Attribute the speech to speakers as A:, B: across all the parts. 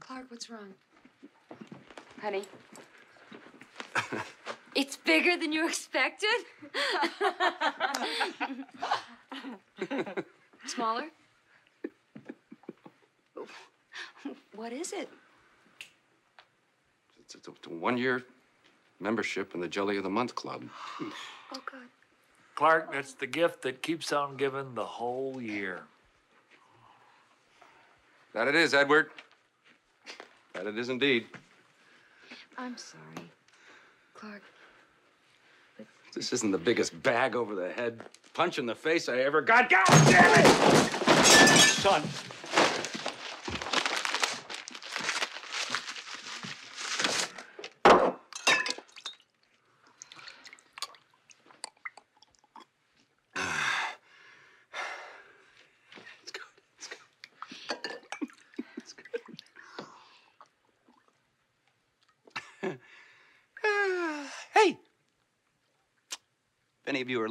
A: Clark, what's wrong? Honey. it's bigger than you expected? Smaller? What is it?
B: It's, it's a, it's a one-year membership in the Jelly of the Month Club.
A: Oh, God.
C: Clark, that's the gift that keeps on giving the whole year.
B: That it is, Edward. That it is indeed.
A: I'm sorry. Clark,
B: This isn't the biggest bag over the head punch in the face I ever got. God damn it!
C: Son,
B: It's good. It's good. It's good. Ah, hey! If any of you are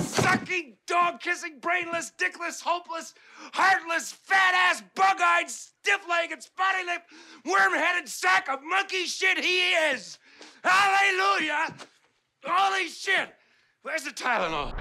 B: sucking, dog kissing, brainless, dickless, hopeless, heartless, fat ass, bug eyed, stiff legged, spotty lipped, worm headed sack of monkey shit he is! Hallelujah! Holy shit! Where's the Tylenol?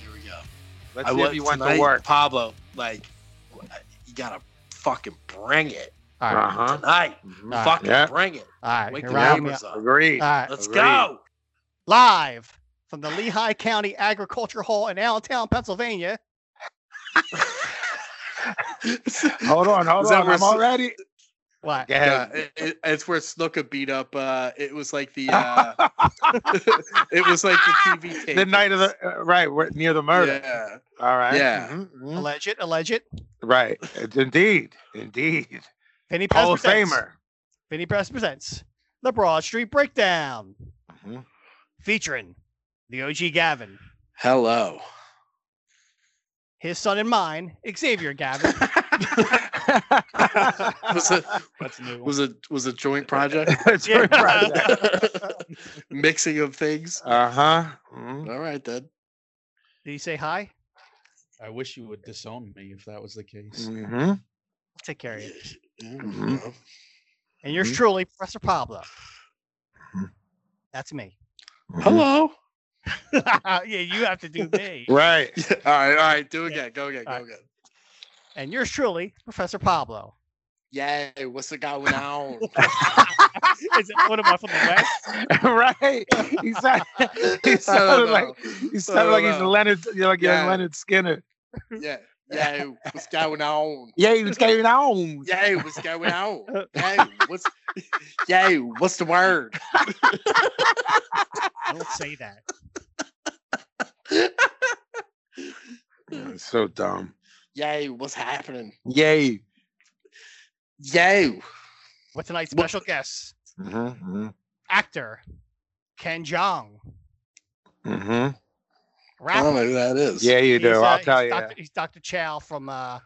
D: Here we go.
E: Let's
D: I
E: see
D: want
E: if you went
D: tonight,
E: to work.
D: Pablo. Like, you gotta fucking bring it
F: All
G: Uh
F: right.
G: huh.
D: tonight.
B: Mhm.
F: All right.
D: Fucking
G: Yeah.
D: bring it.
F: All right.
D: Wake
F: here
D: the
F: we are.
D: neighbors up.
G: Agreed.
F: All right.
D: Let's
G: Agreed.
D: go.
F: Live from the Lehigh County Agriculture Hall in Allentown, Pennsylvania.
G: Hold on, hold
E: Is that
G: on.
E: where
G: I'm
E: s-
G: already.
F: What?
G: Go ahead.
E: Yeah, it, it- it's where Snooka beat up. Uh, it was like the. Uh, it was like the TV tape.
G: the night of the uh, right we're near the murder.
E: Yeah.
G: All right.
E: Yeah.
G: Mhm, mhm.
F: Alleged. Alleged.
G: Right. It's indeed, indeed.
F: Vinny Press
G: Hall of
F: presents.
G: Famer.
F: Vinny Press presents the Broad Street Breakdown,
G: Mhm.
F: featuring the OG Gavin,
E: Hello.
F: his son and mine, Xavier Gavin.
E: was it
H: That's new.
E: was it was a joint project?
G: That's
F: Yeah.
G: right.
E: Mixing of things.
G: Uh huh.
E: All right then.
F: Did he say hi?
H: I wish you would disown me if that was the case.
G: Mm-hmm.
F: I'll take care of you.
E: Yeah, there we
D: Mm-hmm.
G: Mhm.
E: go.
F: And yours
G: Mhm.
F: truly, Professor Pablo.
G: Mhm.
F: That's me.
E: Hello.
F: yeah, you have to do me.
G: Right.
E: Yeah, All right, all right. Do it
F: Yeah.
E: again. Go again. Go
F: All
E: again.
F: And yours truly, Professor Pablo.
E: Yay! What's the guy on?
F: Is it one of my from the West?
G: right. He, sound, he sounded like he sounded like he's Leonard, you know, like young
E: Yeah.
G: Leonard Skinner.
E: yeah. Yay! What's going on?
G: Yeah, he was going on.
E: Yay! What's going on? Yay! What's Yay! What's the word?
F: Don't say that.
G: Mm, So dumb.
E: Yay! What's happening?
G: Yay.
E: Yay!
F: What's tonight's
E: What-
F: special guest?
G: Mm-hmm.
F: Actor Ken Jong.
G: Mm-hmm.
E: I don't
F: Rapper.
E: know who that is.
G: Yeah, you do.
F: He's, uh,
G: I'll
F: he's
G: tell you.
F: Dr. He's Dr. Chow from uh, uh,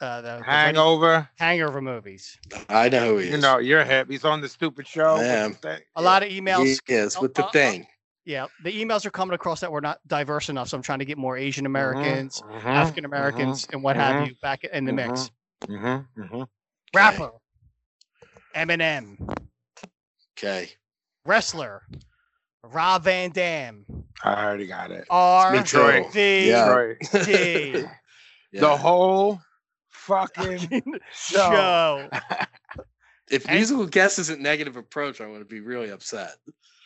F: the, the Ready-
G: Hangover.
F: Hangover movies.
E: I know who he is.
G: You know, you're hip. He's on the stupid show. What's
E: Yeah.
G: the thing?
F: A lot of
E: he
F: emails.
E: is with the
F: uh, uh,
E: thing.
F: Yeah, the emails are coming across that we're not diverse enough. So I'm trying to get more Asian
G: Mhm,
F: Americans,
G: mhm,
F: African Americans, and what have
G: mhm,
F: you back in the mix.
G: mhm, mhm,
E: Okay.
F: Rapper, Eminem,
E: Okay.
F: wrestler, Rob Van Dam.
G: I already got it.
F: R
G: Me too.
F: D
D: Yeah.
G: Right.
F: D
G: The whole fucking show.
F: show.
E: If musical guest isn't negative approach, I'm going to be really upset.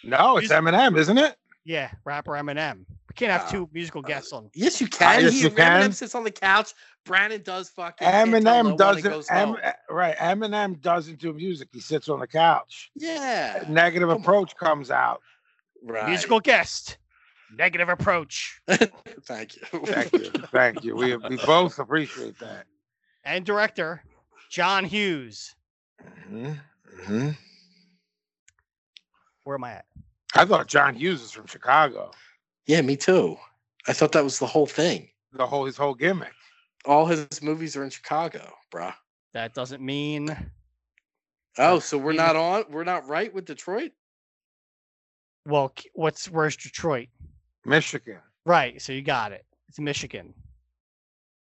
G: No, it's Eminem, isn't it?
F: Yeah, rapper Eminem. We can't have
D: Uh,
F: two musical guests on.
E: Yes, you can.
G: yes,
E: he,
G: you can.
E: Eminem sits on the couch. Brandon does fucking. can't tell no one
G: Eminem
E: and
G: doesn't.
E: goes
G: Em, eh,
E: home.
G: right. Eminem doesn't do music. He sits on the couch.
E: yeah.
G: Negative approach comes out.
E: Right.
F: Musical guest. Negative approach.
E: Thank you.
G: Thank you. Thank you. We, we both appreciate that.
F: And director John Hughes. Where am I at?
G: I thought John Hughes is from Chicago.
E: Yeah, me too. I thought that was the whole thing.
G: The whole his whole gimmick.
E: All his movies are in Chicago, bruh.
F: That doesn't mean
E: Oh, so we're not on. We're not right with Detroit.
F: well. K- What's where's Detroit?
G: Michigan.
F: Right. So you got it. It's Michigan.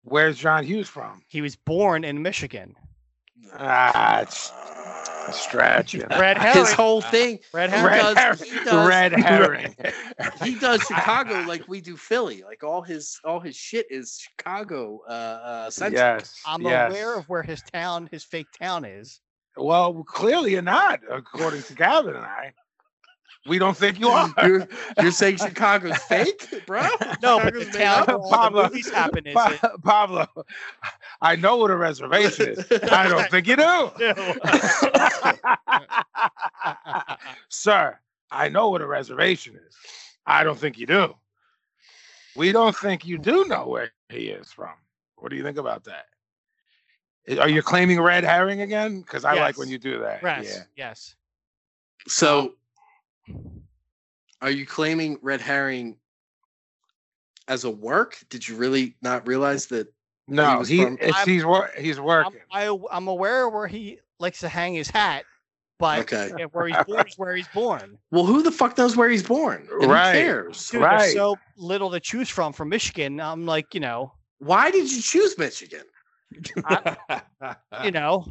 G: Where's John Hughes from?
F: He was born in Michigan.
G: Ah, it's a stretch. you know.
F: Red
E: Ah. His
F: herring.
E: whole thing.
F: Red
E: He
F: herring.
G: Red
E: does. He
G: herring.
E: does.
G: Red herring.
E: he does Chicago like we do Philly. Like all his all his shit is Chicago. Uh, uh centric.
G: yes.
F: I'm
G: yes.
F: aware of where his town, his fake town is.
G: Well, clearly you're not, according to Gavin and I. We don't think you are.
E: You're, you're saying Chicago's fake, bro?
F: No, but the
E: Chicago's made
F: town
E: up?
F: where all the
G: Pablo-
F: movies happen is
G: Pa- Pablo, I know what a reservation is. I don't think you do.
F: it.
G: Sir, I know what a reservation is. I don't think you do. We don't think you do know where he is from. What do you think about that? I- Are you claiming red herring again? Because I like when
F: Yes.
G: you do that.
F: Yes.
G: Yeah.
F: Yes.
E: So, are you claiming red herring as a work? Did you really not realize that?
G: No,
E: was
G: he,
E: from-
G: it's,
F: I'm-
G: he's wor- he's
F: I'm,
G: working.
F: I, am aware where he likes to hang his hat, but
E: Okay.
F: if where he's born is where he's born.
E: Well, who the fuck knows where he's born? And
G: Right.
E: Who cares?
F: Dude,
G: Right.
F: there's so little to choose from from Michigan. I'm like, you know,
E: Why did you choose Michigan?
G: Ah.
F: you know,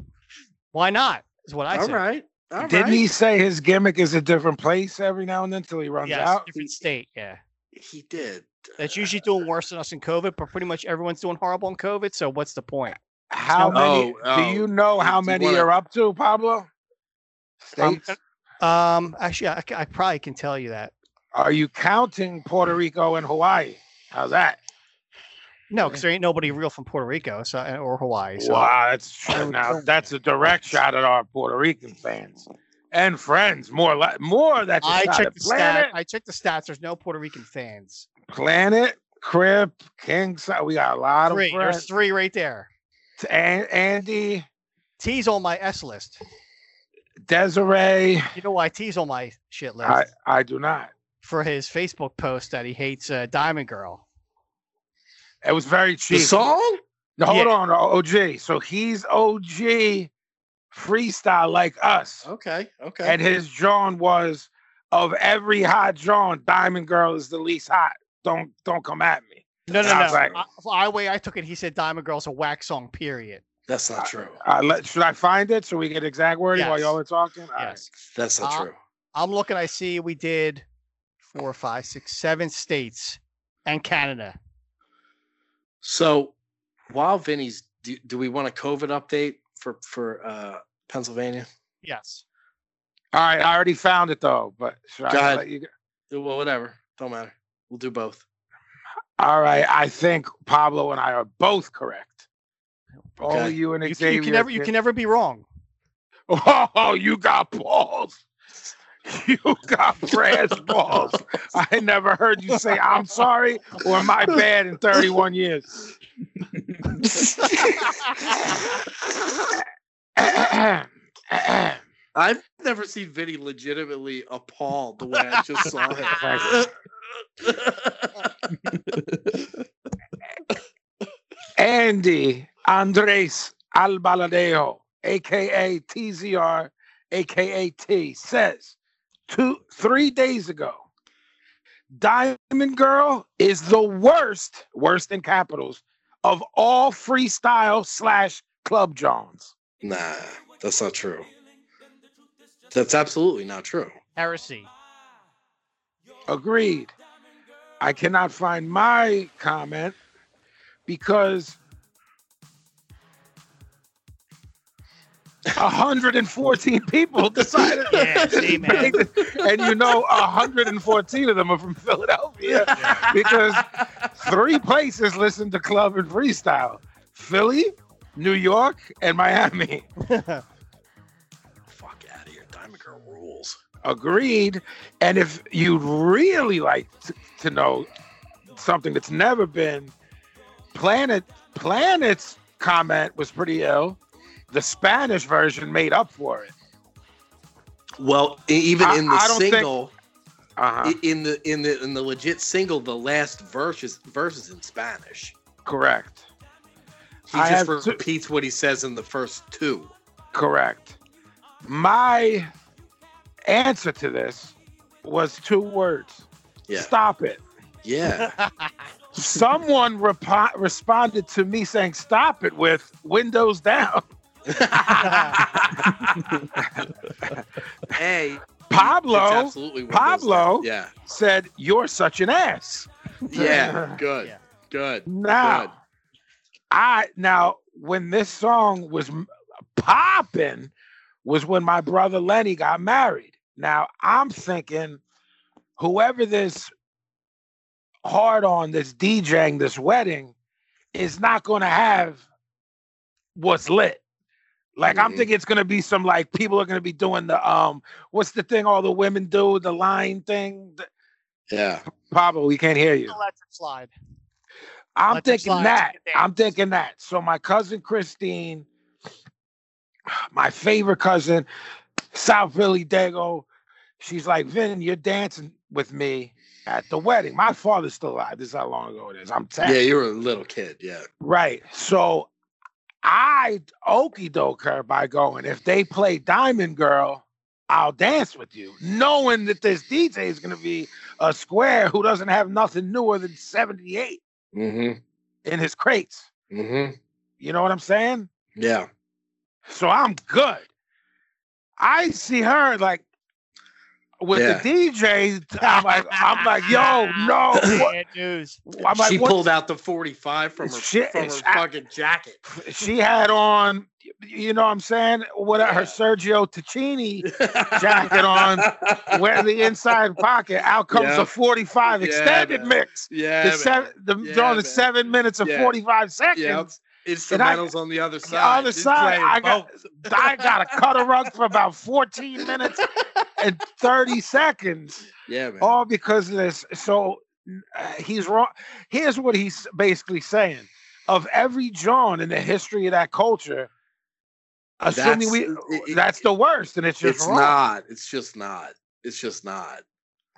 F: why not? Is what I
E: All
F: said.
E: right. all right.
G: Didn't he say his gimmick is a different place every now and then till he runs
F: Yes,
G: out?
F: different state. Yeah,
E: He did. Uh,
F: that's usually doing worse than us in COVID, but pretty much everyone's doing horrible in COVID. So what's the point?
G: How many?
E: Oh, oh.
G: Do you know how
E: Do you
G: many
E: wanna-
G: you're up to, Pablo? States?
F: Um, actually, I, c- I probably can tell you that.
G: Are you counting Puerto Rico and Hawaii? How's that?
F: No, because there ain't nobody real from Puerto Rico so, uh, or Hawaii. So
G: Wow, that's true. Now that's a direct shot at our Puerto Rican fans and friends. More, li- more. That's a
F: I
G: shot
F: checked
G: at
F: the
G: planet,
F: stat. I checked the stats. There's no Puerto Rican fans.
G: planet, crib, king. si- We got a lot
F: Three.
G: of
F: There's
G: friends.
F: three right there.
G: An- Andy,
F: T's on my S list.
G: Desiree.
F: You know why T's on my shit list?
G: I, I do not.
F: for his Facebook post that he hates uh, Diamond Girl.
G: It was very
E: The
G: cheap.
E: song?
G: Now, hold
F: Yeah.
G: on, OG. So he's OG freestyle like us.
E: Okay. Okay.
G: And his John was of every hot John, Diamond Girl is the least hot. Don't don't come at me.
F: No, no,
G: And I
F: no.
G: was like-
F: I, for our way I took it, he said Diamond Girl's a whack song. Period.
E: That's not true.
G: I Uh, let, should I find it so we get exact wording while
F: Yes.
G: y'all are talking? All right.
F: yes.
E: That's not
F: Uh,
E: true.
F: I'm looking. I see we did four, five, six, seven states and Canada.
E: So while Vinny's, do, do we want a COVID update for for uh, Pennsylvania?
F: Yes.
G: All right. I already found it though, but should
E: Go
G: I
E: ahead.
G: let you go?
E: Uh, Well, whatever. Don't matter. We'll do both.
G: All right. I think Pablo and I are both correct.
E: Okay.
G: Only you and
F: You can,
G: Xavier.
F: you can never, you
G: did-
F: can never be wrong.
G: Oh, you got balls. You got brass balls. I never heard you say I'm sorry or my bad in 31 years. Thanks,
E: I've never seen Vinny legitimately appalled the way I just saw him.
G: Frank. Andy Andres Albaladejo, aka TZR, aka T, says two three days ago, Diamond Girl is the worst, worst in capitals, of all freestyle slash club Johns.
E: nah, that's not true. That's absolutely not true.
F: Heresy.
G: Agreed. I cannot find my comment because 114 people decided.
F: Yeah, see, man.
G: and you know 114 of them are from Philadelphia because three places listen to club and freestyle Philly, New York, and Miami.
D: Fuck out of here. Diamond Girl rules.
G: Agreed. And if you'd really like t- to know something that's never been, Planet Planet's comment was pretty ill. The Spanish version made up for it.
E: Well, e- even
G: I-
E: in the
G: I don't think-
E: single,
G: Uh-huh.
E: i in the in the in the legit single, the last verse is verses in Spanish.
G: Correct.
E: He
G: I
E: just
G: have two-
E: repeats what he says in the first two.
G: Correct. My answer to this was two words.
E: Yeah.
G: Stop it.
E: Yeah,
G: Someone repo- responded to me saying stop it with windows down.
E: hey, it's
G: Pablo
E: absolutely one of those
G: Pablo
E: things. Yeah,
G: said you're such an ass.
E: yeah, good,
F: Yeah.
E: good.
G: Now,
E: Good.
G: I now when this song was m- popping was when my brother Lenny got married. Now I'm thinking, whoever this hard on this DJing this wedding is not going to have what's lit. Like I'm
E: Mhm.
G: thinking it's going to be some like people are going to be doing the um what's the thing all the women do the line thing. The-
E: Yeah,
G: Pablo, we can't hear you.
F: Electric slide.
G: I'm
F: Let them
G: thinking
F: slide,
G: that.
F: take it down.
G: I'm thinking that. So my cousin Christine, my favorite cousin, South Philly Dago, she's like, Vin, you're dancing with me at the wedding. My father's still alive. This is how long ago it is. I'm 10.
E: yeah. You were a little kid. Yeah,
G: Right. So I okey doke her by going, if they play Diamond Girl, I'll dance with you, knowing that this DJ is going to be a square who doesn't have nothing newer than 78
E: mm-hmm,
G: in his crates.
E: mm-hmm.
G: You know what I'm saying?
E: Yeah,
G: So I'm good. I see her like with
E: Yeah.
G: the DJ. I'm like, I'm like, yo, no. What?
F: Bad news.
G: I'm like,
E: she
G: what-
E: pulled out the 45 from her
G: Shit,
E: from her
G: it's- I-
E: fucking jacket.
G: She had on, you know what I'm saying? What her
E: Yeah.
G: Sergio Ticini Jacket on, where the inside pocket out comes
E: Yeah.
G: the 45
E: Yeah,
G: extended
E: man.
G: mix.
E: Yeah,
G: The
E: man.
G: seven, the
E: Yeah,
G: during the
E: man.
G: seven minutes and
E: Yeah.
G: 45 seconds.
E: Yep. Instrumentals on the other side.
G: other
E: She's
G: side,
E: playing
G: I got-
E: both.
G: I got a cut a rug for about 14 minutes and 30 seconds.
E: Yeah, man.
G: all because of this. So uh, he's wrong. Here's what he's basically saying: of every John in the history of that culture, assuming
E: That's-
G: we
E: it- it-
G: that's the worst, and it's just
E: it's
G: wrong.
E: not. It's just not. It's just not.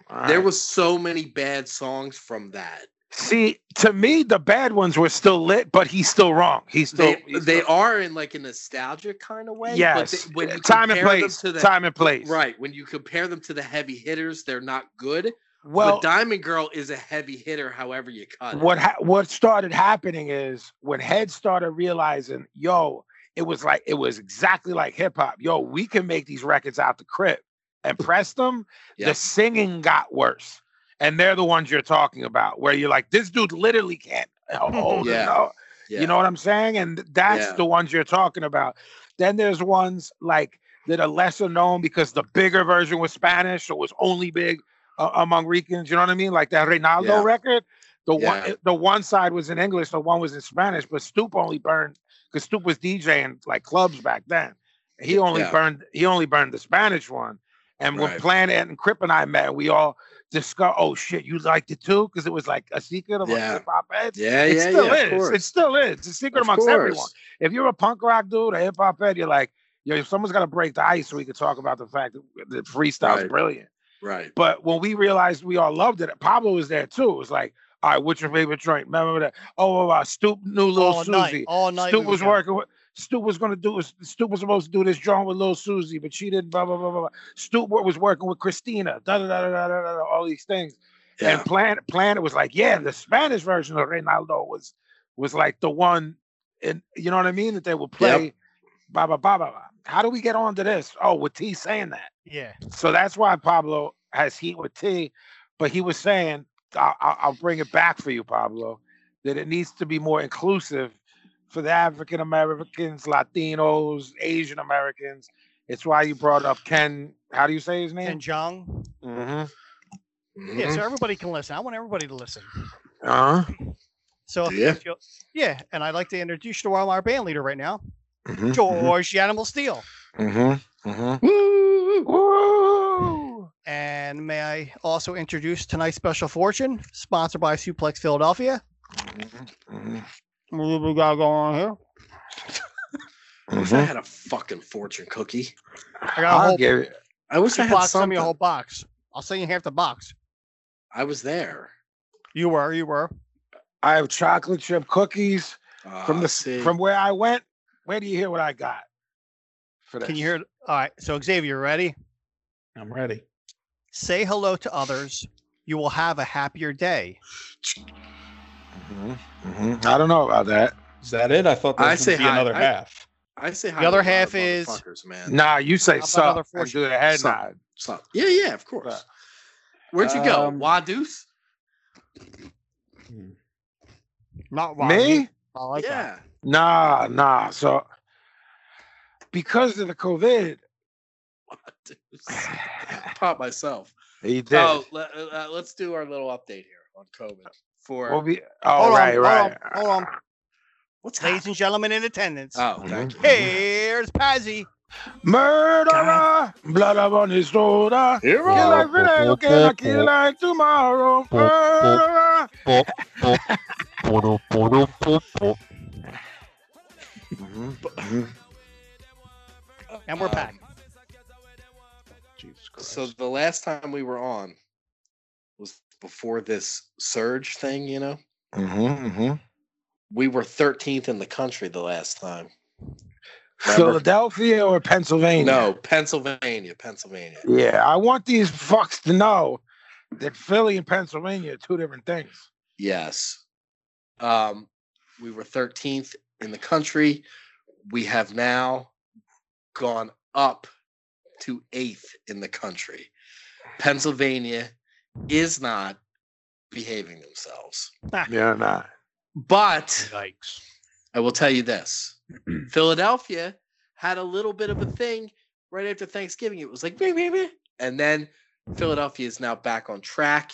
G: All
E: There
G: right.
E: was so many bad songs from that.
G: see to me the bad ones were still lit, but he's still wrong. He's still
E: they they are in like a nostalgic kind of way.
G: yes.
E: But they, when you
G: time and
E: compare them
G: place.
E: to the,
G: time and place.
E: Right. When you compare them to the heavy hitters, they're not good.
G: Well,
E: but Diamond Girl is a heavy hitter, however you cut it.
G: what ha- what started happening is when head started realizing, yo, it was like it was exactly like hip hop. Yo, we can make these records out the crib and press them.
E: Yeah.
G: The singing got worse, and they're the ones you're talking about, where you're like, this dude literally can't hold it.
E: Yeah.
G: No.
E: Yeah.
G: You know what I'm saying? And th- that's
E: Yeah.
G: the ones you're talking about. Then there's ones like that are lesser known because the bigger version was Spanish, so it was only big uh, among Ricans. You know what I mean? Like that Reynaldo
E: Yeah.
G: record. The
E: Yeah.
G: one the one side was in English, the one was in Spanish, but Stoop only burned because Stoop was DJing like clubs back then. He only
E: Yeah.
G: burned he only burned the Spanish one. And when
E: Right.
G: Planet and Crip and I met, we all discussed, oh shit, you liked it too? Because it was like a secret among
E: Yeah.
G: hip hop heads.
E: Yeah,
G: It
E: yeah,
G: still
E: yeah. of
G: is.
E: course.
G: It still is. It's a secret
E: Of
G: amongst everyone.
E: course.
G: If you're a punk rock dude, a hip hop head, you're like, yo, if someone's got to break the ice so we can talk about the fact that the freestyle's
E: Right.
G: brilliant.
E: Right.
G: But when we realized we all loved it, Pablo was there too. It was like, all right, what's your favorite joint? Remember that? Oh, uh, Stoop knew Lil
F: All night.
G: Susie.
F: All night.
G: Stoop
F: we
G: was
F: were going.
G: working with. Stoop was gonna do. Stoop was supposed to do this joint with Lil Susie, but she didn't. Blah blah blah blah. blah. Stoop wa- was working with Christina. Da da da da da da. da, All these things.
E: Yeah.
G: And Planet Planet was like, yeah, the Spanish version of Reynaldo was was like the one, and you know what I mean that they would play. Blah blah blah blah blah. How do we get on to this? Oh, with T saying that.
F: Yeah.
G: So that's why Pablo has heat with T. But he was saying, I- I- I'll bring it back for you, Pablo, that it needs to be more inclusive for the African Americans, Latinos, Asian Americans. It's why you brought up Ken. How do you say his name?
F: And Jong.
G: Mm-hmm.
E: Mm-hmm.
F: Yeah, so everybody can listen. I want everybody to listen.
G: Uh-huh.
F: So if
E: Yeah.
F: if you'll- yeah, and I'd like to introduce you to our band leader right now,
G: Mhm,
F: George Animal Steel.
G: mhm, mhm, mhm. Woo!
F: And may I also introduce tonight's special fortune, sponsored by Suplex Philadelphia.
G: Mhm, mhm,
F: What do we got going on here?
E: I wish I
G: mhm.
E: had a fucking fortune cookie.
F: I got a
G: I'll
F: whole
G: give it.
E: I wish I
F: two
E: had
F: box. Send me
E: something.
F: a whole box. I'll send you half the box.
E: I was there.
F: You were, you were.
G: I have chocolate chip cookies from
E: Ah,
G: the
E: see.
G: from where I went. Where do you hear what I got? For
F: Can
G: this?
F: you hear it? All right. So Xavier, ready?
H: I'm ready.
F: Say hello to others. You will have a happier day.
E: Mm-hmm,
G: Mhm, mhm. I don't know about that.
H: Is that it? I thought there
E: I
H: was
E: say
H: going to be
E: hi-
H: another
E: I-
H: half.
E: I say hi
F: other
E: to a lot of
F: half is-
E: motherfuckers, man.
G: Nah, you say
F: about
G: sup
F: another
G: and
F: fortune?
G: do the head
E: Sup.
G: nod.
E: Stop. Yeah, yeah, of course.
G: Right.
E: Where'd you go?
H: Um,
E: Wadoos?
H: Hmm.
F: Not wrong.
G: Me?
F: I like that.
E: yeah.
G: Nah, nah. So because of the COVID,
E: Wadoos. Pop myself.
G: he did. Uh,
E: Oh, let, uh, let's do our little update here on COVID. For
G: We'll be,
F: Hold on,
G: oh right,
F: hold
G: right.
F: on, hold on.
E: what's
F: Ladies and gentlemen in attendance,
E: happening? Oh, thank you.
F: here's Pazzy.
G: Murderer, blood up on his shoulder.
E: Hero.
G: Kill like today, okay, I kill like tomorrow. Murderer.
F: And we're
E: Um,
F: back.
H: Jesus Christ.
E: So the last time we were on was before this surge thing, you know? We were 13th in the country the last time. Remember?
G: Philadelphia or Pennsylvania?
E: No, Pennsylvania, Pennsylvania.
G: Yeah, I want these fucks to know that Philly and Pennsylvania are two different things.
E: Yes. Um, we were 13th in the country. We have now gone up to eighth in the country. Pennsylvania is not behaving themselves.
G: Yeah, nah.
E: But
H: Yikes.
E: I will tell you this Philadelphia had a little bit of a thing right after Thanksgiving. It was like, "Meh, meh, meh," and then Philadelphia is now back on track.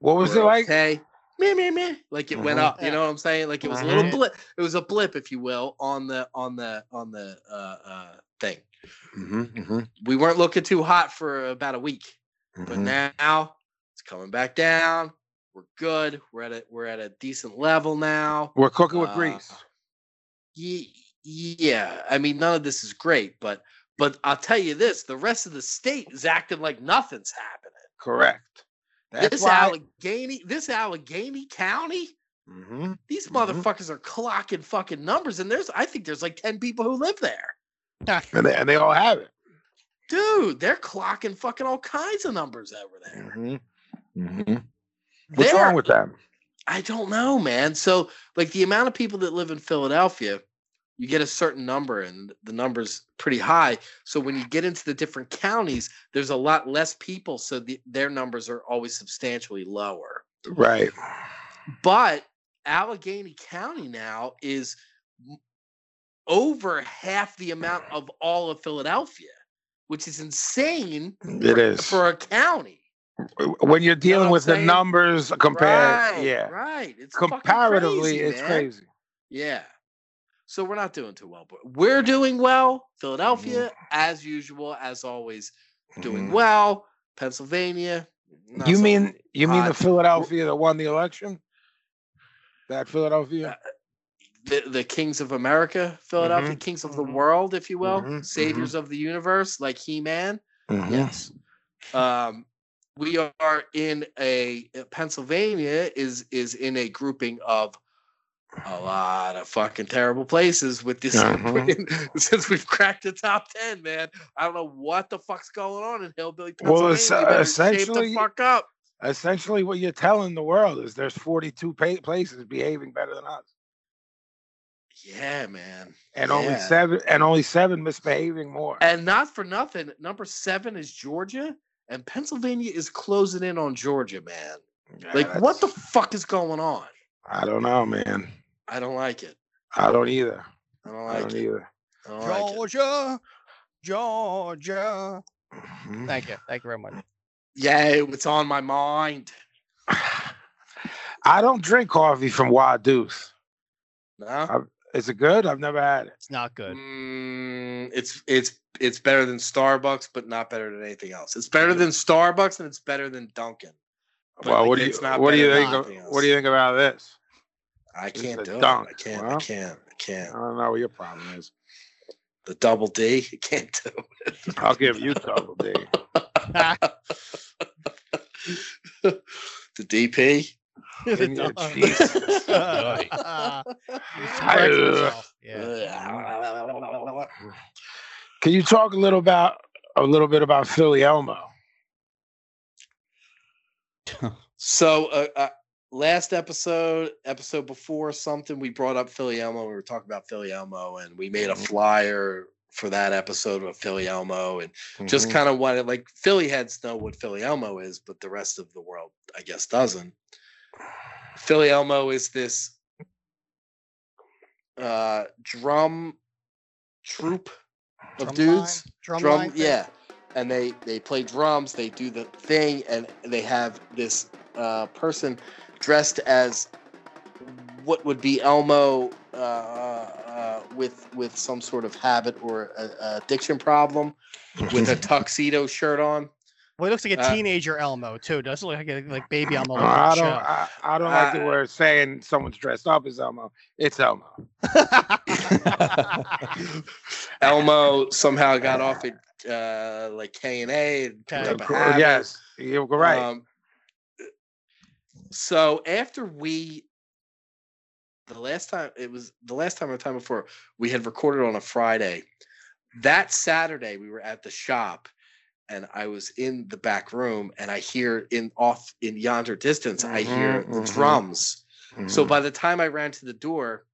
G: What was it like?
E: Okay. Meh, meh, meh. Like it went
G: Mhm.
E: up. You
F: Yeah.
E: know what I'm saying? Like it was a little
G: Mhm.
E: blip. It was a blip, if you will, on the on the on the uh, uh, thing. We weren't looking too hot for about a week, but
G: Mm-hmm.
E: now it's coming back down. We're good. We're at a we're at a decent level now.
G: We're cooking with
E: Uh,
G: grease.
E: Ye- yeah, I mean none of this is great, but but I'll tell you this: the rest of the state is acting like nothing's happening.
G: Correct. That's
E: this
G: why.
E: Allegheny, this Allegheny County.
G: Mhm.
E: These
G: Mhm.
E: motherfuckers are clocking fucking numbers, and there's I think there's like ten people who live there.
G: and, they, and they all have it.
E: Dude, they're clocking fucking all kinds of numbers over there.
G: What's
E: They're-
G: wrong with them?
E: I don't know, man. So like the amount of people that live in Philadelphia, you get a certain number, and the number's pretty high. So when you get into the different counties, there's a lot less people, so the, their numbers are always substantially lower.
G: Right.
E: But Allegheny County now is m- over half the amount of all of Philadelphia, which is insane
G: It is.
E: for a county.
G: when
E: know
G: you're
E: what
G: dealing
E: I'm
G: with the
E: saying?
G: numbers compared,
E: right,
G: yeah,
E: right. It's fucking
G: comparatively, it's
E: man.
G: crazy.
E: Yeah. So we're not doing too well, but we're doing well. Philadelphia,
G: Mm-hmm.
E: as usual, as always, doing
G: Mhm.
E: well. Pennsylvania. not Uh,
G: You
E: so-
G: mean you mean the
E: hot.
G: Philadelphia that won the election? That Philadelphia?
E: Uh, the, the kings of America, Philadelphia, kings of the
G: mhm.
E: world, if you will,
G: Mhm,
E: saviors of the universe, like He Man.
G: Mhm.
E: Yes. Um, we are in a Pennsylvania is is in a grouping of a lot of fucking terrible places with this
G: Uh-huh.
E: since we've cracked the top ten, man. I don't know what the fuck's going on in Hillbilly
G: Well,
E: Pennsylvania.
G: it's, uh,
E: better shape
G: essentially-
E: the fuck up.
G: Essentially, what you're telling the world is there's 42 pa- places behaving better than us,
E: Yeah, man.
G: and only
E: Yeah.
G: seven and only seven misbehaving more.
E: And not for nothing, number seven is Georgia, and Pennsylvania is closing in on Georgia, man.
G: Yeah,
E: Like, what the
G: that's-
E: fuck is going on?
G: I don't know, man.
E: I don't like it.
G: I don't either.
E: I don't
G: I
E: like
G: don't
E: it.
G: either.
E: I don't like it.
F: Georgia, Georgia.
G: Mhm.
F: Thank you. Thank you very much.
E: Yay, what's on my mind?
G: I don't drink coffee from Wild Deuce.
E: No,
G: I- Is it good? I've never had it.
F: It's not good.
E: Mm, it's it's it's better than Starbucks, but not better than anything else. It's better than Starbucks and it's better than Dunkin'. But,
G: well,
E: like,
G: what do you
E: it's not
G: what do you
E: better
G: think?
E: than
G: Of,
E: anything
G: what do you think about this?
E: I
G: It's
E: can't
G: a
E: do
G: dunk.
E: it. I can't. I
G: Well.
E: can't. I
G: I
E: can't.
G: don't know what your problem is.
E: The double D. I can't do it.
G: I'll give you double D.
E: the DP.
G: Can you- jeez.
E: Boy.
F: Correct yourself. yeah.
G: Mm-hmm.
E: Ugh.
G: Can you talk a little about a little bit about Philly Elmo?
E: So, uh, uh, last episode, episode before something, we brought up Philly Elmo. We were talking about Philly Elmo, and we made a flyer for that episode of Philly Elmo, and just kind of wanted like Philly heads know what Philly Elmo is, but the rest of the world, I guess, doesn't. Philly Elmo is this uh, drum troupe of
F: Drum
E: dudes
F: line, drum,
E: drum,
F: line thing.
E: yeah and they they play drums they do the thing and they have this uh, person dressed as what would be elmo uh, uh, with with some sort of habit or a, a addiction problem with a tuxedo shirt on
F: Well, he looks like a
E: Uh,
F: teenager Elmo too. Doesn't look like a, like baby Elmo.
G: Uh, I
F: on
G: don't. I, I don't like the
E: Uh,
G: word saying someone's dressed up as Elmo. It's Elmo.
F: the show.
E: elmo somehow got off at uh, like k and a and picked
F: Okay.
E: up a
G: Of cour-
E: habit.
G: yes, you're right.
E: Um, so after we, the last time it was the last time or the time before we had recorded on a Friday. That Saturday we were at the shop, and I was in the back room, and I hear in off in yonder distance I hear
G: Mhm,
E: the
G: mhm.
E: drums. So
G: Mhm.
E: by the time I ran to the door,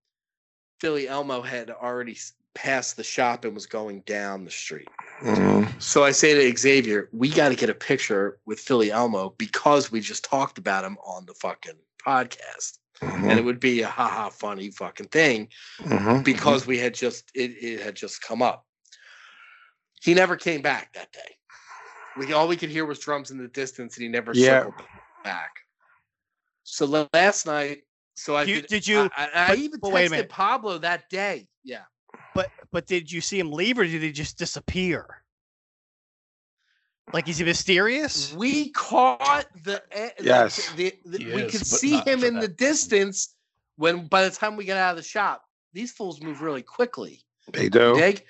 E: Philly Elmo had already s- passed the shop and was going down the street.
G: Mhm.
E: So I say to Xavier, we got to get a picture with Philly Elmo because we just talked about him on the fucking podcast. And it would be a haha funny fucking thing
G: Mhm.
E: because we had just it, it had just come up. He never came back that day. We all we could hear was drums in the distance, and he never
G: Yeah.
E: circled back. So la- last night, so I
F: You-
E: could-
F: did you-
E: I, I, I
F: but-
E: even
F: but wait a
E: texted
F: minute.
E: Pablo that day. Yeah,
F: But but did you see him leave or did he just disappear? Like is he mysterious?
E: we caught the e- the-
G: Yes.
E: the, the-
H: He
E: we
H: is,
E: could
H: but
E: see
H: not
E: him
H: for
E: in the
H: that.
E: distance when by the time we got out of the shop these fools move really quickly
G: They do.
E: Dig?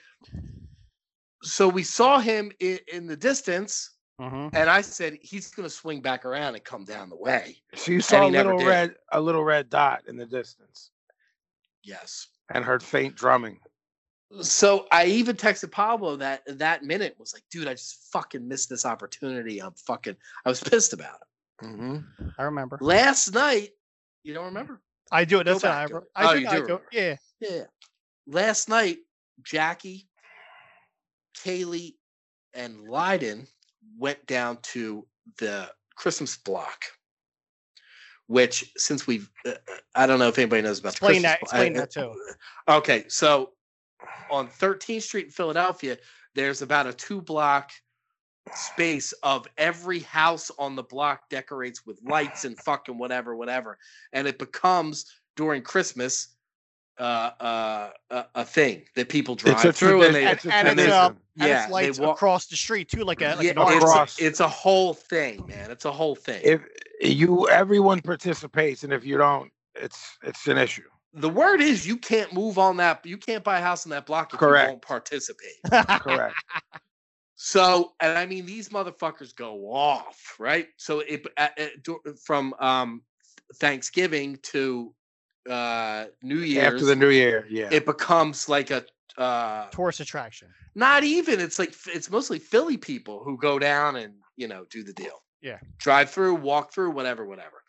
E: so we saw him in, in the distance
F: Mm-hmm.
E: and i said he's going to swing back around and come down the way
G: So you saw a
E: he never
G: little
E: did.
G: red, a little red dot in the distance,
E: yes
G: and heard faint drumming.
E: so i even texted pablo that that minute was like dude i just fucking missed this opportunity i'm fucking i was pissed about it Mm-hmm.
F: I remember.
E: last night you don't remember
F: I do it.
E: Go
F: That's what
E: back
F: I
E: to
F: remember.
E: it.
F: I
E: Oh,
F: do,
E: you
F: I
E: do
F: do.
E: remember.
F: Yeah.
E: Yeah. Last night, Jackie, Kaylee, and Lyden went down to the Christmas block, which since we've, uh, uh, I don't know if anybody knows about the
F: Explain that.
E: Christmas blo- I-
F: Explain
E: uh,
F: that too.
E: Okay, so on 13th Street in Philadelphia, there's about a two block space of every house on the block decorates with lights and fucking whatever, whatever. And it becomes during Christmas uh, uh, a, a thing that people drive
G: It's a
E: through and
G: tradition.
E: they,
F: And-
G: it's a
F: and it's,
G: tradition.
F: um, and
E: yeah,
F: it's
E: they
F: lights
E: walk.
F: across the street too, like a like
E: yeah,
F: an arc.
G: across-
E: it's, a, it's a whole thing, man. It's a whole thing.
G: if you, everyone participates, and if you don't, it's it's an issue.
E: the word is you can't move on that. You can't buy a house on that block if
G: Correct.
E: you won't participate.
G: Correct.
E: So, and I mean, these motherfuckers go off, right? So, it, at, at- dur- from um, Thanksgiving to uh, New Year's,
G: After the new year, yeah.
E: it becomes like a uh,
F: Tourist attraction.
E: not even. It's like f- it's mostly Philly people who go down and you know do the deal.
F: Yeah.
E: drive through, walk through, whatever, whatever.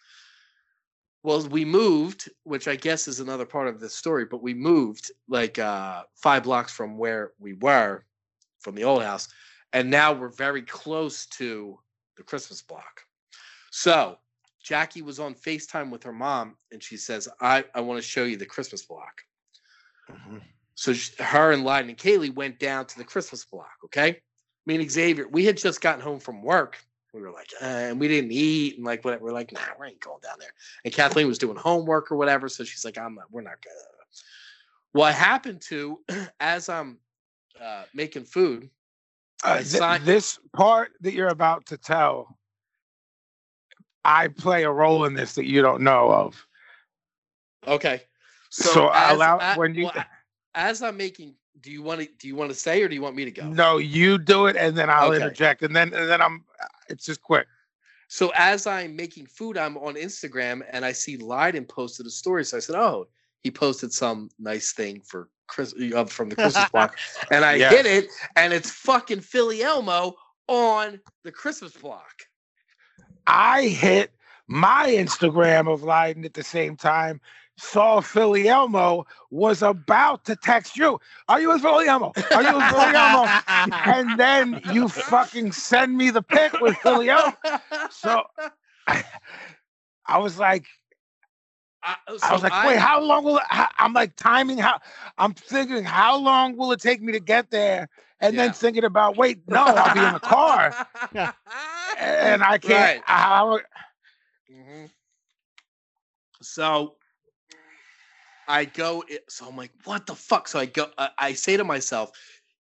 E: Well, we moved, which I guess is another part of this story, but we moved like uh, five blocks from where we were, from the old house, and now we're very close to the Christmas block. So Jackie was on FaceTime with her mom, and she says, "I I want to show you the Christmas block." So sh her and Lyden and Kaylee went down to the Christmas block. Okay, me and Xavier, we had just gotten home from work. We were like, uh, and we didn't eat, and like whatever. We're like, nah, we ain't going down there. And Kathleen was doing homework or whatever, so she's like, I'm not. We're not gonna. What happened to as I'm uh, making food?
G: Uh,
E: I
G: thi-
E: sign-
G: this part that you're about to tell, I play a role in this that you don't know of.
E: Okay, so,
G: So
E: as,
G: allow-
E: I-
G: when you-
E: well, as I'm making. Do you want to? Do you want to say, or do you want me to go?
G: No, you do it, and then I'll
E: Okay.
G: interject, and then and then I'm. uh, It's just quick.
E: So as I'm making food, I'm on Instagram and I see Leiden posted a story. So I said, "Oh, he posted some nice thing for Chris uh, from the Christmas block," and I
G: Yeah.
E: hit it, and it's fucking Philly Elmo on the Christmas block.
G: I hit my Instagram of Leiden at the same time. Saw Philly Elmo was about to text you. Are you with Philly Elmo? Are you with Philly Elmo? And then you fucking send me the pic with Philly Elmo. So I, I was like,
E: I,
G: I was like, wait, how long will it, how, I'm like timing how I'm thinking how long will it take me to get there, and
E: Yeah.
G: then thinking about wait, no, I'll be in the car and I
E: Right.
G: can't. I- I-
E: Mhm. So I go. i- So I'm like, what the fuck? So I go. I, I say to myself,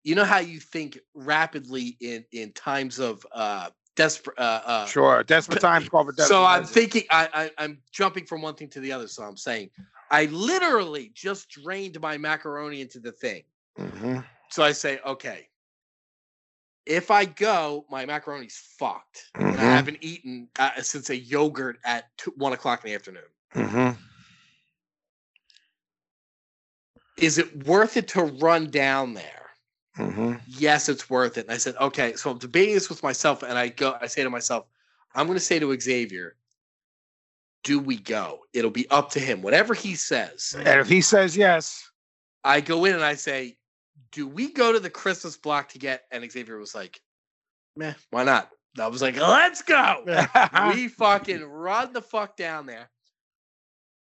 E: you know how you think rapidly in in times of uh desperate. Uh, uh,
G: sure, desperate times call for desperate.
E: so I'm
G: measures.
E: thinking. I, I I'm jumping from one thing to the other. So I'm saying, I literally just drained my macaroni into the thing.
G: Mhm.
E: So I say, okay. If I go, my macaroni's fucked. And I
G: Mhm.
E: haven't eaten uh, since a yogurt at two, one o'clock in the afternoon. Is it worth it to run down there? Yes, it's worth it. And I said, okay. So I'm debating this with myself, and I go, I say to myself, I'm going to say to Xavier, do we go? It'll be up to him. Whatever he says.
G: And if he says yes,
E: I go in and I say, "Do we go to the Christmas block to get?" And Xavier was like, "Meh, why not?" I was like, "Let's go!" we fucking run the fuck down there,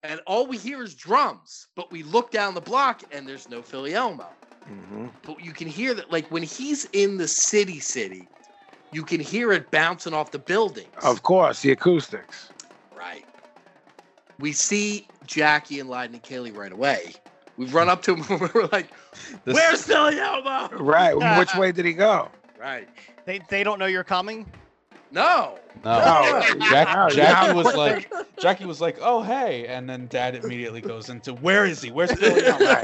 E: and all we hear is drums. But we look down the block, and there's no Philly Elmo. But you can hear that, like when he's in the city, city, you can hear it bouncing off the buildings.
G: of course, the acoustics.
E: Right. We see Jackie and Lyden and Kaylee right away. We run up to him and we're like,
H: This-
E: Where's Philly Elmo?
G: Right. Which way did he go?
E: Right.
F: They they don't know you're coming.
E: No.
H: No,
G: Oh, No,
H: Jack,
G: you know how
H: Jackie was
G: quick
H: like, Jackie was like, "Oh hey," and then Dad immediately goes into, "Where is he? Where's Philly?" Elmo?"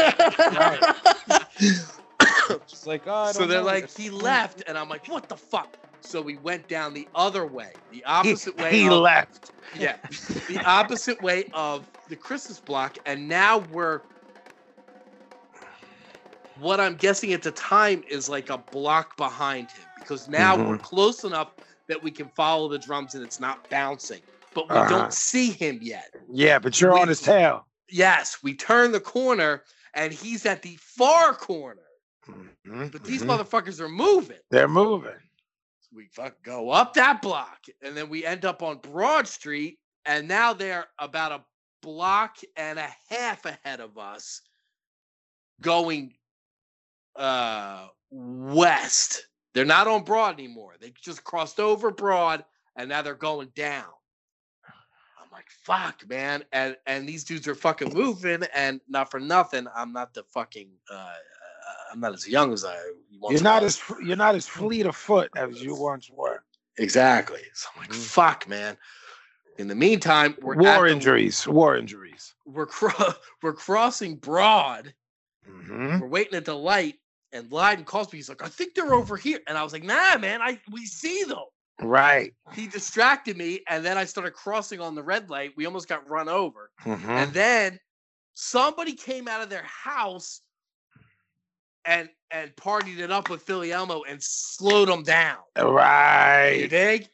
H: Just like, "Oh, I
E: so
H: don't
E: they're
H: know.
E: like,
H: It's-
E: he left. And I'm like, what the fuck? So we went down the other way, the
G: He,
E: opposite way.
G: he
E: of,
G: left.
E: Yeah. The opposite way of the Christmas block. And now we're. What I'm guessing at the time is like a block behind him because now we're close enough that we can follow the drums and it's not bouncing, but we
G: Uh-huh.
E: don't see him yet.
G: Yeah, but you're on his tail.
E: Yes, we turn the corner and he's at the far corner.
G: Mhm,
E: But these
I: Mm-hmm.
G: mhm.
E: motherfuckers are moving.
G: They're moving.
E: We fuck go up that block and then we end up on Broad Street and now they're about a block and a half ahead of us going uh west. They're not on Broad anymore. They just crossed over Broad and now they're going down. I'm like, fuck, man. And and these dudes are fucking moving, and not for nothing, I'm not the fucking uh, uh I'm not as young as I once
G: You're not
E: was.
G: as you're not as fleet of foot as you once were.
E: Exactly. So I'm like, fuck, man. In the meantime, we're at
G: Mm. war
E: the-
G: injuries. War injuries.
E: we're cro- we're crossing Broad.
G: hmm
E: We're waiting at the light, and Lyden calls me. He's like, I think they're over here, and I was like, Nah, man. I we see them.
G: Right.
E: He distracted me, and then I started crossing on the red light. We almost got run over,
G: Mhm.
E: and then somebody came out of their house and and partied it up with Philly Elmo and slowed them down. You
G: Right.
E: dig?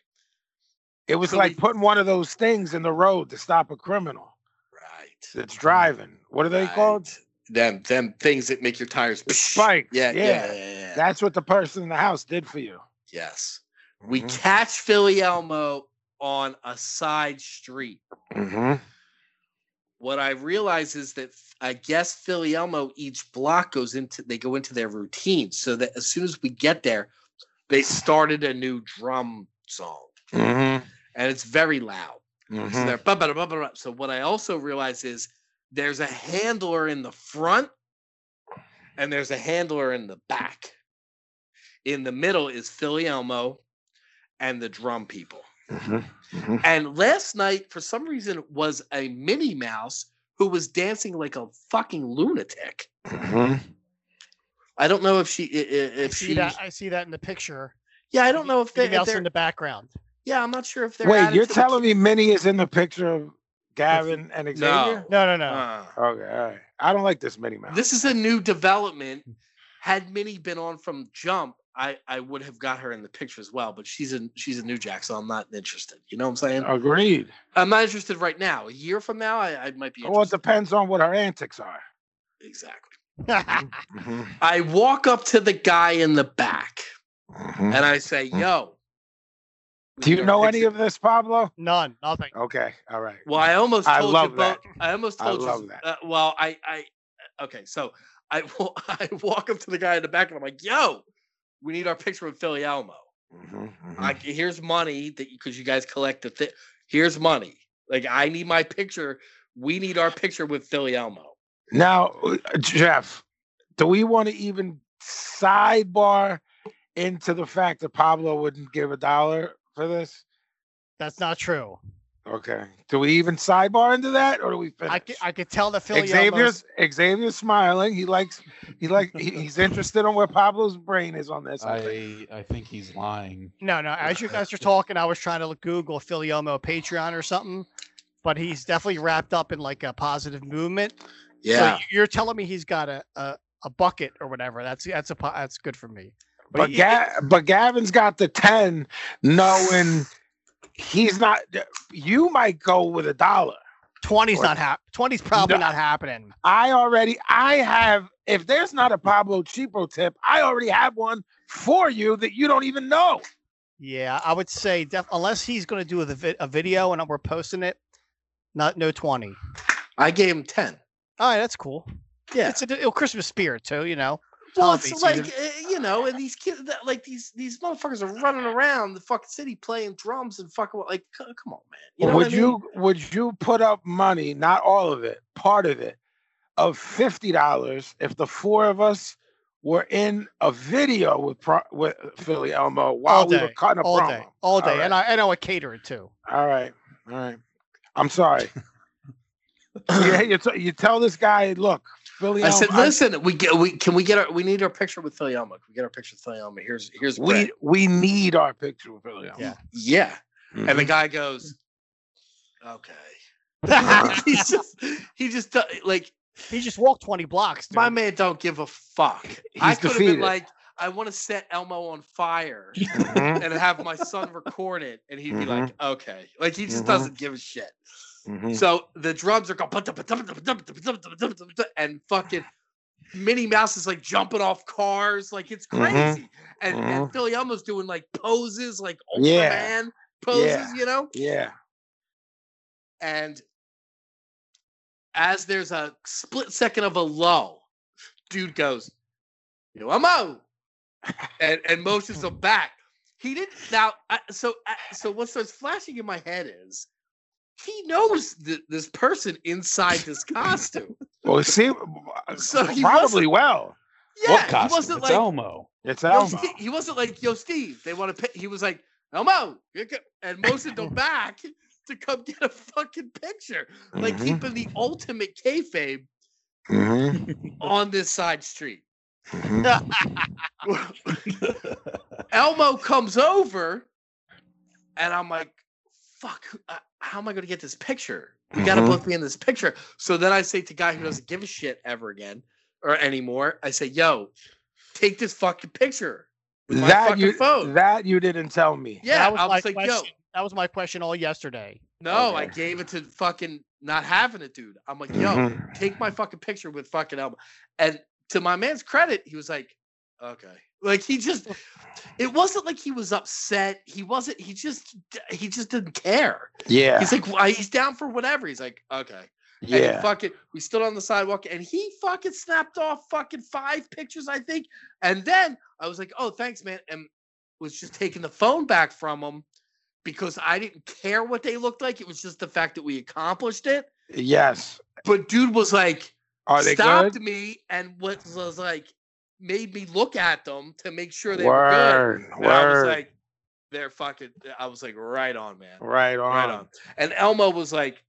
G: It was
E: So
G: like
E: we-
G: putting one of those things in the road to stop a criminal
E: Right.
G: that's driving. What are they
E: Right.
G: called?
E: Them them things that make your tires
G: Spikes,
E: Yeah, yeah,
G: yeah.
E: yeah, yeah, Yeah.
G: That's what the person in the house did for you.
E: yes. We
G: Mm-hmm.
E: catch Philly Elmo on a side street.
G: Mm-hmm.
E: What I realize is that I guess Philly Elmo each block goes into they go into their routine so that as soon as we get there, they started a new drum song
G: Mm-hmm.
E: and it's very loud. So they're ba ba da ba ba da. So what I also realize is there's a handler in the front and there's a handler in the back. In the middle is Philly Elmo and the drum people. And last night, for some reason, was a Minnie Mouse who was dancing like a fucking lunatic. I don't know if she i- i-
F: I
E: if
F: see
E: she
F: that. I see that in the picture.
E: yeah I don't know if they
F: Minnie
E: if
F: Mouse
E: they're
F: in the background.
E: yeah I'm not sure if they're
G: Wait,
E: added
G: you're
E: to the
G: telling
E: ki-
G: me Minnie is in the picture of Gavin and Xavier?
E: no
F: No, no, no.
E: Uh.
G: Okay, all right. I don't like this Minnie Mouse.
E: This is a new development. Had Minnie been on from jump, I I would have got her in the picture as well. But she's a she's a new Jack, so I'm not interested. You know what I'm
G: Oh.
E: saying?
G: Agreed.
E: I'm not interested right now. A year from now, I, I might be
G: Well, it
E: interested.
G: depends on what her antics are.
E: exactly. Uh.
G: Mm-hmm.
E: I walk up to the guy in the back and I say, "Yo."
G: Mm-hmm. Do you know any
E: picture-
G: of this, Pablo?
F: None. Nothing.
G: Okay, all right.
E: Well, I almost
G: I
E: told
G: love
E: you
G: that.
E: both. I almost
G: I
E: told you.
G: love that.
E: Uh, well, I, I, okay. So I, wa- I walk up to the guy in the back and I'm like, "Yo, we need our picture with Philly Elmo. I, here's money that because you guys collect the thing. Here's money. Like I need my picture. We need our picture with Philly Elmo.
G: Now, uh, Jeff, do we want to even sidebar into the fact that Pablo wouldn't give a dollar for this?
F: That's not true.
G: Okay. Do we even sidebar into that, or do we finish?
F: I could, I could tell that Philly
G: Xavier's
F: Elmo's,
G: Xavier's smiling. He likes he like he, he's interested on where Pablo's brain is on this. I think.
H: I I think he's lying.
F: No, no. As you guys were talking, I was trying to look, Google Philly Elmo Patreon or something, but he's definitely wrapped up in like a positive movement. So
E: Yeah.
F: you- you're telling me he's got a, a, a bucket or whatever. That's that's a po- that's good for me. But
G: But
F: he-
G: Ga- but Gavin's got the ten, knowing he's not. You might go with a dollar.
F: 20's
G: or-
F: not hap- 20's probably
G: No.
F: not happening.
G: I already I have. If there's not a Pablo Cheapo tip, I already have one for you that you don't even know.
F: Yeah, I would say def- unless he's going to do the vi- a video and we're posting it, not no 20.
E: I gave him ten.
F: All right, that's cool.
E: Yeah.
F: It's a, d- a Christmas spirit too, you know.
E: well,
F: holiday
E: it's
F: season.
E: like uh, you know, and these kids, that, like these these motherfuckers are running around the fucking city playing drums and fucking like, c- come on, man. You know what
G: would
E: I mean?
G: you would you put up money, not all of it, part of it, of fifty dollars if the four of us were in a video with pro, with Philly Elmo while we were
F: day,
G: cutting a
F: all
G: promo?
F: day, all day,
G: right.
F: and I and I would cater it too.
G: all right, all right. I'm sorry. yeah, you, t- you tell this guy, look, Philly.
E: I
G: Elmo,
E: said, listen, we get we can we get our we need our picture with Philly Elmo. Can we get our picture with Philly Elmo? Here's here's
G: we
E: bread."
G: we need our picture with Philly Elmo.
F: Yeah.
E: yeah. Mm-hmm. And the
G: Mhm.
E: guy goes, okay. He's just Mm-hmm. he just do- like
F: He just walked 20 blocks. Dude.
E: my man don't give a fuck. I
G: He's
E: could have
G: defeated.
E: been like, I want to set Elmo on fire
G: Mhm,
E: and have my son record it, and he'd be like,
G: Mm-hmm.
E: okay. Like he just
G: Mhm.
E: doesn't give a shit.
G: mhm.
E: So the drums are going and fucking Minnie Mouse is like jumping off cars, like it's
G: Mhm.
E: crazy. And, and Philly Elmo's doing like poses, like
G: Mm-hmm. Yeah.
E: Ultraman poses,
G: Yeah.
E: you know.
G: yeah.
E: And as there's a split second of a lull, dude goes, "Yo, I'm out," and and motions him back. He didn't now. I, so I- so what starts flashing in my head is he knows th- this person inside this costume.
G: Well, see,
E: So he
G: probably well.
E: yeah,
H: what costume?
E: he wasn't
H: it's
E: like
H: Elmo.
G: It's
E: "Yo,
G: Elmo.
E: Ste- he wasn't like yo Steve. They want to pick. He was like Elmo, you go-" and motioned him back to come get a fucking picture. Like
H: Mm-hmm.
G: Mhm.
E: keeping the ultimate kayfabe
G: Mhm,
E: on this side street.
G: mhm.
E: Elmo comes over, and I'm like, "Fuck! who- uh, How am I going to get this picture? We got to
G: Mhm.
E: both be in this picture." So then I say to guy who doesn't give a shit ever again or anymore, I say, "Yo, take this fucking picture with my
G: that
E: fucking
G: you
E: phone."
G: that you didn't tell me.
E: yeah, I
F: that was
E: was
F: my
E: like, "Yo,
F: question. That was my question all yesterday.
E: no, I
G: Okay.
E: gave it to fucking not having it, dude." I'm like, "Yo,
G: Mhm.
E: take my fucking picture with fucking Elmo," and to my man's credit, he was like, "Okay." Like he just, it wasn't like he was upset. He wasn't. He just, he just didn't care.
G: Yeah.
E: He's like, "Why- he's down for whatever. He's like, okay. And he
G: yeah.
E: fucking, we stood on the sidewalk and he fucking snapped off fucking five pictures, I think. And then I was like, oh, thanks, man. And was just taking the phone back from him because I didn't care what they looked like. It was just the fact that we accomplished it.
G: Yes.
E: But dude was like,
G: Are they
E: stopped
G: good?
E: me and what was like, made me look at them to make sure they were
G: Word.
E: good. And I was
G: Word.
E: like, they're fucking, uh, I was like, right on, man.
G: right on.
E: Right on. And Elmo was like,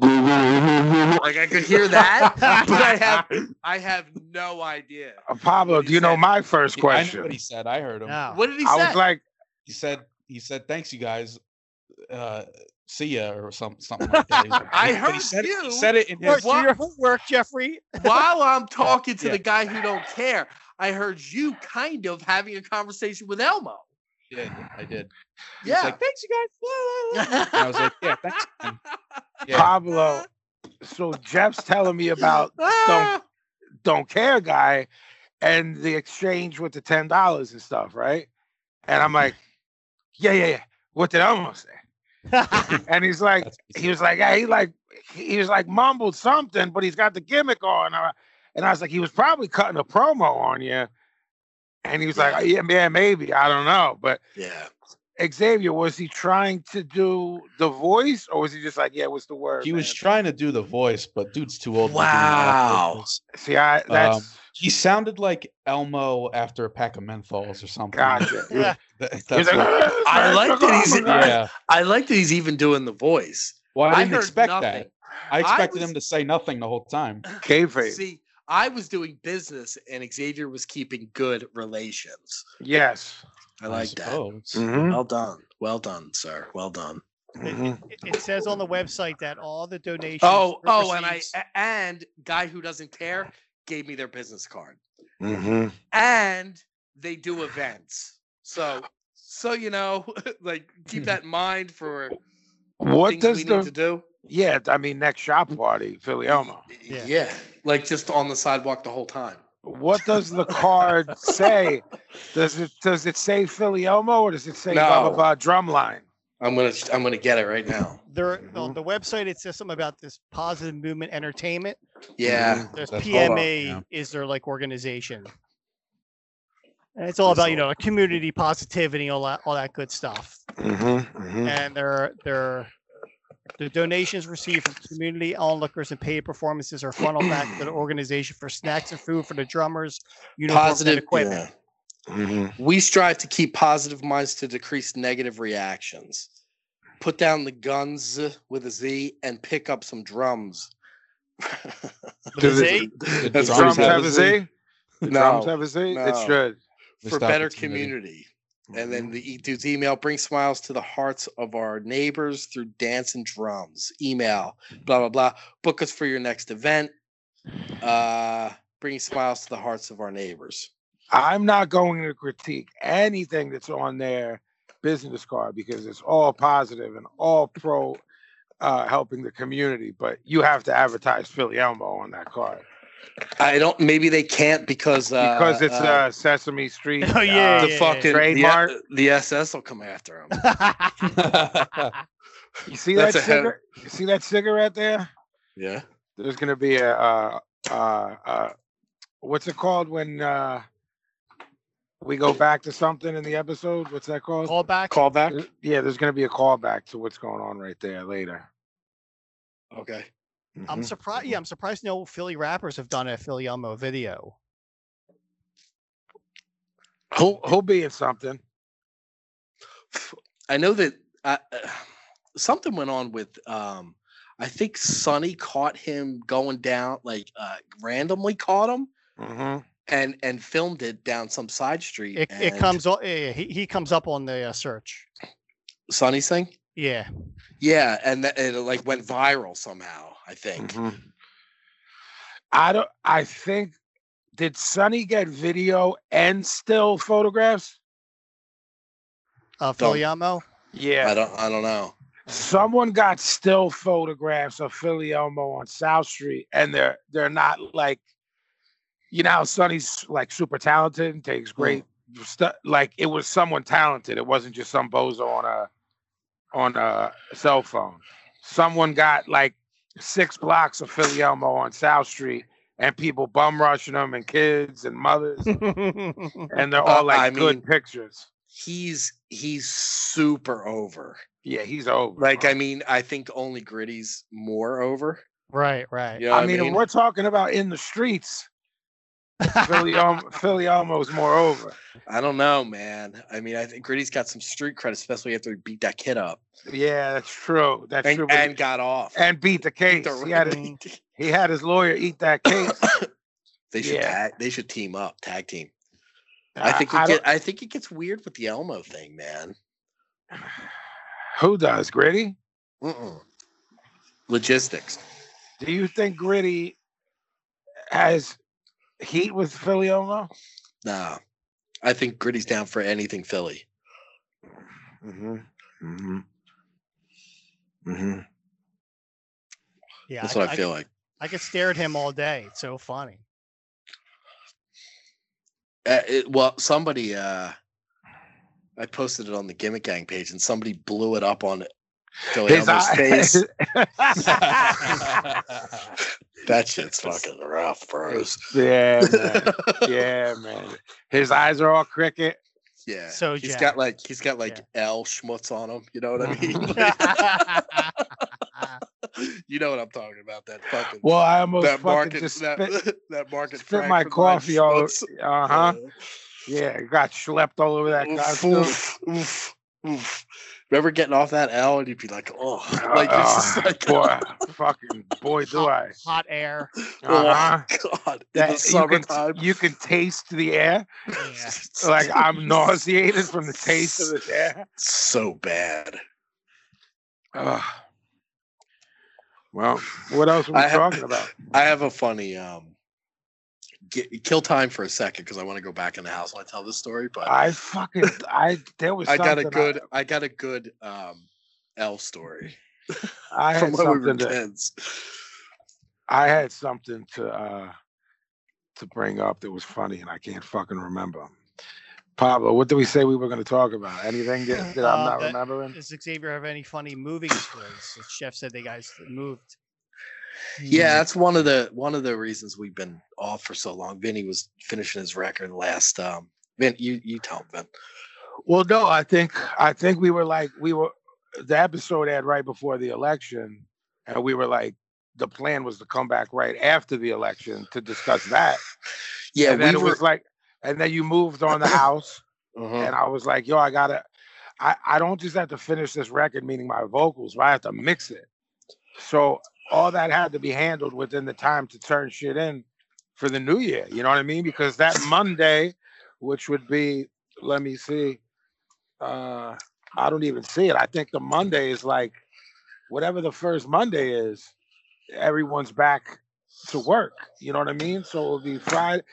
E: like I could hear that, but I have I have no idea.
G: Uh, Pablo,
E: What
G: do
E: he
G: you know
E: said.
G: my first
H: I know
G: question?
H: what he said. I heard him.
F: No.
E: What did he
G: I
E: say?
G: was like,
H: He said he said thanks you guys. Uh, see ya or something something like that. He was like,
E: I
H: but he
E: heard
H: said, it-
E: you.
H: He said it in
F: Work,
H: his
F: do your homework, Jeffrey.
E: While I'm talking to
H: yeah.
E: the guy who don't care, I heard you kind of having a conversation with Elmo.
H: yeah, yeah, I did. He was
E: Yeah.
H: like, thanks you guys. la, la, la." And I was like, yeah, thanks. man." Yeah.
G: Pablo, so Jeff's telling me about
E: Ah,
G: don't care guy and the exchange with the ten dollars and stuff, right? And I'm like, Yeah, yeah, yeah. What did Elmo say? And he's like,
H: That's what he
G: he was like, yeah, he like he was like mumbled something, but he's got the gimmick on. I- And I was like, he was probably cutting a promo on you. And he was like, yeah, yeah, maybe. I don't know. But
E: yeah.
G: Xavier, was he trying to do the voice or was he just like, yeah, what's the word?
H: He was
G: man?"
H: trying to do the voice, but dude's too old. to do an
E: Wow.
H: Elmo voice.
G: See,
E: um,
G: I that's
H: He sounded like Elmo after a pack of menthols or something.
G: gotcha. He was-
F: Yeah.
H: That-
G: he was
H: that's what-
G: like,
E: I like that he's-
H: yeah.
E: I like that he's even doing the voice.
H: Well, I didn't
E: heard
H: expect that.
E: nothing.
H: I expected
E: was-
H: him to say nothing the whole time.
G: Kayfabe.
E: See, I was doing business and Xavier was keeping good relations.
G: Yes.
E: I like that.
H: suppose.
I: Mm.
E: Well done. Well done, sir. Well done.
G: Mhm.
F: It, it says on the website that all the donations.
E: Oh,
F: were
E: oh, and I
F: received-
E: a- and guy who doesn't care gave me their business card,
G: Mhm.
E: and they do events. So, so you know, like keep that in mind for
G: What
E: things
G: does
E: we
G: the
E: need to do.
G: yeah? I mean, next shop party, Philly Elmo.
F: Yeah.
E: like just on the sidewalk the whole time.
G: What does the card say? Does it does it say Philly Elmo or does it say blah
E: No.
G: blah blah drumline?
E: I'm gonna, I'm gonna get it right now.
F: There, on
G: Mhm.
F: the website, it says something about this positive movement entertainment.
E: Yeah,
F: There's
H: That's-
E: hold on,
F: PMA
H: yeah.
F: is their like organization, and it's all about you know community positivity, all that, all that good stuff.
I: Mm.
F: and their their the donations received from community onlookers and paid performances are funneled back to the organization for snacks and food for the drummers, uniforms, and
E: positive.
F: equipment.
E: We strive to keep positive minds to decrease negative reactions. Put down the guns with a Z and pick up some drums.
F: With a
G: Does it-
F: Z?
H: Did
E: That's
G: The
E: Drums
G: drums
E: have
G: have
E: a
G: a Z. The drums
E: No,
G: have a Z.
E: no.
G: It should.
E: for
H: Missed
E: better
H: opportunity.
E: community. And
G: Mm-hmm.
E: then the E dudes email bring smiles to the hearts of our neighbors through dance and drums. Email, blah blah blah. Book us for your next event. Uh bring smiles to the hearts of our neighbors.
G: I'm not going to critique anything that's on their business card because it's all positive and all pro uh, helping the community. But you have to advertise Philly Elmo on that card
E: I don't maybe they can't because uh
G: because it's
E: uh,
G: uh, Sesame Street.
F: Oh, yeah,
G: uh,
E: the
F: yeah,
E: fucking
G: Trademark.
E: The, the SS will come after him.
G: You see that
E: That's a head-
G: cigarette? You see that cigarette there?
E: yeah.
G: There's gonna be a uh, uh, uh, what's it called when uh, we go back to something in the episode? What's that called?
F: Call back.
E: Call back.
G: There- Yeah, there's gonna be a callback to what's going on right there later.
E: Okay.
F: I'm surprised. Yeah, I'm surprised no Philly rappers have done a Philly Elmo video.
G: He'll he'll be in something.
E: I know that uh, uh, something went on with. Um, I think Sonny caught him going down, like uh, randomly caught him
G: Mm-hmm.
E: and and filmed it down some side street.
F: It, it
E: and-
F: comes. o- eh, He, he comes up on the uh, search.
E: Sonny's thing.
F: Yeah,
E: Yeah, and that, it like went viral somehow. I think.
G: I don't. I think did Sonny get video and still photographs?
F: uh, Philly Elmo.
G: Yeah,
E: I don't. I don't know.
G: someone got still photographs of Philly Elmo on South Street, and they're
E: Hmm.
G: they're not like, you know, how Sonny's like super talented and takes great stu- like it was someone talented. It wasn't just some bozo on a on a cell phone. Someone got like six blocks of Philly Elmo on South Street, and people bum rushing them, and kids and mothers, and they're all
E: Uh,
G: like
E: I
G: good
E: mean-
G: pictures.
E: He's he's super over.
G: Yeah, he's over.
E: Like
G: bro.
E: I mean, I think only Gritty's more over.
F: right, right.
E: You know
G: I
E: what
G: mean, if we're talking about in the streets. Philly, Elmo, Philly Elmo's more over.
E: I don't know, man. I mean, I think Gritty's got some street cred, especially after he beat that kid up
G: Yeah, that's true. That's
E: and,
G: true. but-
E: and got off.
G: and beat the
E: Beat
G: case.
E: the-
G: He had, his, he had his lawyer eat that case.
E: they should
G: yeah.
E: tag, they should team up, tag team. I think
G: I
E: it
G: don't-
E: get, I think it gets weird with the Elmo thing, man.
G: Who does Gritty?
E: Mm-mm. Logistics.
G: Do you think Gritty has heat with Philly Elmo?
E: Nah, I think Gritty's down for anything Philly.
D: Mm-hmm. Mm-hmm. Mm-hmm.
F: Yeah,
E: That's
F: I,
E: what I,
F: I
E: feel
F: could-
E: like.
F: I could stare at him all day. It's so funny.
E: Uh, it, well, somebody, uh, I posted it on the Gimmick Gang page, and somebody blew it up on Philly Elmo's face. That shit's fucking rough, bros.
G: yeah, man. Yeah, man. His eyes are all cricket.
E: Yeah.
F: So
E: he's
F: jacked.
E: got like he's got like L schmutz on him. You know what I mean? you know what I'm talking about? That fucking
G: Well, I almost
E: that
G: fucking
E: market
G: just spit,
E: that, that market.
G: spit my coffee all
E: over.
G: over. Uh huh. Yeah, got schlepped all over that
E: Oof,
G: costume.
E: oof, oof, oof. Remember getting off that L and you'd be like, oh, like this
G: Uh,
E: is like
G: boy, fucking boy, do I.
F: Hot air.
E: oh
G: Uh-huh.
E: god, in the
G: That- you,
E: summertime.
G: can, you can taste the air.
F: Yeah.
G: Like I'm nauseated from the taste of this air.
E: so bad.
G: Ugh. Well, what else are we
E: I have-
G: talking about?
E: I have a funny um get, kill time for a second because I want to go back in the house when I tell this story, but
G: I fucking I there was
E: I got a
G: something
E: good I, got a good um L story
G: I, I
E: from
G: had
E: when we were
G: something to, Hmm.
E: kids.
G: I had something to uh to bring up that was funny and I can't fucking remember. Pablo, what did we say we were going to talk about? Anything that, that I'm
F: Uh,
G: not
F: that-
G: remembering?
F: Does Xavier have any funny moving stories? The chef said they guys moved.
E: Yeah, that's one of the one of the reasons we've been off for so long. Vinny was finishing his record last um Vin, you you tell him Vin.
G: Well, no, I think I think we were like we were the episode had right before the election, and we were like the plan was to come back right after the election to discuss that.
E: Yeah,
G: and then
E: we
G: it
E: were
G: was like, and then you moved on the house,
E: uh-huh.
G: and I was like, yo, I gotta, I I don't just have to finish this record, meaning my vocals, but I have to mix it. So all that had to be handled within the time to turn shit in for the new year. You know what I mean? Because that Monday, which would be, let me see, uh, I don't even see it. I think the Monday is like whatever the first Monday is, everyone's back to work. You know what I mean? So it'll be Friday,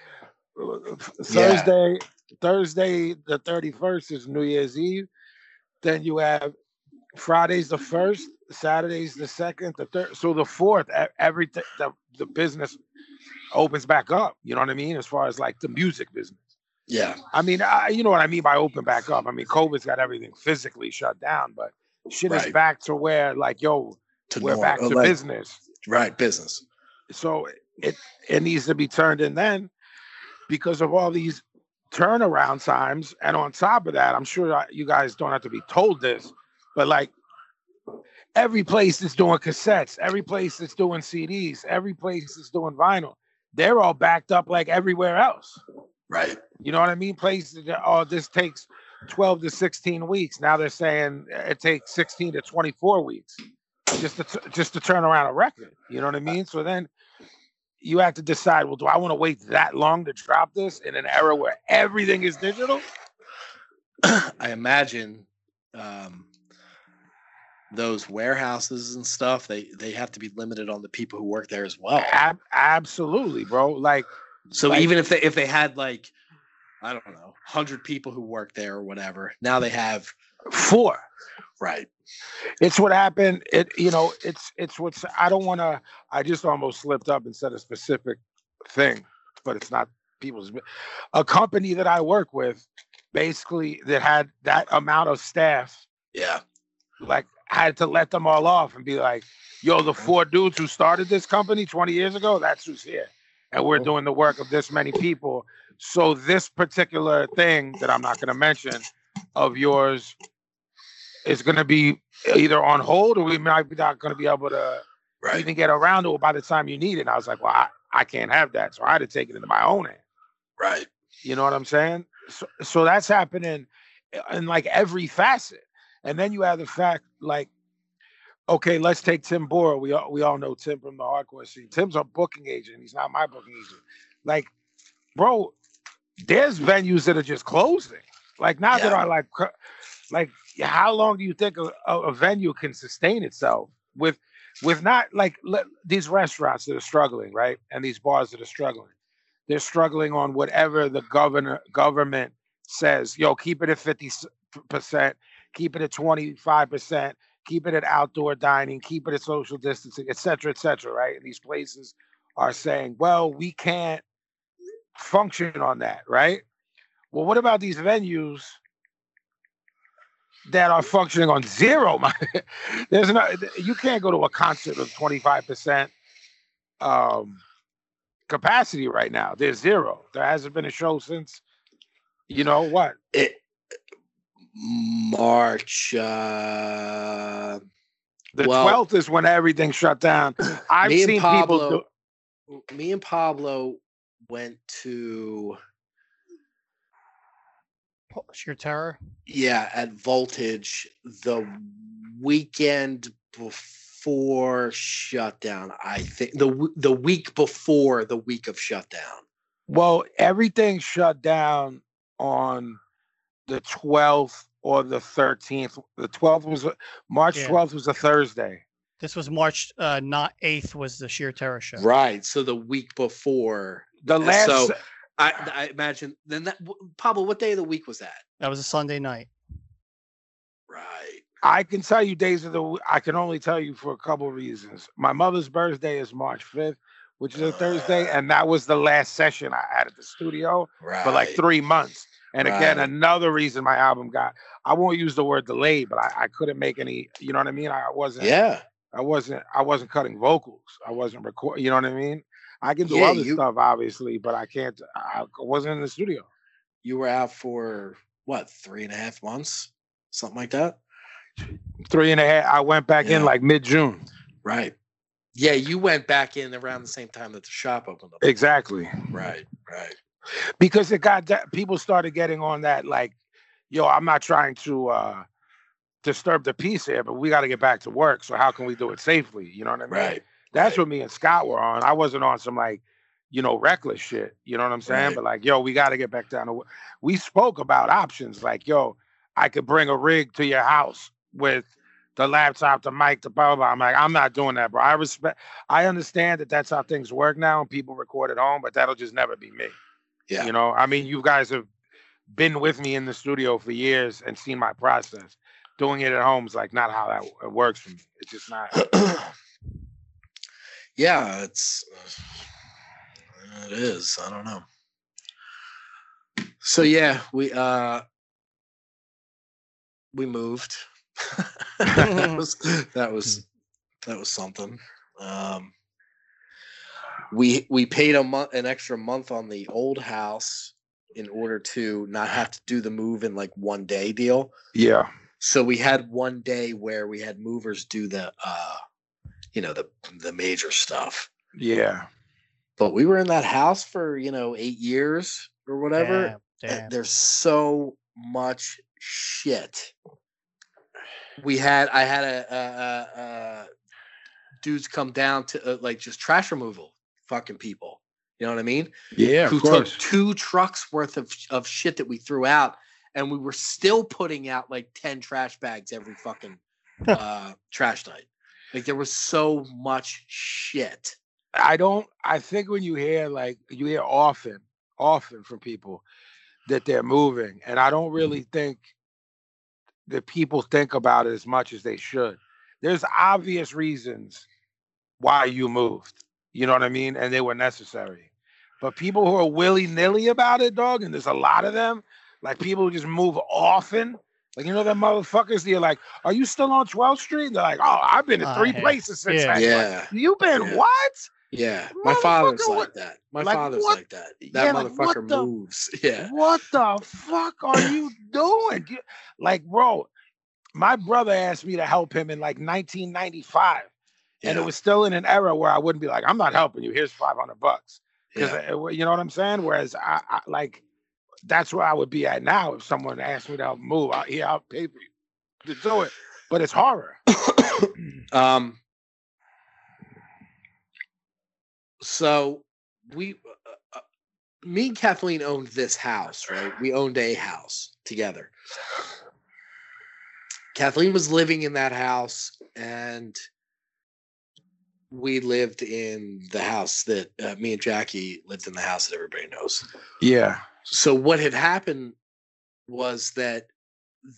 E: Yeah.
G: Thursday, Thursday the thirty first is New Year's Eve. Then you have Friday's the first, Saturday's the second, the third. So the fourth, e- every th- the, the business opens back up. You know what I mean? As far as like the music business.
E: yeah.
G: I mean, I, you know what I mean by open back up. I mean, COVID's got everything physically shut down, but shit is
E: Right.
G: back to where like, yo,
E: To
G: we're
E: norm-
G: back
E: uh,
G: to
E: like-
G: business.
E: Right, business.
G: So it it needs to be turned in then because of all these turnaround times. And on top of that, I'm sure I- you guys don't have to be told this, but like every place is doing cassettes, every place is doing CDs, every place is doing vinyl. They're all backed up like everywhere else.
E: Right.
G: You know what I mean? Places that oh, this takes 12 to 16 weeks. Now they're saying it takes 16 to 24 weeks just to t- just to turn around a record. You know what I mean? So then you have to decide, well, do I want to wait that long to drop this in an era where everything is digital?
E: I imagine um, those warehouses and stuff they they have to be limited on the people who work there as well.
G: Ab- absolutely, bro. Like
E: So
G: Like-
E: even if they if they had like I don't know hundred people who work there or whatever, now they have
G: four.
E: right.
G: It's what happened. It you know, it's it's what's I don't wanna I just almost slipped up and said a specific thing, but it's not people's a company that I work with basically that had that amount of staff
E: Yeah.
G: like had to let them all off and be like, yo, the four dudes who started this company 20 years ago, that's who's here. And we're doing the work of this many people. So this particular thing that I'm not gonna mention of yours is gonna be either on hold or we might be not gonna be able to
E: Right.
G: even get around to it by the time you need it. And I was like, Well, I, I can't have that. So I had to take it into my own hand.
E: Right.
G: You know what I'm saying? So, so that's happening in like every facet. And then you have the fact, like, okay, let's take Tim Bora. We all we all know Tim from the hardcore scene. Tim's a booking agent. He's not my booking agent. Like, bro, there's venues that are just closing. Like, not that
E: Yeah.
G: are like, cr- like, how long do you think a, a a venue can sustain itself with with not like le- these restaurants that are struggling, right? And these bars that are struggling they're struggling on whatever the governor government says. Yo, keep it at fifty percent, keep it at twenty five percent, keep it at outdoor dining, keep it at social distancing, et cetera, et cetera. Right? And these places are saying, well, we can't function on that, right? Well, what about these venues that are functioning on zero? My, there's no, you can't go to a concert of twenty five percent. Um, capacity right now. There's zero. There hasn't been a show since, you know what?
E: It March uh
G: The
E: Well-
G: twelfth is when everything shut down. I've
E: Me and
G: seen people. Do,
E: Pablo- me and Pablo went to
F: Hmm. Sheer terror.
E: Yeah, at Voltage the weekend before shutdown. I think the w- the week before the week of shutdown.
G: well, everything shut down on the twelfth or the thirteenth. The twelfth was a- March
F: Yeah.
G: twelfth was a Thursday.
F: This was March uh, not eighth was the sheer terror show.
E: Right, so the week before.
G: The last.
E: So- I, I imagine then that w- Pablo, what day of the week was that?
F: That was a Sunday night.
E: Right.
G: I can tell you days of the. w- I can only tell you for a couple reasons. My mother's birthday is March fifth, which is a Thursday, and that was the last session I had at the studio.
E: Right.
G: for like three months. And again,
E: Right.
G: another reason my album got I won't use the word delayed, but I, I couldn't make any you know what I mean? I wasn't
E: Yeah.
G: I wasn't I wasn't cutting vocals. I wasn't recording you know what I mean? I can do
E: Yeah,
G: other
E: you-
G: stuff obviously, but I can't I wasn't in the studio.
E: You were out for what, three and a half months? Something like that?
G: Three and a half I went back
E: Yeah.
G: in like mid June.
E: Right. Yeah, you went back in around the same time that the shop opened up.
G: Exactly.
E: Right, right.
G: Because it got that people started getting on that like, yo, I'm not trying to uh disturb the peace here, but we gotta get back to work. So how can we do it safely? You know what I mean?
E: Right.
G: That's
E: Right.
G: what me and Scott were on. I wasn't on some like, you know, reckless shit. You know what I'm saying?
E: Right.
G: But like, yo, we got to get back down to. wo- We spoke about options. Like, yo, I could bring a rig to your house with the laptop, the mic, the blah blah. blah. I'm like, I'm not doing that, bro. I respect. I understand that that's how things work now, and people record at home. But that'll just never be me.
E: Yeah.
G: You know, I mean, you guys have been with me in the studio for years and seen my process. Doing it at home is like not how that w- works for me. It's just not.
E: yeah, it's uh, it is. I don't know. So yeah, we uh we moved. that was that was that was something. Um we we paid a month an extra month on the old house in order to not have to do the move in like one day deal.
G: Yeah.
E: So we had one day where we had movers do the uh you know the the major stuff.
G: Yeah.
E: But we were in that house for, you know, 8 years or whatever.
F: Damn, damn.
E: and There's so much shit. We had I had a, a, a, a dudes come down to uh, like just trash removal fucking people. You know what I mean?
G: Yeah,
E: who took two trucks worth of, of shit that we threw out and we were still putting out like 10 trash bags every fucking uh, trash night like there was so much shit
G: I don't. I think when you hear like you hear often, often from people that they're moving, and I don't really think that people think about it as much as they should. There's obvious reasons why you moved. You know what I mean? And they were necessary. But people who are willy nilly about it, dog, and there's a lot of them, Like people who just move often. Like you know them motherfuckers. They're like, "Are you still on 12th Street?" They're like, "Oh, I've been to
F: I
G: three
F: have-
G: places since
F: yeah.
G: that."
E: Yeah.
G: You been
E: Yeah.
G: what?
E: Yeah, my father's
G: Motherfucker,
E: like
G: what-
E: that. My
G: like,
E: father's
G: what-
E: like that. That
G: yeah, like, what
E: motherfucker
G: the-
E: moves. Yeah.
G: What the fuck are you doing? You- like, bro, my brother asked me to help him in like 1995, and
E: yeah.
G: it was still in an era where I wouldn't be like, "I'm not helping you. Here's 500 bucks." Because
E: yeah.
G: you know what I'm saying. Whereas I, I like, that's where I would be at now if someone asked me to help move. I, yeah, I'll pay for you to do it, but it's horror.
E: um so we uh, uh, me and kathleen owned this house right we owned a house together kathleen was living in that house and we lived in the house that uh, me and jackie lived in the house that everybody knows
G: Yeah,
E: so what had happened was that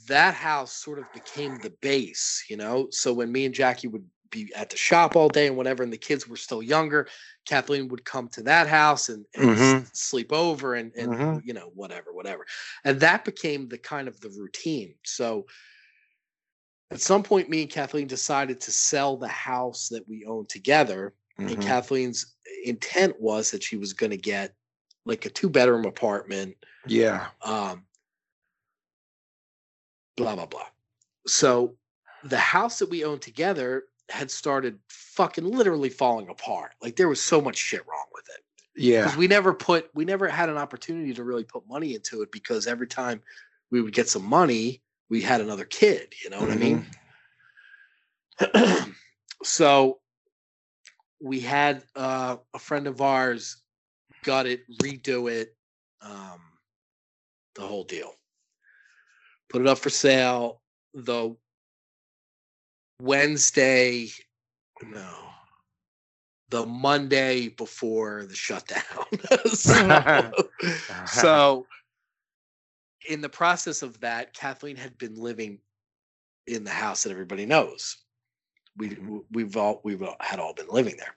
E: that house sort of became the base, you know. So when me and Jackie would be at the shop all day and whatever, and the kids were still younger, Kathleen would come to that house and, and s-
G: Mhm.
E: sleep over and and
G: Mhm.
E: you know whatever, whatever, and that became the kind of the routine. So at some point, me and Kathleen decided to sell the house that we owned together, and
I: Mm-hmm.
E: Kathleen's intent was that she was going to get like a two bedroom apartment
G: yeah.
E: um, blah blah blah. So the house that we owned together had started fucking literally falling apart. Like there was so much shit wrong with it
G: Yeah,
E: because we never put we never had an opportunity to really put money into it because every time we would get some money, we had another kid. You know what I mean? so we had uh, a friend of ours gut it, redo it, um, the whole deal. Put it up for sale the Wednesday, no, the Monday before the shutdown. so, so in the process of that, Kathleen had been living in the house that everybody knows. We we've all we've all, had all been living there,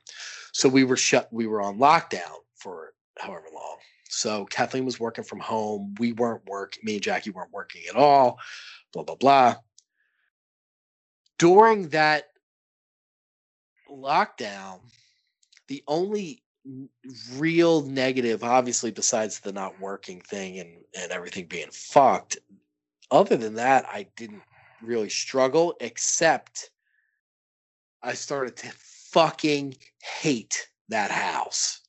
E: so we were shut. We were on lockdown for however long. So Kathleen was working from home. We weren't work. Me and Jackie weren't working at all. Blah blah blah. During that lockdown, the only n- real negative, obviously, besides the not working thing and, and everything being fucked, other than that, I didn't really struggle, except I started to fucking hate that house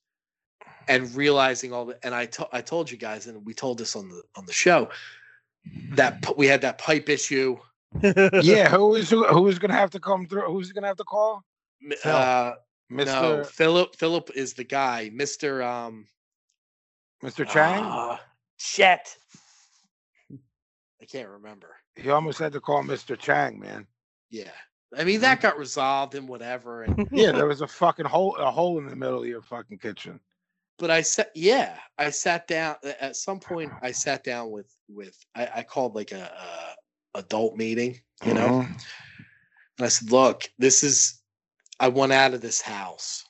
E: and realizing all the and I to- I told you guys and we told this on the on the show that p- we had that pipe issue
G: yeah. Who is who, who is gonna have to come through? Who's gonna have to call?
E: m-
F: Phil.
E: uh
G: Mister
E: no Philip Philip is the guy Mr um
G: Mister Chang.
E: Ah, shit. I can't remember.
G: He almost had to call Mr. Chang, man.
E: Yeah. I mean, that got resolved and whatever. And,
G: Yeah, there was a fucking hole, a hole in the middle of your fucking kitchen.
E: but I sat, yeah, I sat down a- at some point. I sat down with, with, I, I called like a, a adult meeting, you know, and I said, look, this is, I want out of this house.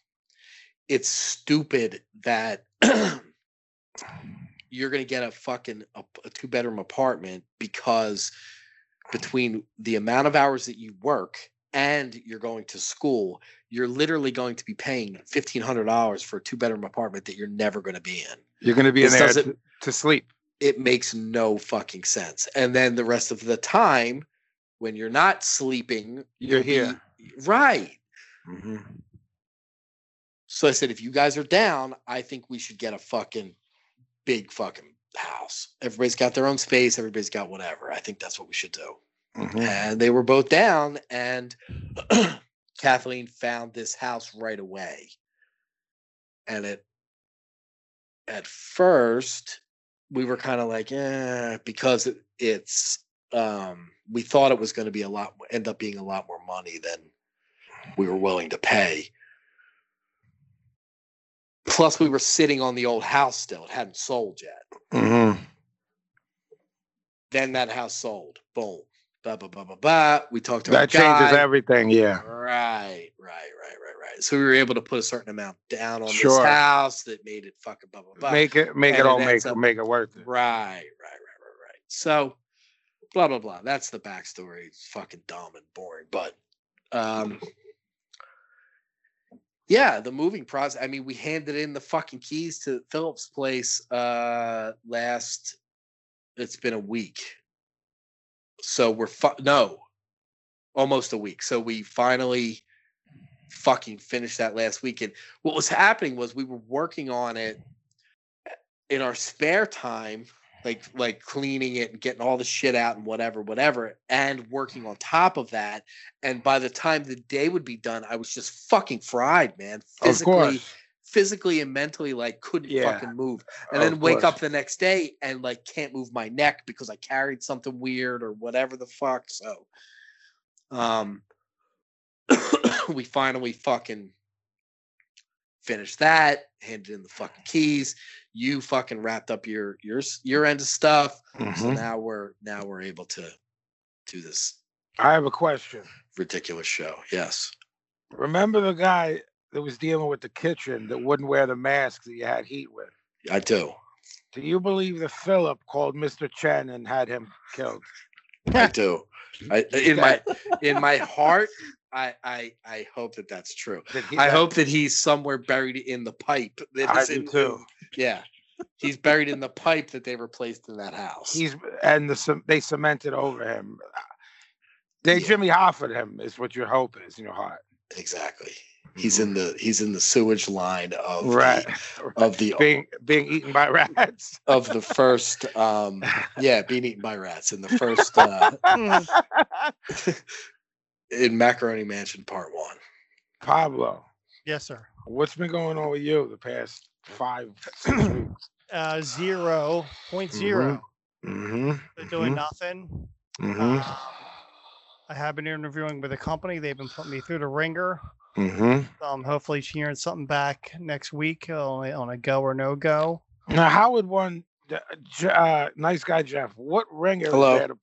E: It's stupid that you're going to get a fucking a, a two bedroom apartment because between the amount of hours that you work and you're going to school, you're literally going to be paying $1,500 for a two bedroom apartment that you're never going to be in
G: You're gonna be in
E: This
G: there
E: doesn't-
G: to, to sleep.
E: it makes no fucking sense. And then the rest of the time, when you're not sleeping,
G: You're
E: you'll be-
G: here.
E: right. mm-hmm, So I said, if you guys are down, I think we should get a fucking big fucking house. Everybody's got their own space. Everybody's got whatever. I think that's what we should do.
G: Mm-hmm,
E: And they were both down, and Kathleen found this house right away. And it, at first, we were kind of like, eh, because it, it's, um, we thought it was going to be a lot, end up being a lot more money than we were willing to pay. Plus, we were sitting on the old house still; it hadn't sold yet. Mm-hmm. Then that house sold. Boom. Blah blah blah blah blah. We talked to our
G: That changes
E: guy.
G: everything. Yeah.
E: Right, right, right, right, right. So we were able to put a certain amount down on
G: Sure.
E: this house that made it fucking blah blah blah.
G: make it, make
E: and
G: it all
E: it
G: make
E: ends up-
G: make it worth it.
E: Right, right, right, right, So, blah blah blah. That's the backstory. It's fucking dumb and boring, but um, yeah, the moving process. I mean, we handed in the fucking keys to Phillips' place uh last. It's been a week, so we're fu- no, almost a week. So we finally fucking finished that last weekend. What was happening was we were working on it in our spare time, like like cleaning it and getting all the shit out and whatever, whatever, and working on top of that. And by the time the day would be done, I was just fucking fried, man.
G: Of
E: Physically,
G: course.
E: physically and mentally, like couldn't
G: Yeah.
E: fucking move and
G: Of
E: then wake
G: course.
E: up the next day and like can't move my neck because I carried something weird or whatever the fuck. So, um, we finally fucking finished that, handed in the fucking keys. You fucking wrapped up your your s- your end of stuff. So
G: mm-hmm,
E: now we're now we're able to do this
G: I have a question.
E: ridiculous show. Yes.
G: Remember the guy that was dealing with the kitchen that wouldn't wear the mask that you had heat with?
E: I do.
G: Do you believe that Philip called Mr. Chen and had him killed?
E: I do. I, in my in my heart, I I I hope that that's true.
G: Did he-
E: I hope that he's somewhere buried in the pipe. that
G: I
E: is
G: do
E: in-
G: too.
E: Yeah, he's buried in the pipe that they replaced in that house.
G: He's and the cem- they cemented over him. They
E: Yeah.
G: Jimmy Hoffaed him is what your hope is in your heart.
E: exactly. He's in the he's in the sewage line of
G: Mhm. Right.
E: the, of the
G: being being eaten by rats.
E: of the first um yeah being eaten by rats in the first uh in Macaroni Mansion Part One.
G: Pablo,
F: Yes, sir.
G: what's been going on with you the past five? six weeks?
F: Uh, zero point zero.
G: Mm-hmm.
F: They're doing nothing.
E: Mm-hmm.
F: Um, I have been interviewing with a company. They've been putting me through the ringer.
G: Mm-hmm.
F: Um, hopefully hearing something back next week on a, on a go or no go.
G: Now, how would one? d- J- Uh, nice guy Jeff. What ringer
E: Hello.
G: is there? To,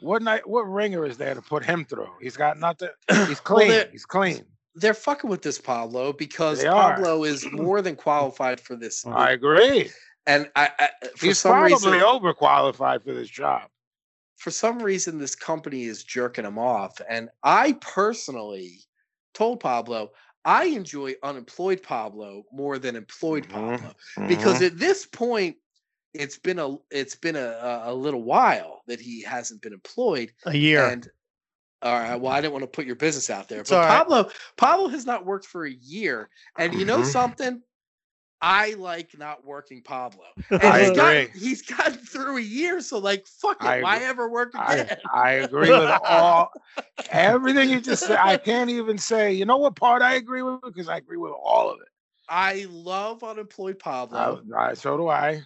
G: what night? What ringer is there to put him through? He's got nothing. He's clean.
E: there-
G: he's clean.
E: They're fucking with this Pablo because
G: They are.
E: Pablo is more than qualified for this.
G: I agree.
E: and I, I for
G: He's
E: some
G: probably
E: reason
G: overqualified for this job.
E: for some reason this company is jerking him off and i personally told pablo i enjoy unemployed pablo more than employed pablo because at this point it's been a it's been a, a, a little while that he hasn't been employed
F: A year.
E: and all right, well, I didn't want to put your business out there,
F: It's
E: but
F: all right.
E: Pablo, Pablo has not worked for a year, and you
G: Mm-hmm.
E: know something? I like not working Pablo. And
G: I
E: he's gotten-
G: agree.
E: he's gotten through a year, so like, fuck it,
G: I
E: why
G: agree.
E: ever work
G: I,
E: again?
G: I agree with all everything you just said. I can't even say, you know what part I agree with because I agree with all of it.
E: I, love unemployed
G: I,
E: Pablo.
G: I, so do I.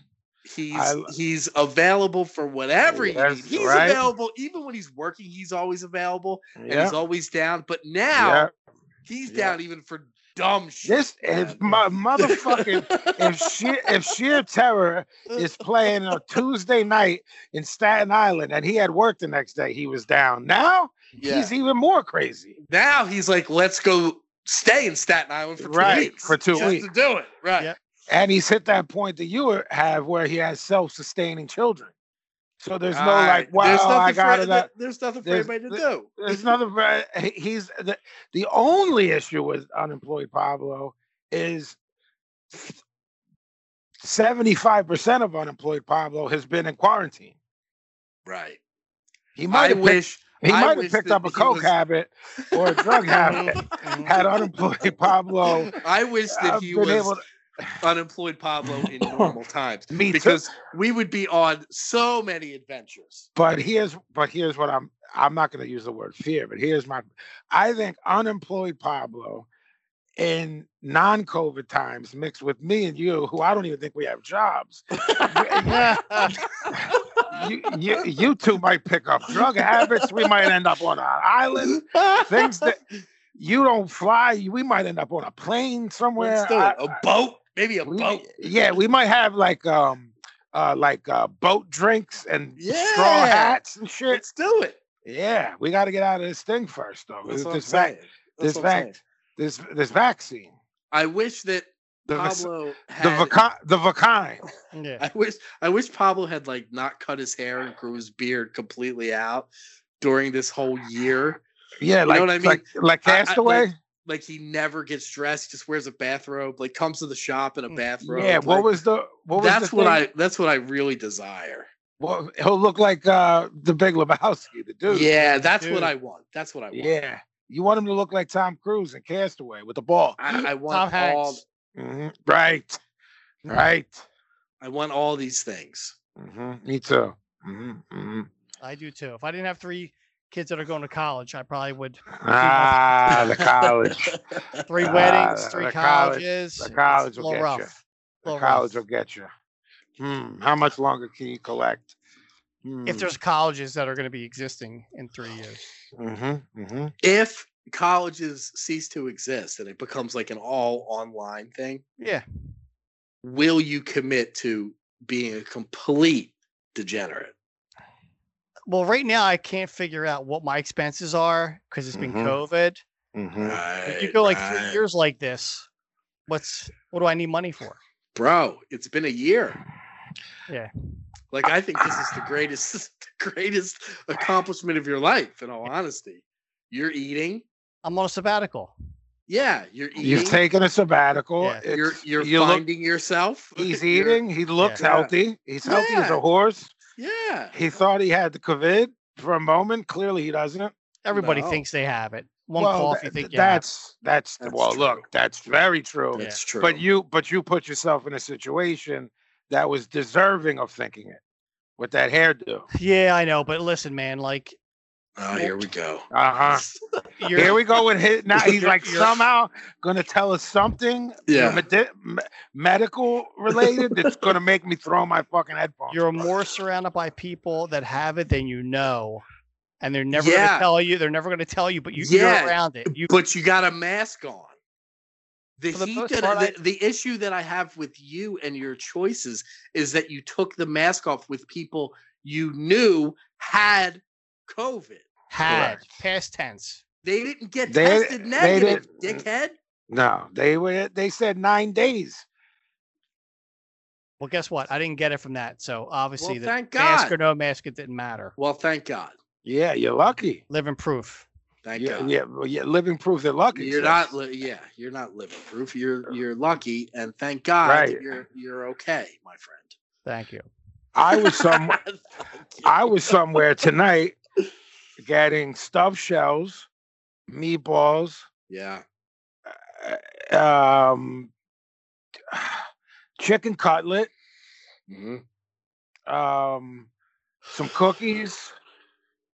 E: he's
G: lo-
E: he's available for whatever you
G: Yes,
E: need. He's
G: right.
E: available even when he's working. He's always available and
G: Yeah.
E: he's always down. But now
G: yeah.
E: he's
G: yeah.
E: down even for dumb shit.
G: This is
E: man.
G: my motherfucking if sheer if sheer terror is playing on Tuesday night in Staten Island and he had work the next day, he was down. Now
E: Yeah.
G: he's even more crazy.
E: now he's like, let's go stay in Staten Island for two
G: Right,
E: weeks.
G: for two
E: just to
G: weeks.
E: do it. Right.
F: Yep.
G: And he's hit that point that you were- have where he has self-sustaining children. So there's no
E: All
G: like,
E: right.
G: wow, I got
E: for,
G: it. up."
E: There's nothing for
G: There's-
E: anybody to
G: th-
E: do.
G: There's another. ver- he- He's the, the only issue with unemployed Pablo is seventy five percent of unemployed Pablo has been in quarantine.
E: Right.
G: He might
E: I
G: have picked,
E: wish
G: he
E: I
G: might have
E: wish
G: picked
E: that
G: up a
E: he
G: coke
E: was-
G: habit or a drug habit
F: Mhm.
G: had unemployed Pablo
E: I wish
G: uh,
E: that he
G: been
E: was
G: able. To,
E: unemployed Pablo in normal times.
G: me too.
E: Because we would be on so many adventures.
G: But here's but here's what I'm I'm not going to use the word fear, but here's my I think unemployed Pablo in non-COVID times mixed with me and you, who I don't even think we have jobs. you, you, you two might pick up drug habits. We might end up on an island. Things that you don't fly. We might end up on a plane somewhere.
E: Let's do
G: I-
E: it. A boat, maybe a
G: we-
E: boat.
G: yeah, we might have like um uh like uh boat drinks and straw
E: Yeah.
G: hats and shit.
E: Let's do it.
G: Yeah, we got to get out of this thing first, though.
E: That's what I'm
G: this, vac-
E: saying. That's
G: this
E: what I'm
G: vac-
E: saying.
G: this this vaccine.
E: I wish that
G: The vac-
E: Pablo
G: the
E: had.
G: vaca- the vacine.
F: Yeah.
E: I wish I wish Pablo had like not cut his hair and grew his beard completely out during this whole year. You
G: Yeah,
E: know
G: like,
E: what I mean?
G: like like
E: I- I- like,
G: Castaway.
E: Like he never gets dressed, just wears a bathrobe. Like comes to the shop in
F: Mm,
E: a bathrobe.
G: yeah, what
E: like,
G: was the what was
E: that's
G: the
E: what
G: thing?
E: I that's what I really desire.
G: Well, he'll look like uh the Big Lebowski, the dude.
E: yeah, that's what
F: dude.
E: I want. That's what I want.
G: yeah. You want him to look like Tom Cruise in Castaway with the ball,
E: I, I
F: Tom
E: want all
F: Hanks.
G: Mhm. right? Right.
E: I want all these things.
G: Mm-hmm. Me too. hmm hmm
F: I do too. If I didn't have three kids that are going to college, I probably would
G: Ah, the college.
F: three
G: Ah,
F: weddings,
G: the
F: three
G: college-
F: colleges.
G: the
F: it's a
G: college will
F: little
G: get
F: rough.
G: you.
F: A
G: The
F: little
G: college will
F: rough.
G: get you. Hmm. How much longer can you collect?
F: If
G: mm.
F: there's colleges that are going to be existing in three years,
G: mm-hmm. Mm-hmm.
E: If colleges cease to exist and it becomes like an all online thing,
F: yeah,
E: will you commit to being a complete degenerate?
F: well, right now I can't figure out what my expenses are because it's been
G: Mhm.
F: COVID.
G: Mm-hmm.
F: If you
E: Right,
F: go like three
E: right.
F: years like this, what's what do I need money for?
E: bro. It's been a year.
F: Yeah.
E: Like I think this is the greatest, the greatest accomplishment of your life. In all honesty, you're eating.
F: I'm on a sabbatical.
E: Yeah, you're eating.
G: You've taken a sabbatical.
F: Yeah.
G: It's-
E: you're you're
G: you look-
E: finding yourself.
G: he's
E: You're-
G: eating. He looks
E: Yeah.
G: healthy. He's healthy as
E: Yeah.
G: a horse.
E: Yeah.
G: He thought he had the COVID for a moment. Clearly, he doesn't.
F: Everybody
E: No.
F: thinks they have it. One
G: well,
F: cough, you
G: tha-
F: think you have it.
G: that's that's,
E: That's
G: well.
E: true.
G: Look, that's very true.
E: That's true.
G: But you but you put yourself in a situation that was deserving of thinking it with that hairdo.
F: Yeah, I know, but listen, man, like
E: Oh, here we go.
G: Uh huh.
F: you're
G: Here we go with his. Now he's
F: You're-
G: like
F: you're-
G: somehow gonna tell us something you know,
E: Yeah.
G: medi- me- medical related that's gonna make me throw my fucking headphones.
F: you're
G: apart.
F: more surrounded by people that have it than you know, and they're never going
E: Yeah.
F: to tell you. They're never going to tell you, but you,
E: Yeah.
F: you're around it. You
E: But you got a mask on. The,
F: For the
E: heat
F: most
E: that,
F: part, I-
E: the, the issue that I have with you and your choices is that you took the mask off with people you knew had COVID.
F: had past tense.
E: They didn't get
G: They-
E: tested
G: they
E: negative,
G: didn't-
E: dickhead.
G: No, they were. They said nine days.
F: Well, guess what? I didn't get it from that, so obviously the
E: thank
F: mask
E: God.
F: or no mask, it didn't matter.
E: Well, thank God.
G: Yeah, you're lucky.
F: Living proof.
E: Thank
G: yeah,
E: God.
G: yeah, well, yeah, living proof they're lucky.
E: You're not,
G: yes.
E: li- yeah, you're not living proof. You're you're lucky, and thank God
G: Right.
E: you're you're okay, my friend.
F: Thank you.
G: I was some.
E: Thank you.
G: I was somewhere tonight, getting stuffed shells, meatballs,
E: yeah,
G: um, chicken cutlet,
E: Mhm.
G: um, some cookies,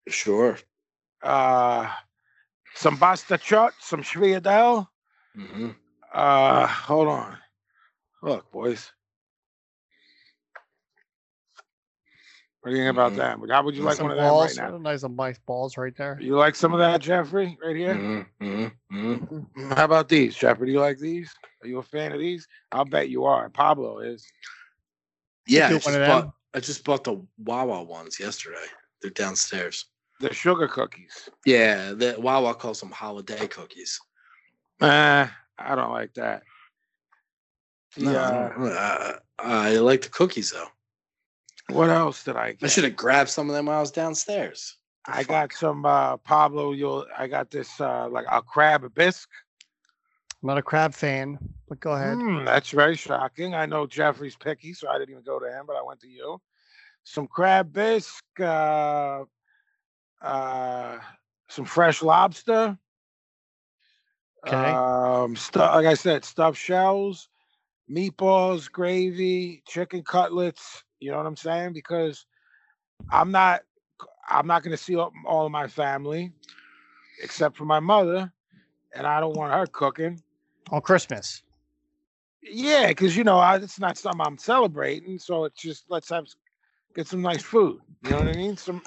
E: sure.
G: uh, some bastachot, some shviadel.
E: hmm
G: Uh, hold on. Look, boys. What do you think about
E: Mhm.
G: that? How would you like
F: Some
G: one of them right
F: balls.
G: now?
F: Nice some nice balls right there.
G: You like some of that, Jeffrey, right here?
E: Mm-hmm.
G: Mm, How about these, Jeffrey? Do you like these? Are you a fan of these? I'll bet you are. Pablo is.
E: Yeah, I
F: do
E: just,
F: one of them?
E: bought, I just bought the Wawa ones yesterday. They're downstairs.
G: The sugar cookies.
E: Yeah, the Wawa calls them holiday cookies.
G: Uh, I don't like that.
E: No,
G: yeah.
E: uh, I like the cookies though.
G: What else did I get?
E: I should have grabbed some of them while I was downstairs.
G: I got some uh Pablo. You'll. I got this uh like a crab bisque.
F: I'm not a crab fan, but go ahead.
G: Mm, that's very shocking. I know Jeffrey's picky, so I didn't even go to him, but I went to you. Some crab bisque, uh, uh, some fresh lobster.
F: 'Kay.
G: Um, stu- like I said, stuffed shells, meatballs, gravy, chicken cutlets. You know what I'm saying? Because I'm not, I'm not going to see all, all of my family, except for my mother, and I don't want her cooking.
F: On Christmas.
G: Yeah, because you know I, it's not something I'm celebrating, so it's just let's have s- get some nice food. You know what I mean? Some.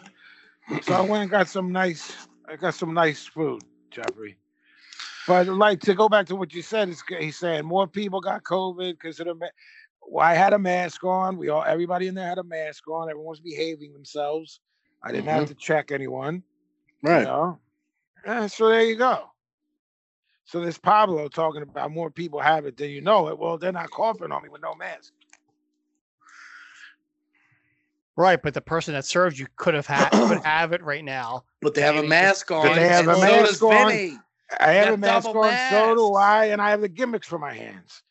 G: So I went and got some nice. I got some nice food, Jeffrey. But like to go back to what you said, it's, g- he's saying more people got COVID because of the. Ma- well, I had a mask on. We all, everybody in there had a mask on. Everyone was behaving themselves. I didn't have to check anyone. You know? Eh, so there you go. So this Pablo talking about more people have it than you know it. Well, they're not coughing on me with no mask.
F: Right, but the person that served you could have had could have it right now.
E: But they have a
F: They-
E: mask on.
G: they have
E: and
G: a
E: so
G: mask
E: does
G: on.
E: Vinny.
G: I have
E: got
G: a mask
E: double
G: on, so do
E: masks.
G: I, and I have the gimmicks for my hands.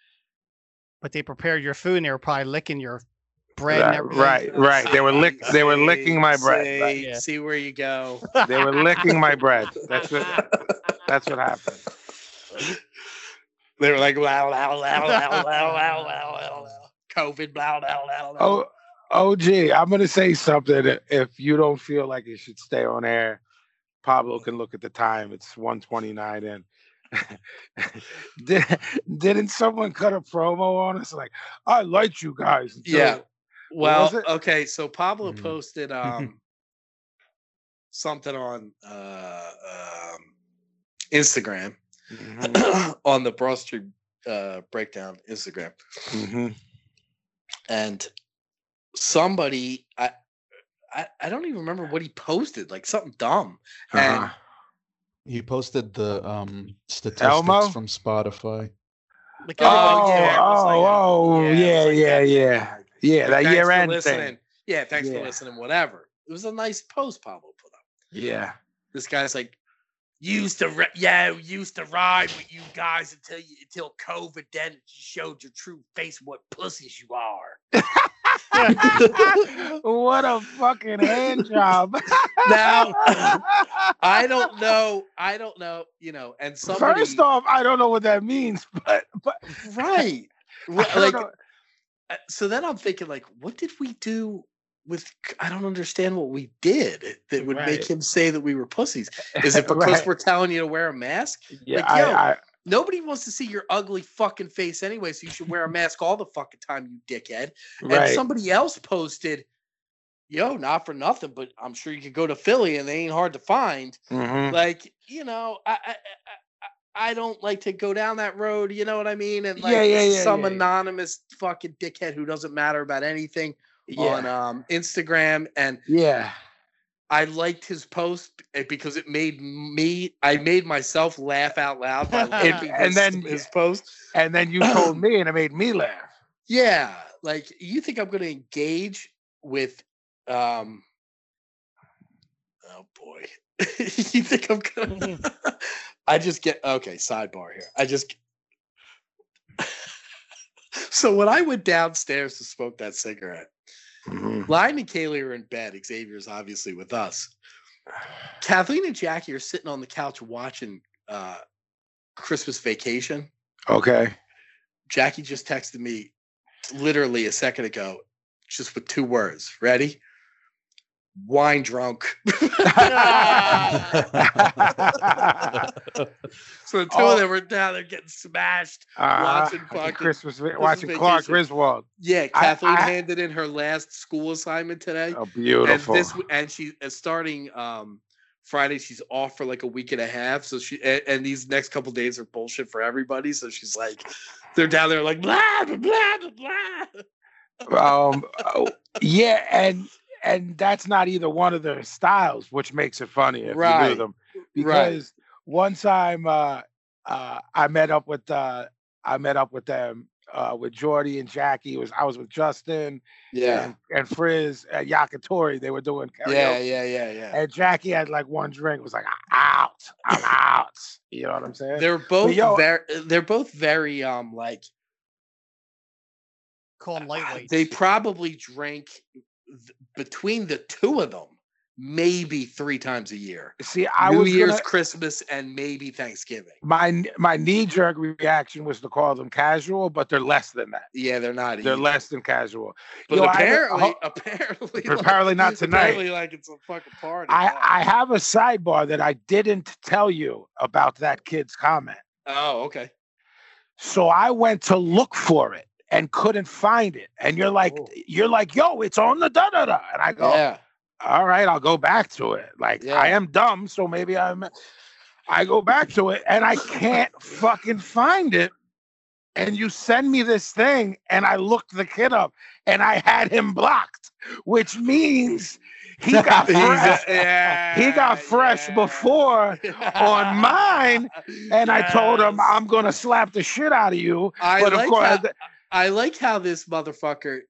F: But they prepared your food and they were probably licking your bread and everything.
G: right, right. They were lick. They were licking my
E: See,
G: bread. right.
F: Yeah.
E: see where you go.
G: They were licking my bread. That's what. That's what happened.
E: They were like, wow, wow, wow, wow, wow, wow, wow, wow. COVID, blah, blah, blah, blah.
G: Oh, oh, gee, I'm gonna say something. i- If you don't feel like it should stay on air, Pablo can look at the time. It's 1:29 in. Did, didn't someone cut a promo on us? Like, I liked you guys. until-"
E: Yeah.
G: was
E: Well,
G: it? Mm-hmm.
E: okay. So Pablo
H: Mhm.
E: posted um something on uh, um, Instagram
G: Mhm,
E: on the Broad Street uh, Breakdown Instagram,
G: mhm.
E: and somebody I, I I don't even remember what he posted, like something dumb. And-
G: Uh-huh.
H: You posted the um statistics
G: Elmo?
H: from Spotify.
F: Like,
E: Oh,
G: Oh,
E: yeah, it was like a-
G: oh, oh,
E: yeah, it
G: yeah,
E: was like
G: yeah,
E: that.
G: yeah, yeah. That
E: Thanks
G: year
E: for
G: end
E: listening.
G: thing.
E: Yeah, thanks
G: Yeah.
E: for listening. Whatever. It was a nice post Pablo put up.
G: Yeah.
E: This guy's like, used to ri- yeah, used to ride with you guys until you until COVID. Then you showed your true face, what pussies you are.
G: what a fucking hand job.
E: Now, I don't know. I don't know. You know, and somebody
G: First off, I don't know what that means, but but
E: right?
G: I
E: Wh-
G: don't
E: Like,
G: know.
E: uh, so then I'm thinking, like, what did we do? With c- I don't understand what we did that would
G: Right.
E: make him say that we were pussies. Is it because
G: Right.
E: we're telling you to wear a mask?
G: yeah,
E: like,
G: I,
E: yo,
G: I,
E: Nobody wants to see your ugly fucking face anyway, so you should wear a mask all the fucking time, you dickhead. And
G: right.
E: somebody else posted, yo, not for nothing, but I'm sure you could go to Philly and they ain't hard to find.
G: Mhm.
E: Like, you know, I, I, I, I I don't like to go down that road, you know what I mean? And like
G: Yeah, yeah, yeah,
E: some
G: yeah, yeah.
E: anonymous fucking dickhead who doesn't matter about anything
G: yeah,
E: on um, Instagram and
G: yeah,
E: I liked his post eh, because it made me I made myself laugh out loud by
F: And-
E: liking
G: and
E: his,
G: then-
E: his post.
G: and then you told me, and it made me laugh.
E: Yeah, like you think I'm going to engage with um oh boy. you think I'm going to I just get okay, sidebar here. I just So when I went downstairs to smoke that cigarette, Lion and Kaylee are in bed. Xavier's obviously with us. Kathleen and Jackie are sitting on the couch watching uh, Christmas Vacation.
G: Okay.
E: Jackie just texted me literally a second ago, just with two words. Ready? Wine drunk.
G: Uh,
E: so the two
G: Oh.
E: of them were down there getting smashed. Watching fucking-
G: Christmas, vi-
E: Christmas
G: watching Clark
E: Vacation.
G: Griswold.
E: Yeah, Kathleen
G: I-
E: handed in her last school assignment today.
G: Oh,
E: and
G: beautiful.
E: this w- and she and starting um Friday she's off for like a week and a half. So she and, and these next couple days are bullshit for everybody. So she's like, they're down there like blah blah blah blah. blah.
G: um, oh, yeah, and and that's not either one of their styles, which makes it funny if you knew
E: Right.
G: them.
E: Right.
G: Because one time uh, uh, I met up with uh, I met up with them uh, with Jordy and Jackie. It was I was with Justin and, and Frizz at Yakitori. They were doing karaoke.
E: Yeah, yeah, yeah, yeah.
G: And Jackie had like one drink. Was like, I'm out. I'm out. You know what I'm saying?
E: They're both
G: yo-
E: very they're both very um like
F: call them lightweights.
E: they probably drank th- between the two of them maybe three times a year.
G: See, I
E: New
G: was
E: Year's,
G: gonna-
E: Christmas, and maybe Thanksgiving.
G: my kn- my knee jerk reaction was to call them casual, but they're less than that.
E: Yeah, they're not.
G: They're
E: either.
G: less than casual.
E: But
G: Yo, I-
E: apparently,
G: ho-
E: apparently,
G: Apparently not tonight.
E: Apparently, like it's a fucking party.
G: I,
E: yeah.
G: I have a sidebar that I didn't tell you about that kid's comment.
E: oh okay.
G: So I went to look for it and couldn't find it. And you're like,
E: Oh.
G: you're like, yo, it's on the da da da. And I go,
E: Yeah,
G: all right, I'll go back to it. Like
E: Yeah.
G: I am dumb, so maybe I'm. I go back to it and I can't fucking find it. And you send me this thing, and I looked the kid up, and I had him blocked, which means He got
H: He's
G: fresh.
E: yeah,
G: He got fresh before on mine, and I told him
E: Yes.
G: I'm gonna slap the shit out of you.
E: I
G: But
E: like
G: of course,
E: how, I like how this motherfucker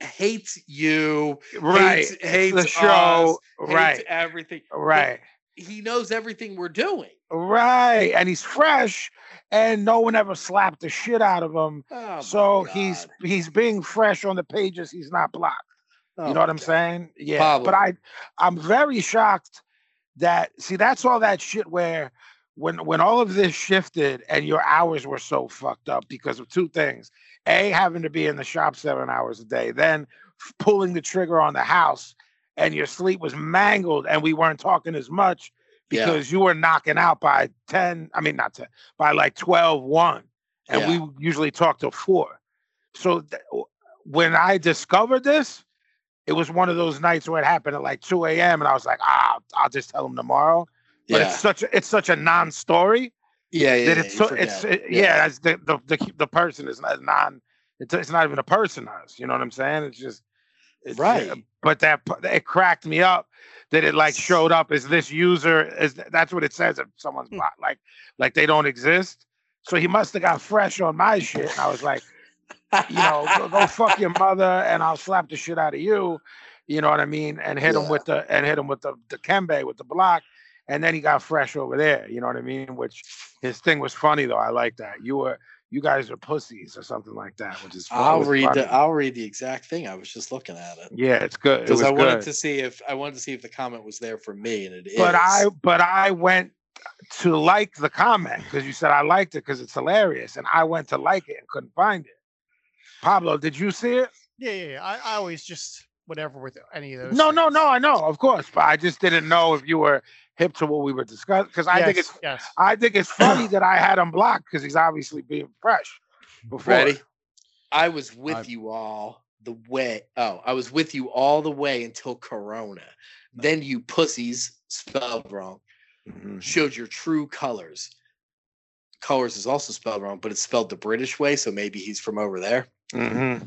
E: hates you,
G: right?
E: hates, hates
G: The show,
E: us,
G: right?
E: hates everything.
G: Right.
E: He knows everything we're doing.
G: Right. And he's fresh and no one ever slapped the shit out of him.
E: Oh my
G: so he's
E: God.
G: he's being fresh on the pages. He's not blocked.
E: Oh
G: you know what
E: my
G: I'm
E: God.
G: saying? Yeah.
E: Probably.
G: But I I'm very shocked that see that's all that shit where when when all of this shifted and your hours were so fucked up because of two things. A having to be in the shop 7 hours a day, then f- pulling the trigger on the house and your sleep was mangled and we weren't talking as much
E: Yeah.
G: because you were knocking out by 10 i mean not 10 by like 12 1 and
E: Yeah.
G: we usually talk till 4 so th- w- when i discovered this it was one of those nights where it happened at like 2 a.m and i was like ah i'll just tell him tomorrow but
E: yeah.
G: it's such a, it's such a non-story
E: yeah, yeah,
G: that
E: yeah,
G: it's
E: you
G: so
E: forget.
G: it's it- yeah, that's the, the the the person is not non it's it's not even a person us you know what I'm saying it's just it's, yeah,
E: Right.
G: but that p- it cracked me up that it like showed up as this user is that's what it says if someone's
E: Hmm.
G: bot like like they don't exist so he must have got fresh on my shit and I was like you know go, go fuck your mother and I'll slap the shit out of you you know what I mean and hit him
E: Yeah.
G: with the and hit him with the the kembe with the block and then he got fresh over there you know what I mean which his thing was funny though. I like that. You were you guys are pussies or something like that, which is fu-
E: I'll
G: was
E: read
G: funny.
E: the I'll read the exact thing. I was just looking at it
G: yeah, it's good. It
E: because
G: was
E: I wanted
G: good.
E: to see if I wanted to see if the comment was there for me, and it is.
G: but I but I went to like the comment because you said I liked it because it's hilarious, and I went to like it and couldn't find it. Pablo, did you see it?
F: Yeah, yeah, yeah. I, I always just whatever with any of those.
G: No, no,
F: things.
G: no. I know, of course, but I just didn't know if you were hip to what we were discussing because I think
F: Yes,
G: it's
F: yes.
G: I think it's funny that I had him blocked because he's obviously being fresh. Before.
E: ready. I was with
H: I-
E: you all the way. Oh, I was with you all the way until Corona. Then you pussies spelled wrong
G: mm-hmm,
E: showed your true colors. Colors is also spelled wrong, but it's spelled the British way, so maybe he's from over there.
G: Mm-hmm.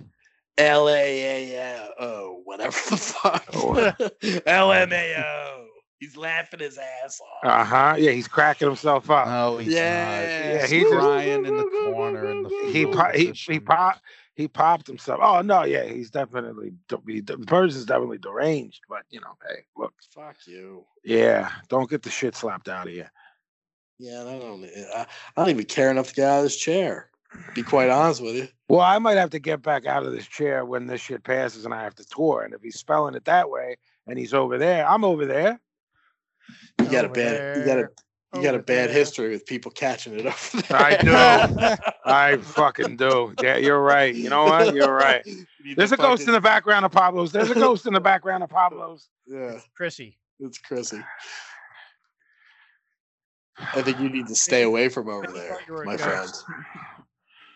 E: L A A O, whatever the
G: Oh,
E: fuck. L M A O. He's laughing his ass off.
G: Uh huh. Yeah, he's cracking himself
J: Uh,
G: up.
H: No, Oh, he's
E: Yeah.
H: not.
G: Yeah,
H: He's
G: he just-
H: crying in the corner. In the
G: he
H: fetal
G: po- he he
H: position.
G: pop he popped himself. Oh no, yeah, he's definitely de- he, the person's definitely deranged. But you know, hey, look,
E: Fuck you.
G: yeah, don't get the shit slapped out of you.
E: Yeah, I don't. e, I, I don't even care enough to get out of this chair. to Be quite honest with you.
G: Well, I might have to get back out of this chair when this shit passes and I have to tour. And if he's spelling it that way and he's over there, I'm over there.
E: You got a
F: Over
E: bad. You got a.
F: there,
E: You got a
F: over
E: bad
F: there.
E: history with people catching it over there.
G: I do. I fucking do. Yeah, you're right. You know what? You're right.
E: You
G: There's a
E: fucking-
G: ghost in the background of Pablo's. There's a ghost in the background of Pablo's.
E: Yeah,
F: Chrissy.
E: it's Chrissy. I think you need to stay away from over
F: Chrissy
E: there,
F: thought you were a
E: my
F: ghost.
E: friend.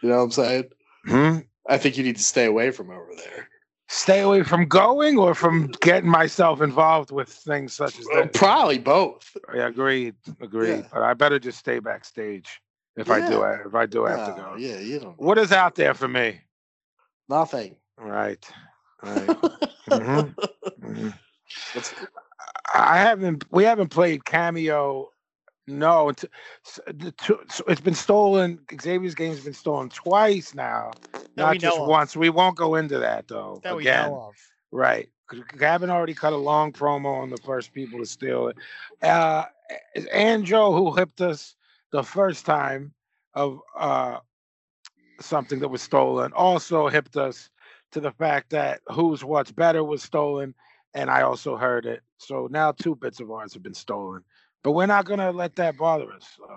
E: You know what I'm saying?
G: Hmm?
E: I think you need to stay away from over there.
G: Stay away from going or from getting myself involved with things such as
E: Uh,
G: that.
E: Probably both.
G: Yeah, agreed, agreed.
E: Yeah.
G: But I better just stay backstage if I do.
E: Yeah.
G: If I do have to
E: No,
G: go.
E: Yeah, you don't.
G: What is out there for me?
E: Nothing.
G: Right. right. Mhm. Mhm.
E: What's-
G: I haven't. We haven't played cameo. No, it's, s- the two- so it's been stolen. Xavier's game's been stolen twice now,
F: That we
G: not just
F: know of.
G: once. We won't go into that though.
F: That we
G: again.
F: know of.
G: Right. 'Cause Gavin already cut a long promo on the first people to steal it. Uh, it's Anjo who hipped us the first time of uh, something that was stolen, also hipped us to the fact that Who's What's Better was stolen, and I also heard it. So now two bits of ours have been stolen. But we're not going to let that bother us. So.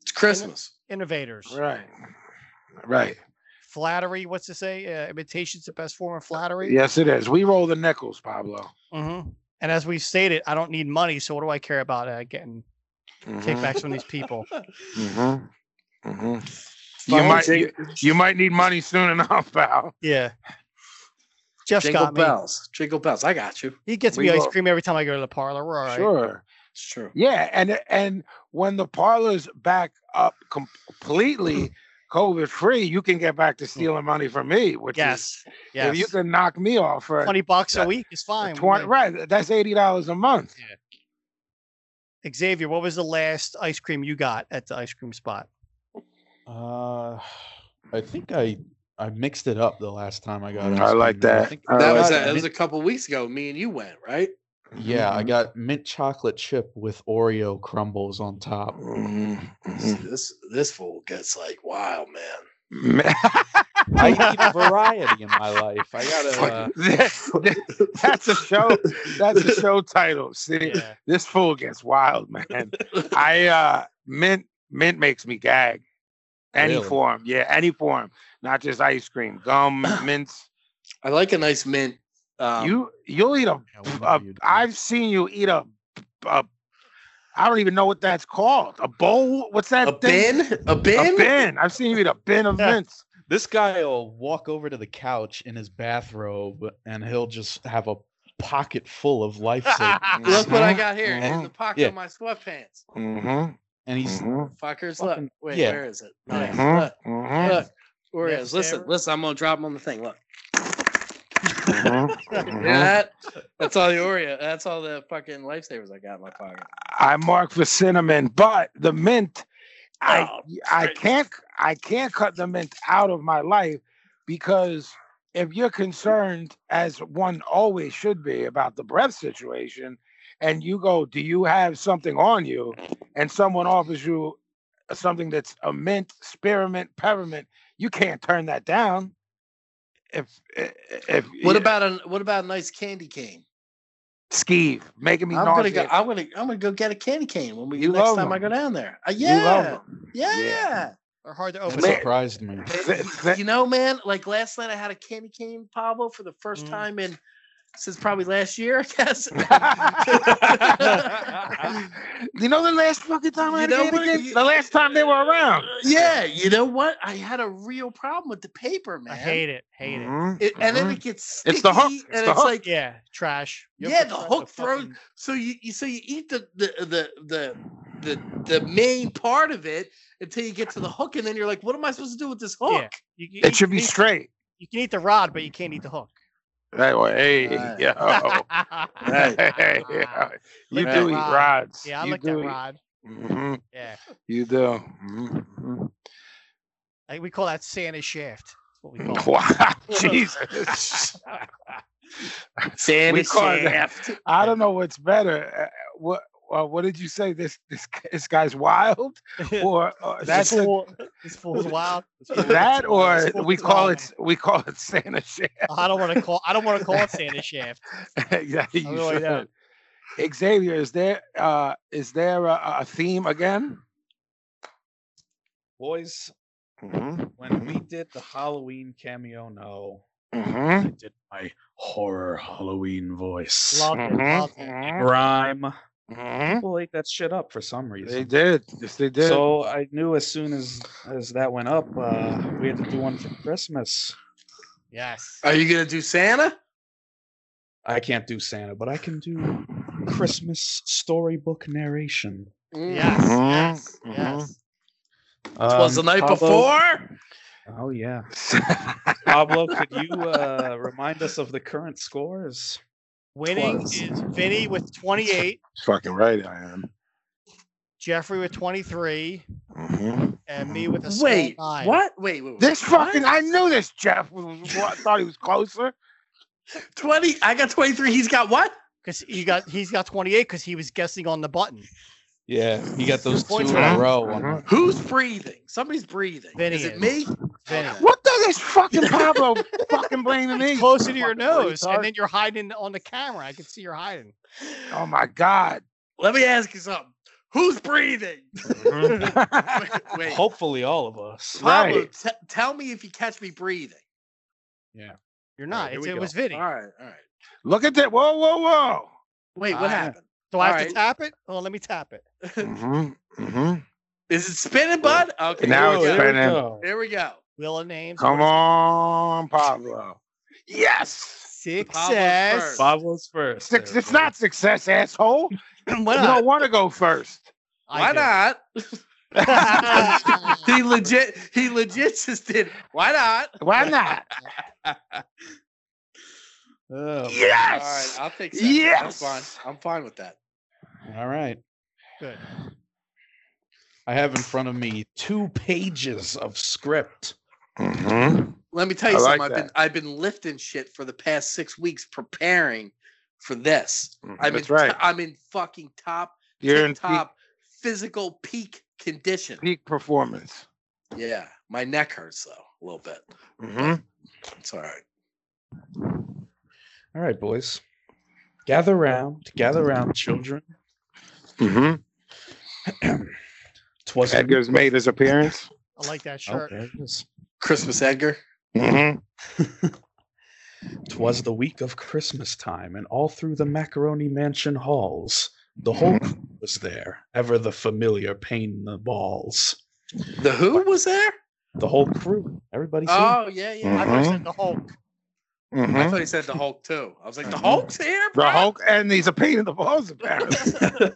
E: It's Christmas.
F: Innovators.
G: Right. Right.
F: Flattery. What's to say? Uh, imitation's the best
G: Uh,
F: form of flattery.
G: Yes, it is. We roll the nickels, Pablo.
F: hmm And as we've stated, I don't need money, so what do I care about uh, getting kickbacks from these people?
G: Mm-hmm. Mm-hmm. You
E: Fine,
G: might,
E: jing-
G: you, you might need money soon enough, pal.
F: Yeah. Jeff's
E: jingle
F: got me.
E: bells. Jingle bells. I got you.
F: He gets
G: We
F: me ice
G: will-
F: cream every time I go to the parlor. We're all right.
G: Sure.
E: It's true.
G: Yeah, and and when the parlor's back up completely, COVID free, you can get back to stealing money from me. Which is,
F: Yes. Hmm. Yes.
G: if you can knock me off for
F: Twenty bucks a
G: that-
F: week is fine. with
G: twenty,
F: me.
G: right? That's eighty dollars a month.
F: Xavier, what was the last ice cream you got at the ice cream spot?
J: Uh, I think I I mixed it up the last time I got.
G: Mm,
J: ice
G: I like
J: cream, and
G: that.
J: I
E: That
G: Uh,
E: was
J: got
E: that was a
J: mint-
E: couple weeks ago. Me and you went right.
J: yeah,
I: Mm.
J: I got mint chocolate chip with Oreo crumbles on top.
G: Mm-hmm,
E: This this fool gets like wild, man.
J: I need variety in my life. I gotta. Uh,
G: that's a show. Oh, That's a show title. See, this fool gets wild, man. I uh mint mint makes me gag. Any
J: Really?
G: form, yeah, any form, not just ice cream, gum, mints.
E: I like a nice mint. Um,
G: you you'll eat a.
J: yeah, we know
G: a
J: you do.
G: I've seen you eat a. a I don't even know what that's called. A bowl? What's that?
E: a
G: thing?
E: bin, a bin.
G: A bin. I've seen you eat a bin of
F: Yeah.
G: mints.
J: This guy will walk over to the couch in his bathrobe and he'll just have a pocket full of lifesavers.
E: Look what I got here in
G: Mhm.
E: the pocket
J: Yeah.
E: of my sweatpants.
G: Mm-hmm.
J: and he's
E: Fuckers, look.
J: Fucking-
E: Wait,
J: yeah.
E: where is it? Nice.
G: Mhm.
E: Look,
G: Mm-hmm.
E: look. Where
F: Yes,
E: is? Listen,
F: Sarah.
E: listen. I'm gonna drop them on the thing. Look.
G: Mhm.
E: Yeah, that, that's all the Oreo. That's all the fucking lifesavers I got in my pocket.
G: I mark for cinnamon, but the mint, I
E: Oh,
G: I can't I can't cut the mint out of my life because if you're concerned, as one always should be, about the breath situation, and you go, do you have something on you, and someone offers you something that's a mint, spearmint, peppermint, you can't turn that down. If if, if
E: What
G: yeah,
E: about a what about a nice candy cane?
G: skeeve making me
E: I'm gonna
G: nauseous?
E: go. I'm gonna. I'm gonna go get a candy cane when we
G: You
E: next
G: love
E: time I go
G: them.
E: down there. Uh,
G: You love
E: yeah,
G: 'em.
E: yeah,
F: They're hard to
J: that
F: open.
G: Man.
J: surprised me.
E: Th-
G: Th-
E: y-
G: th-
E: You know, man. Like last night, I had a candy cane, Pablo, for the first
F: Mm.
E: time in since probably last year, I guess.
G: you know the last fucking time I
E: You
G: had
E: know
G: a
E: what?
G: kid again?
E: You-
G: The last time they were around.
E: yeah, you know what? I had a real problem with the paper, man.
F: I hate it. Hate it.
G: Mhm,
E: It- and then
G: mhm.
E: it gets sticky,
G: It's the hook. It's
E: and
G: the
E: it's
G: hook.
E: like
F: Yeah. Trash. You
E: Yeah,
F: ever
E: the
F: tried
E: hook throws-
F: fucking-
E: so you, you so you eat the the the the the, the main part of it until you get to the hook, and then you're like, "What am I supposed to do with this hook?"
F: Yeah. You, you,
G: it should
F: you
G: be
F: can eat-
G: straight.
F: You can eat the rod, but you can't eat the hook.
G: That way, hey,
E: Right.
G: yo.
E: Right.
G: Hey, yo. You
F: Look
G: do
F: at
G: eat
F: Rod.
G: rods.
F: Yeah, I
G: you
F: like that
G: do eat-
F: rod.
G: Mhm,
F: Yeah.
G: You do. Mhm,
F: Like, we call that Santa's shaft. That's what we call
G: mhm.
F: it.
G: Wow, Jesus.
E: Sand
G: We
E: is
G: call it-
E: shaft.
G: I don't know what's better. Uh, What uh, what did you say? This this this guy's wild, or uh, that's
F: this,
G: a
F: fool, this fool's wild. This fool's
G: that
F: wild.
G: or
F: This fool's
G: we call
F: wild.
G: it we call it Santa shit.
F: I don't want to call. I don't want to call it Santa's shaft.
G: yeah, you
F: really
G: should.
F: don't.
G: Xavier, is there uh is there a, a theme again?
J: Boys,
G: Mm-hmm.
J: when we did the Halloween cameo, no,
G: Mm-hmm.
J: I did my horror Halloween voice.
F: Love it.
G: Mm-hmm.
F: Love it.
J: Rhyme. People ate that shit up for some
G: They
J: reason.
G: did. Yes, they did.
J: So I knew as soon as as that went up, uh, we had to do one for Christmas.
F: Yes.
E: Are you gonna do Santa?
J: I can't do Santa, but I can do Christmas storybook narration.
E: Mm.
F: Yes.
G: Mhm,
F: Yes.
G: mhm.
F: Yes.
E: Was the
J: Um,
E: night
J: Pablo-
E: before?
J: Oh yeah, Pablo, could you uh, remind us of the current scores?
F: Winning
E: Close.
F: is Vinny with 28,
G: Fucking right, I am.
F: Jeffrey with 23,
G: Mhm.
F: and me with a small
E: Wait,
F: nine.
E: what? Wait, wait, wait.
G: This fucking
E: what?
G: I knew this Jeff was, I thought he was closer.
E: twenty. I got twenty three. He's got what?
F: Because he got he's got 28 because he was guessing on the button.
J: Yeah, you got those two
F: Points
J: in a
G: are-
J: row. on
G: Mhm.
E: Who's breathing? Somebody's breathing.
F: Vinny
E: is it
F: is.
E: me?
F: Vinny.
G: What the this fucking Pablo fucking blaming me?
F: It's closer to your
G: Fucking
F: nose,
G: retard.
F: and then you're hiding on the camera. I can see you're hiding.
G: Oh my god.
E: Let me ask you something. Who's breathing? Wait,
J: that.
E: wait.
J: Hopefully, all of us.
E: Pablo,
G: Right.
E: t- tell me if you catch me breathing.
F: You're
J: All right,
F: not.
J: here
F: It's,
J: we
F: it
J: go.
F: was Vinny.
E: All right, all right.
G: Look at that. Whoa, whoa, whoa.
E: Wait,
J: Ah.
E: what happened?
F: Do I have
E: Alright.
F: to tap it? Oh, let me tap it.
G: Mm-hmm. Mm-hmm.
E: Is it spinning, bud? Okay,
G: Now
E: here
G: it's
E: we go.
G: spinning.
E: Here we go.
F: Wheel of names.
G: Come on, Pablo. Yes.
F: Success.
E: Pablo's
J: Pablo's first.
G: Six,
J: there,
G: it's
J: buddy.
G: not success, asshole.
F: Why
G: You
F: not?
G: don't want to go first.
F: I
E: Why
F: do.
E: not? he legit he legit just did. Why not?
G: Why not?
J: Oh,
G: yes.
E: All right, I'll take that. I'm
G: Yes!
E: fine. I'm fine with that.
J: all right.
F: Good.
J: I have in front of me two pages of script.
G: Mhm.
E: Let me tell you
G: I
E: something.
G: like
E: I've been I've been lifting shit for the past six weeks preparing for this. I'm
G: Mm, That's
E: in,
G: right.
E: I'm in fucking top
G: You're in peak,
E: top physical peak condition.
G: peak performance.
E: Yeah, my neck hurts though a little bit.
G: hmm
E: It's all right.
J: All right, boys. Gather round, gather round, children.
G: hmm
J: Twas
G: Edgar's made his appearance.
F: I like that
J: Oh,
F: shirt.
J: there it is.
E: Christmas Edgar.
G: hmm
J: Twas the week of Christmas time, and all through the Macaroni Mansion halls, the whole crew was there, ever the familiar pain in the balls.
E: The Who was there?
J: The whole crew, everybody.
E: Oh yeah, yeah.
F: I thought you said the Hulk.
E: I
G: hmm
E: thought he said the Hulk too. I was like, the Hulk's here, bro.
G: Mm-hmm. The Hulk, and he's a pain in the balls, apparently.
J: seen.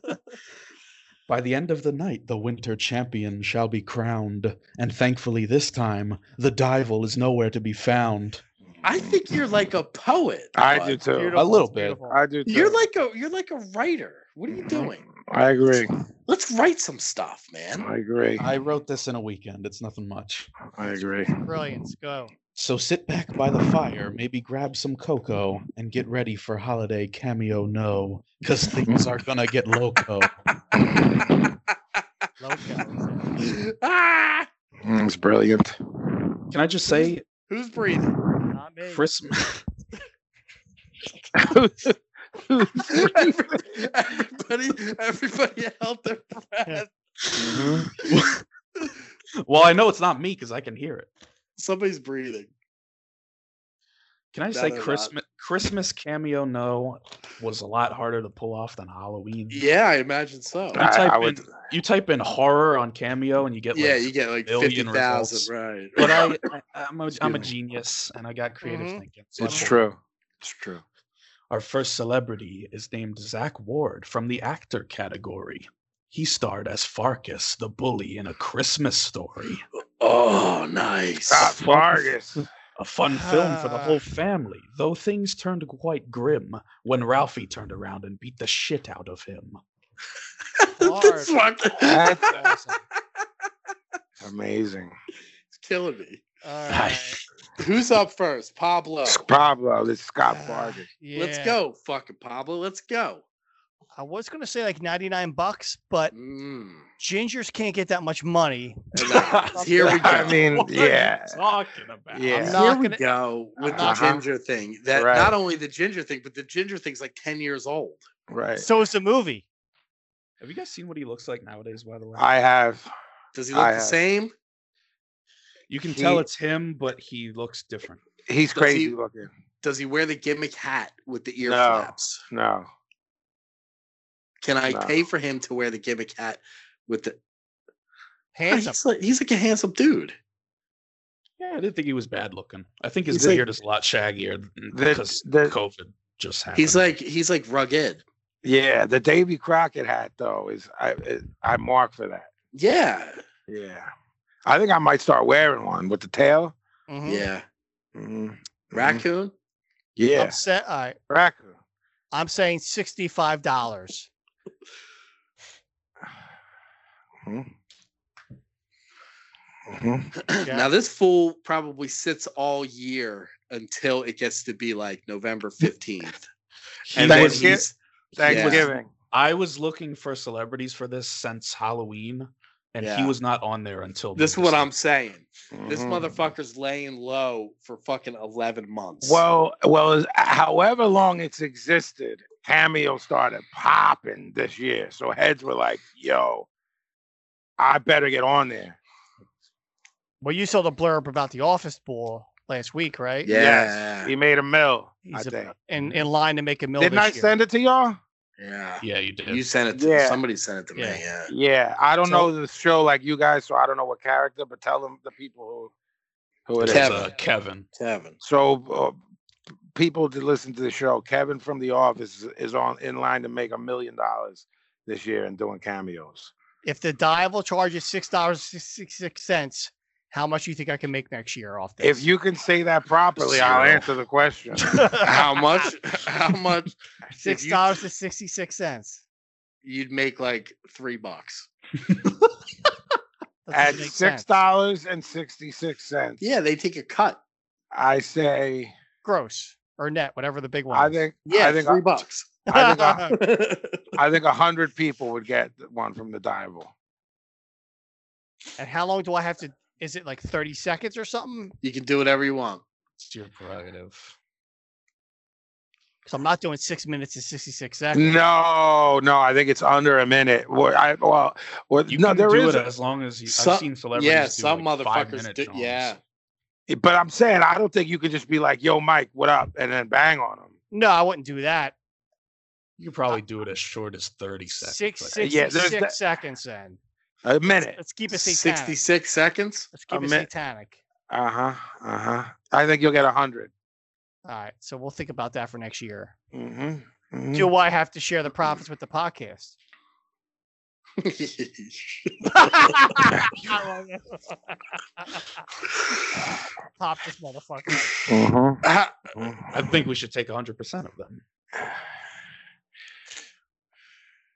J: By the end of the night, the winter champion shall be crowned, and thankfully this time, the Dival is nowhere to be found.
E: I think you're like a poet.
G: I
E: bud.
G: do too.
F: Beautiful,
J: little
F: it's
J: bit.
F: beautiful.
G: I do too.
E: You're like a you're like a writer. What are you
G: Mm-hmm.
E: doing?
G: I agree.
E: Let's write some stuff, man.
G: I agree.
J: I wrote this in a weekend. It's nothing much.
G: I agree.
F: Brilliance. Go.
J: So sit back by the fire, maybe grab some cocoa, and get ready for holiday cameo no, because things are gonna get loco.
F: Loco.
E: ah,
G: Mm, It's brilliant.
J: Can I just say,
E: who's breathing?
F: Not me.
J: Christmas?
E: Everybody, everybody, everybody held their breath.
G: Mm-hmm.
J: well, I know it's not me because I can hear it.
E: Somebody's breathing.
J: Can I
E: No,
J: just say,
E: they're not.
J: Christmas Christmas cameo no was a lot harder to pull off than Halloween.
E: Yeah, I imagine so.
J: You type,
G: Ah, I would-
J: in, you type in horror on cameo and you get like
E: Yeah, you get like fifty
J: million results.
E: thousand, right?
J: but I, I I'm a,
G: Excuse
J: I'm a
G: me. Mm-hmm.
J: genius and I got creative
E: Mhm.
J: thinking. so I
G: It's
J: pulled-
G: true. It's true.
J: Our first celebrity is named Zach Ward from the actor category. He starred as Farkas, the bully, in A Christmas Story,
E: Oh, nice.
G: Ah, Vargas.
J: a fun film for the
F: Ah.
J: whole family. Though things turned quite grim when Ralphie turned around and beat the shit out of him.
E: This
F: Lord.
E: fucking-
G: That's awesome. Amazing.
E: It's killing me.
F: All right.
E: Who's up first? Pablo.
G: It's Pablo. It's Scott
F: Ah,
G: Vargas.
F: yeah.
E: Let's go, fucking Pablo. Let's go.
F: I was gonna say like 99 bucks, but
E: Mm.
F: gingers can't get that much money.
E: And now, here we go.
G: I mean,
J: What are you
G: yeah.
J: talking about?
G: Yeah.
F: I'm
E: here
F: not
E: we
F: gonna.
E: go with the
G: Uh-huh.
E: ginger thing. That
G: Right.
E: not only the ginger thing, but the ginger thing's like ten years old.
G: Right.
F: So it's a movie.
J: Have you guys seen what he looks like nowadays? By the way,
G: I have.
E: Does he
G: I
E: look the
G: have-
E: same?
J: you can
G: he-
J: tell it's him, but he looks different.
G: He's
E: he-
G: crazy looking.
E: Does he wear the gimmick hat with the ear
G: No.
E: flaps?
G: No.
E: Can I
G: No.
E: pay for him to wear the gimmick hat with the? Oh,
F: Handsome.
E: He's like, he's like a handsome dude.
J: Yeah, I didn't think he was bad looking. I think his
E: He's like-
J: beard is a lot shaggier th-
G: The-
J: because
G: the-
J: COVID just happened.
E: He's like he's like rugged.
G: Yeah. The Davy Crockett hat though is I it, I mark for that.
E: Yeah,
G: Yeah. I think I might start wearing one with the tail.
F: Mhm.
E: yeah.
G: Mhm. Mhm.
E: Raccoon.
F: I'm
G: Yeah.
F: sa- all right.
G: Raccoon.
F: I'm saying sixty-five dollars.
G: Mhm. Mhm.
F: Yeah.
E: Now this fool probably sits all year until it gets to be like November fifteenth,
J: He
E: and
G: Thanksgi-
E: then
J: was-
G: Thanksgiving-
E: he's
G: Thanksgiving.
J: I was looking for celebrities for this since Halloween, and he
E: Yeah.
J: was not on there until
E: This is what I'm saying. This
G: Mhm.
E: motherfucker's laying low for fucking eleven months.
G: Well, well, as- however long it's existed, Cameo started popping this year. So heads were like, "Yo, I better get on there."
F: Well, you saw the blurb about the office pool last week, right?
E: yeah,
G: He made a mill. I
F: He's
G: think.
F: about- in, in line to make a million.
G: Didn't I send it to y'all?
E: yeah.
J: Yeah, you did.
E: You sent it to
G: Yeah.
E: somebody. Sent it to
F: Yeah.
E: me. Yeah.
G: Yeah, I don't
F: So-
G: know the show like you guys, so I don't know what character. But tell them the people who who it
J: It
G: is.
J: was,
E: Kevin.
J: uh, Kevin.
E: Kevin.
G: So uh, people to listen to the show. Kevin from The Office is on in line to make a million dollars this year and doing cameos.
F: If the dival charges six dollars sixty six cents, how much do you think I can make next year off this?
G: If you can say that properly, I'll
E: Zero.
G: answer the question.
E: How much? How much? If
F: six
E: you-
F: dollars and sixty six cents.
E: You'd make like three bucks.
G: At six dollars and sixty-six cents.
E: Yeah, they take a cut.
G: I say
F: gross or net, whatever the big one.
G: I
F: is.
G: think
E: Yeah,
G: I think
E: three
G: a-
E: bucks.
G: I think a- I think a hundred people would get one from the Dival.
F: and how long do I have to? Is it like thirty seconds or something?
E: You can do whatever you want.
J: It's your prerogative.
F: Because I'm not doing six minutes and sixty six seconds.
G: No, no, I think it's under a minute. Well, I, well, well
J: You
G: no,
J: can
G: there
J: do
G: is,
J: it as long as you.
E: Some-
J: I've seen celebrities.
E: yeah,
J: do
E: some
J: like five
E: motherfuckers
J: minute
E: do.
J: songs.
E: Yeah,
G: a- but I'm saying I don't think you could just be like, "Yo, Mike, what up?" and then bang on them.
F: no, I wouldn't do that.
J: you could probably do it as short as thirty seconds.
F: Six
J: like-
F: sixty six
G: Yeah, there's that-
F: seconds. Then
G: A minute.
F: let's keep it satanic.
E: sixty-six seconds.
F: Let's
G: a
F: keep it
G: minute.
F: satanic.
G: Uh huh. Uh huh. I think you'll get a 100
F: All right, so we'll think about that for next year.
G: Mm-hmm.
F: Do I have to share the profits with the podcast? Pop this motherfucker.
G: Mm-hmm.
E: Ah,
J: I think we should take hundred percent of them.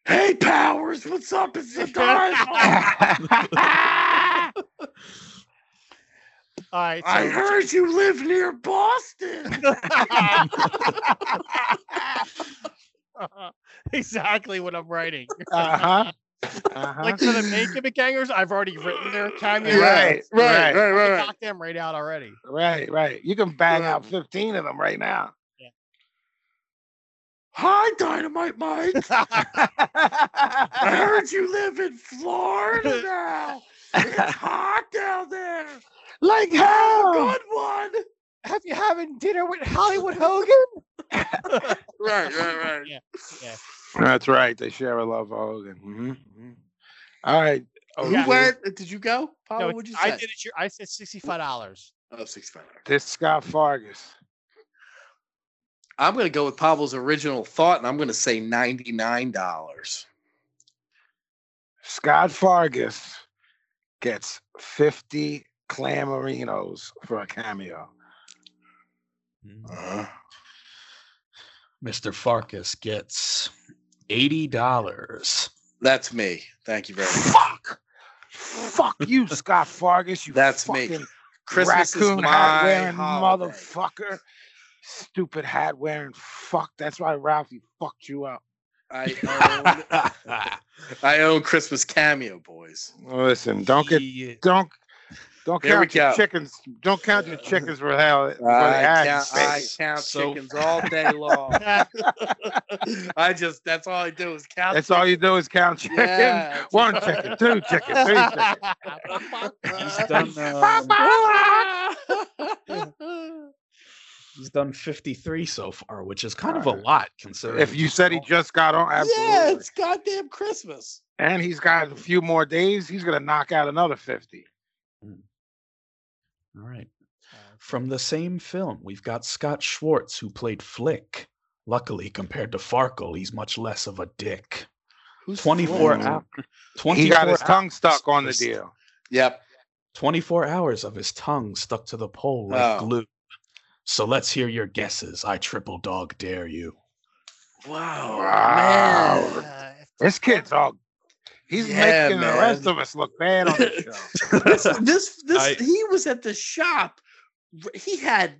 E: hey, Powers, what's up? It's the
G: I
F: All right, so
E: I heard you live near Boston.
F: exactly what I'm writing.
G: Uh huh. Uh huh.
F: Like for the main gimmick hangers, I've already written their cameo.
G: Right,
E: right, right,
G: right.
E: right,
F: I
E: right.
F: knocked them right out already.
G: Right, right. You can bang out 15 of them right now.
E: Hi, Dynamite Mike. I heard you live in Florida now. It's hot down there.
G: like
E: Have a
G: how?
E: good one.
F: Have you having dinner with Hollywood Hogan?
E: Right, right, right.
F: Yeah.
G: That's right. They share a love for Hogan. Mhm. All right.
E: Who
F: Yeah.
E: went? Did you go? Paolo,
F: No,
E: what'd you
F: I
E: say?
F: did it. sure- I said sixty-five dollars.
E: Oh, six five.
G: This Scott Fargus.
E: I'm gonna go with Pavel's original thought, and I'm gonna say ninety nine dollars.
G: Scott Fargus gets 50 clamorinos for a cameo.
E: Mm-hmm.
J: Mr. Farkas gets eighty dollars.
E: That's me. Thank you very much.
G: Fuck. Fuck you, Scott Fargus. You
E: That's me.
G: fucking
E: Christmas is
G: raccoon
E: my
G: hat wearing
E: holiday.
G: motherfucker. Stupid hat wearing fuck. That's why Ralphie fucked you up.
E: I own, I own Christmas cameo, boys.
G: Listen, don't get don't don't
E: Here we
G: count your
E: go.
G: chickens. Don't count your chickens for hell. for the
E: I
G: ass,
E: count,
G: baby.
E: I count
J: So-
E: chickens all day long. I just that's all I do is count.
G: That's all you do is count chickens.
E: Yeah, that's
G: One
E: right.
G: chicken, two chicken, three chicken.
J: He's
E: Uh,
J: done. um,
F: uh,
J: he's done fifty-three so far, which is kind of a
G: Alright.
J: lot considering.
G: If you said he just got on, absolutely.
E: yeah, it's goddamn Christmas.
G: And he's got a few more days. He's gonna knock out another fifty.
J: All right. Uh, From the same film, we've got Scott Schwartz, who played Flick. Luckily, compared to Farkle, he's much less of a dick.
E: Who's
J: 24
E: Flick?
J: hours.
G: He
J: 24
G: got his tongue stuck on the
J: Just-
G: deal.
E: Yep.
J: 24 hours of his tongue stuck to the pole like
E: Oh.
J: glue. So let's hear your guesses. I triple dog dare you.
E: Wow.
G: Wow.
E: man.
G: This kid's all. He's
E: Yeah,
G: making
E: man.
G: the rest of us look bad on the show.
E: this this, this
J: I-
E: he was at the shop. r- He had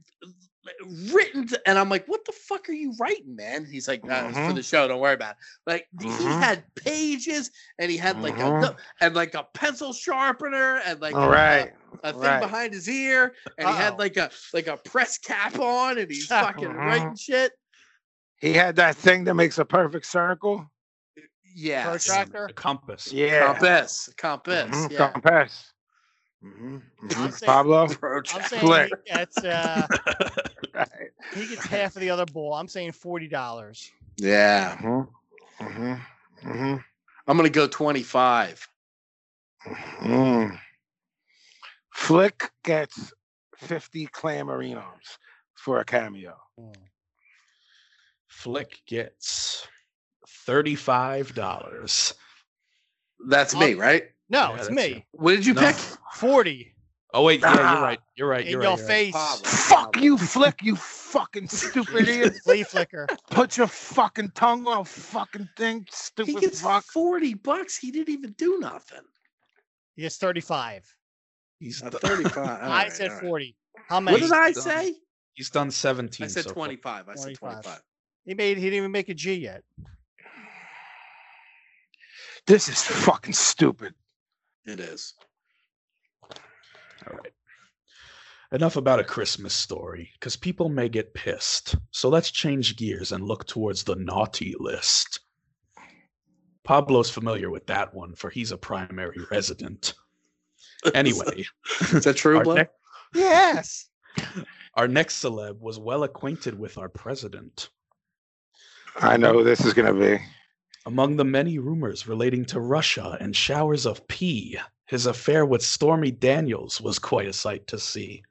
E: written, th- and I'm like, "What the fuck are you writing, man?" He's like, "Nah, it's "For
G: Mhm.
E: the show, don't worry about it." Like th- he
G: Mhm.
E: had pages, and he had like a
G: Mhm.
E: no- and like a pencil sharpener, and like
G: All
E: a-
G: right.
E: a, thing
G: right.
E: behind his ear, and he
F: Uh-oh.
E: had like a like a press cap on, and he's fucking
G: Mhm.
E: writing shit.
G: He had that thing that makes a perfect circle.
E: Yeah,
F: Protractor.
J: The compass.
G: Yeah.
E: compass,
F: Mm-hmm.
E: compass.
I: Mm-hmm.
G: Mhm,
E: Yeah,
G: Compass.
F: I'm
G: Mhm.
F: saying-
G: Pablo.
F: I'm
E: Protract-
F: saying
G: Flick.
F: he gets, uh,
G: Right.
F: he gets half of the other bowl. I'm saying forty dollars.
E: Yeah,
G: Mhm, mhm, mhm,
E: I'm gonna go 25.
G: mhm. Flick gets 50 clamorinos for a cameo.
J: Flick gets $35.
E: That's me, right?
F: No,
J: Yeah,
F: it's
J: that's
F: me.
E: What did you
J: No.
E: pick?
F: Forty
J: Oh wait, yeah,
G: Ah.
J: you're right. You're right.
F: in
J: You're
F: your
J: right. you're right.
F: face.
G: Fuck you, Flick, you fucking stupid idiot.
F: flea flicker.
G: Put your fucking tongue on a fucking thing,
E: He
G: stupid
E: gets
G: fuck.
E: forty bucks. He didn't even do nothing.
F: He gets thirty-five.
J: He's
E: Uh,
J: done,
E: Thirty-five. all
F: I
E: right,
F: said
E: all right.
F: forty. How many?
E: What did I
J: Done.
E: say?
J: he's done 17.
E: I said
J: so far.
E: twenty-five. I said
F: 25.
E: twenty-five.
F: He made. He didn't even make a G yet.
G: This is fucking stupid.
E: It is.
J: All right. Enough about a Christmas story, because people may get pissed. So let's change gears and look towards the naughty list. Pablo's familiar with that one, for he's a primary resident. Anyway,
E: is that true,
J: our,
E: Blood?
J: nec-
F: Yes.
J: our next celeb was well acquainted with our president.
G: I know who this is gonna be.
J: Among the many rumors relating to Russia and showers of pee, his affair with Stormy Daniels was quite a sight to see.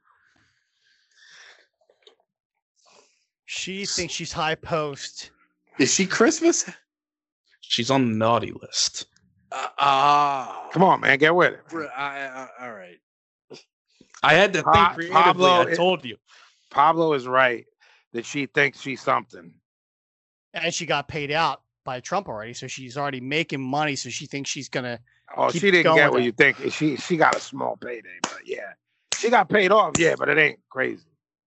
F: She thinks she's high post.
E: Is she Christmas?
J: She's on the naughty list.
E: Uh, Ah,
G: Come on, man, get with it.
E: Br- I- I- all right.
J: I had to think
G: Pa-
J: creatively.
G: Pablo,
J: I
G: it-
J: told you.
G: Pablo is right that she thinks she's something.
F: and she got paid out by Trump already, so she's already making money. So she thinks she's gonna.
G: Oh,
F: Keep
G: she didn't
F: going
G: get what
F: then.
G: you think. She she got a small payday, but yeah, she got paid off. Yeah, but it ain't crazy.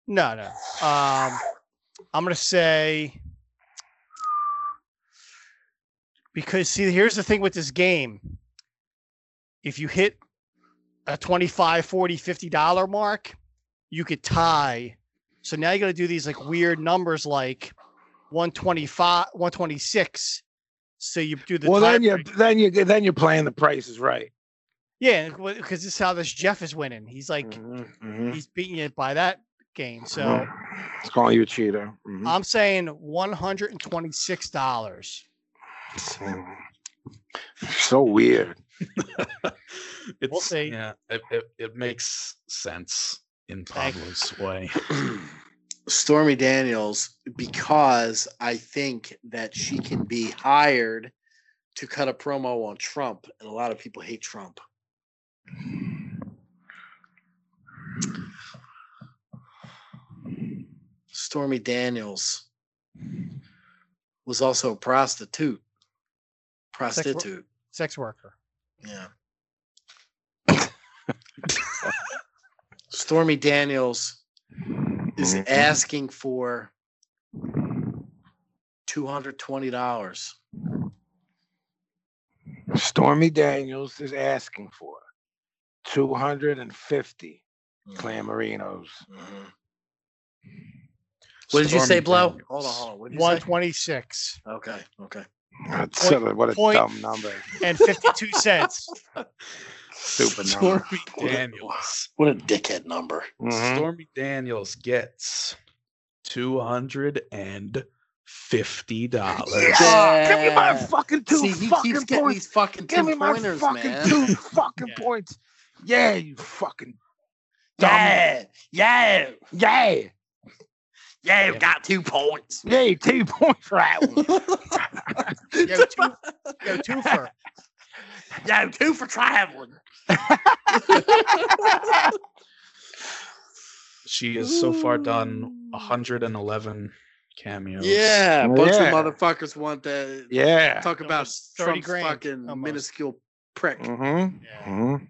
F: No, no. Um, I'm gonna say because see, here's the thing with this game: if you hit a 25, 40, 50 dollar mark, you could tie. So now you got to do these like weird numbers, like 125, 126. So you do the
G: well, then you
F: tiebreak.
G: then you then you're playing the prices right.
F: yeah, because this is how this Jeff is winning. He's like.
G: Mhm, mhm.
F: he's beating it by that game. So Uh,
G: Mhm. it's calling you a cheater. Mhm.
F: I'm saying one hundred and twenty-six dollars.
G: Mhm. so weird.
J: It's,
F: see.
J: Yeah, it, it, it makes sense in
F: Thank-
J: Pablo's way.
E: Stormy Daniels, because I think that she can be hired to cut a promo on Trump, and a lot of people hate Trump. Stormy Daniels was also a prostitute. Prostitute.
F: Sex worker.
E: Yeah. Stormy Daniels is
G: Mhm.
E: asking for two hundred twenty dollars.
G: Stormy Daniels is asking for two hundred and fifty clamorinos.
F: Mm-hmm.
E: What did you say,
J: Stormy
E: Blow?
J: Daniels.
E: Hold on, hold on. What did you
F: One
E: say?
F: twenty-six
E: Okay, okay.
G: That's silly. What a
F: point-
G: dumb number.
F: and fifty-two cents.
G: Stupid number.
E: Stormy
J: What a-
E: Daniels. What a dickhead number.
G: Mhm.
J: Stormy Daniels gets $250.
G: Yeah, give me my
E: Yeah.
G: fucking two
E: See, he
G: fucking
E: keeps getting
G: points.
E: these fucking two
G: Give me my
E: pointers,
G: fucking
E: man.
G: two fucking
F: Yeah.
G: points. Yeah, you fucking dumb.
E: Yeah, yeah,
G: Yeah.
E: yeah. You got two points.
G: Yeah, you two points for that one.
F: Yo, two, yo, two for
E: Yeah, two for traveling.
J: She is so far done 111 cameos.
E: Yeah, a bunch
G: Yeah.
E: of motherfuckers want that.
G: yeah.
E: Talk about
F: Almost 30
E: Trump's
F: grand,
E: fucking
F: almost.
E: minuscule prick.
G: Mm-hmm.
F: yeah.
G: Mm-hmm.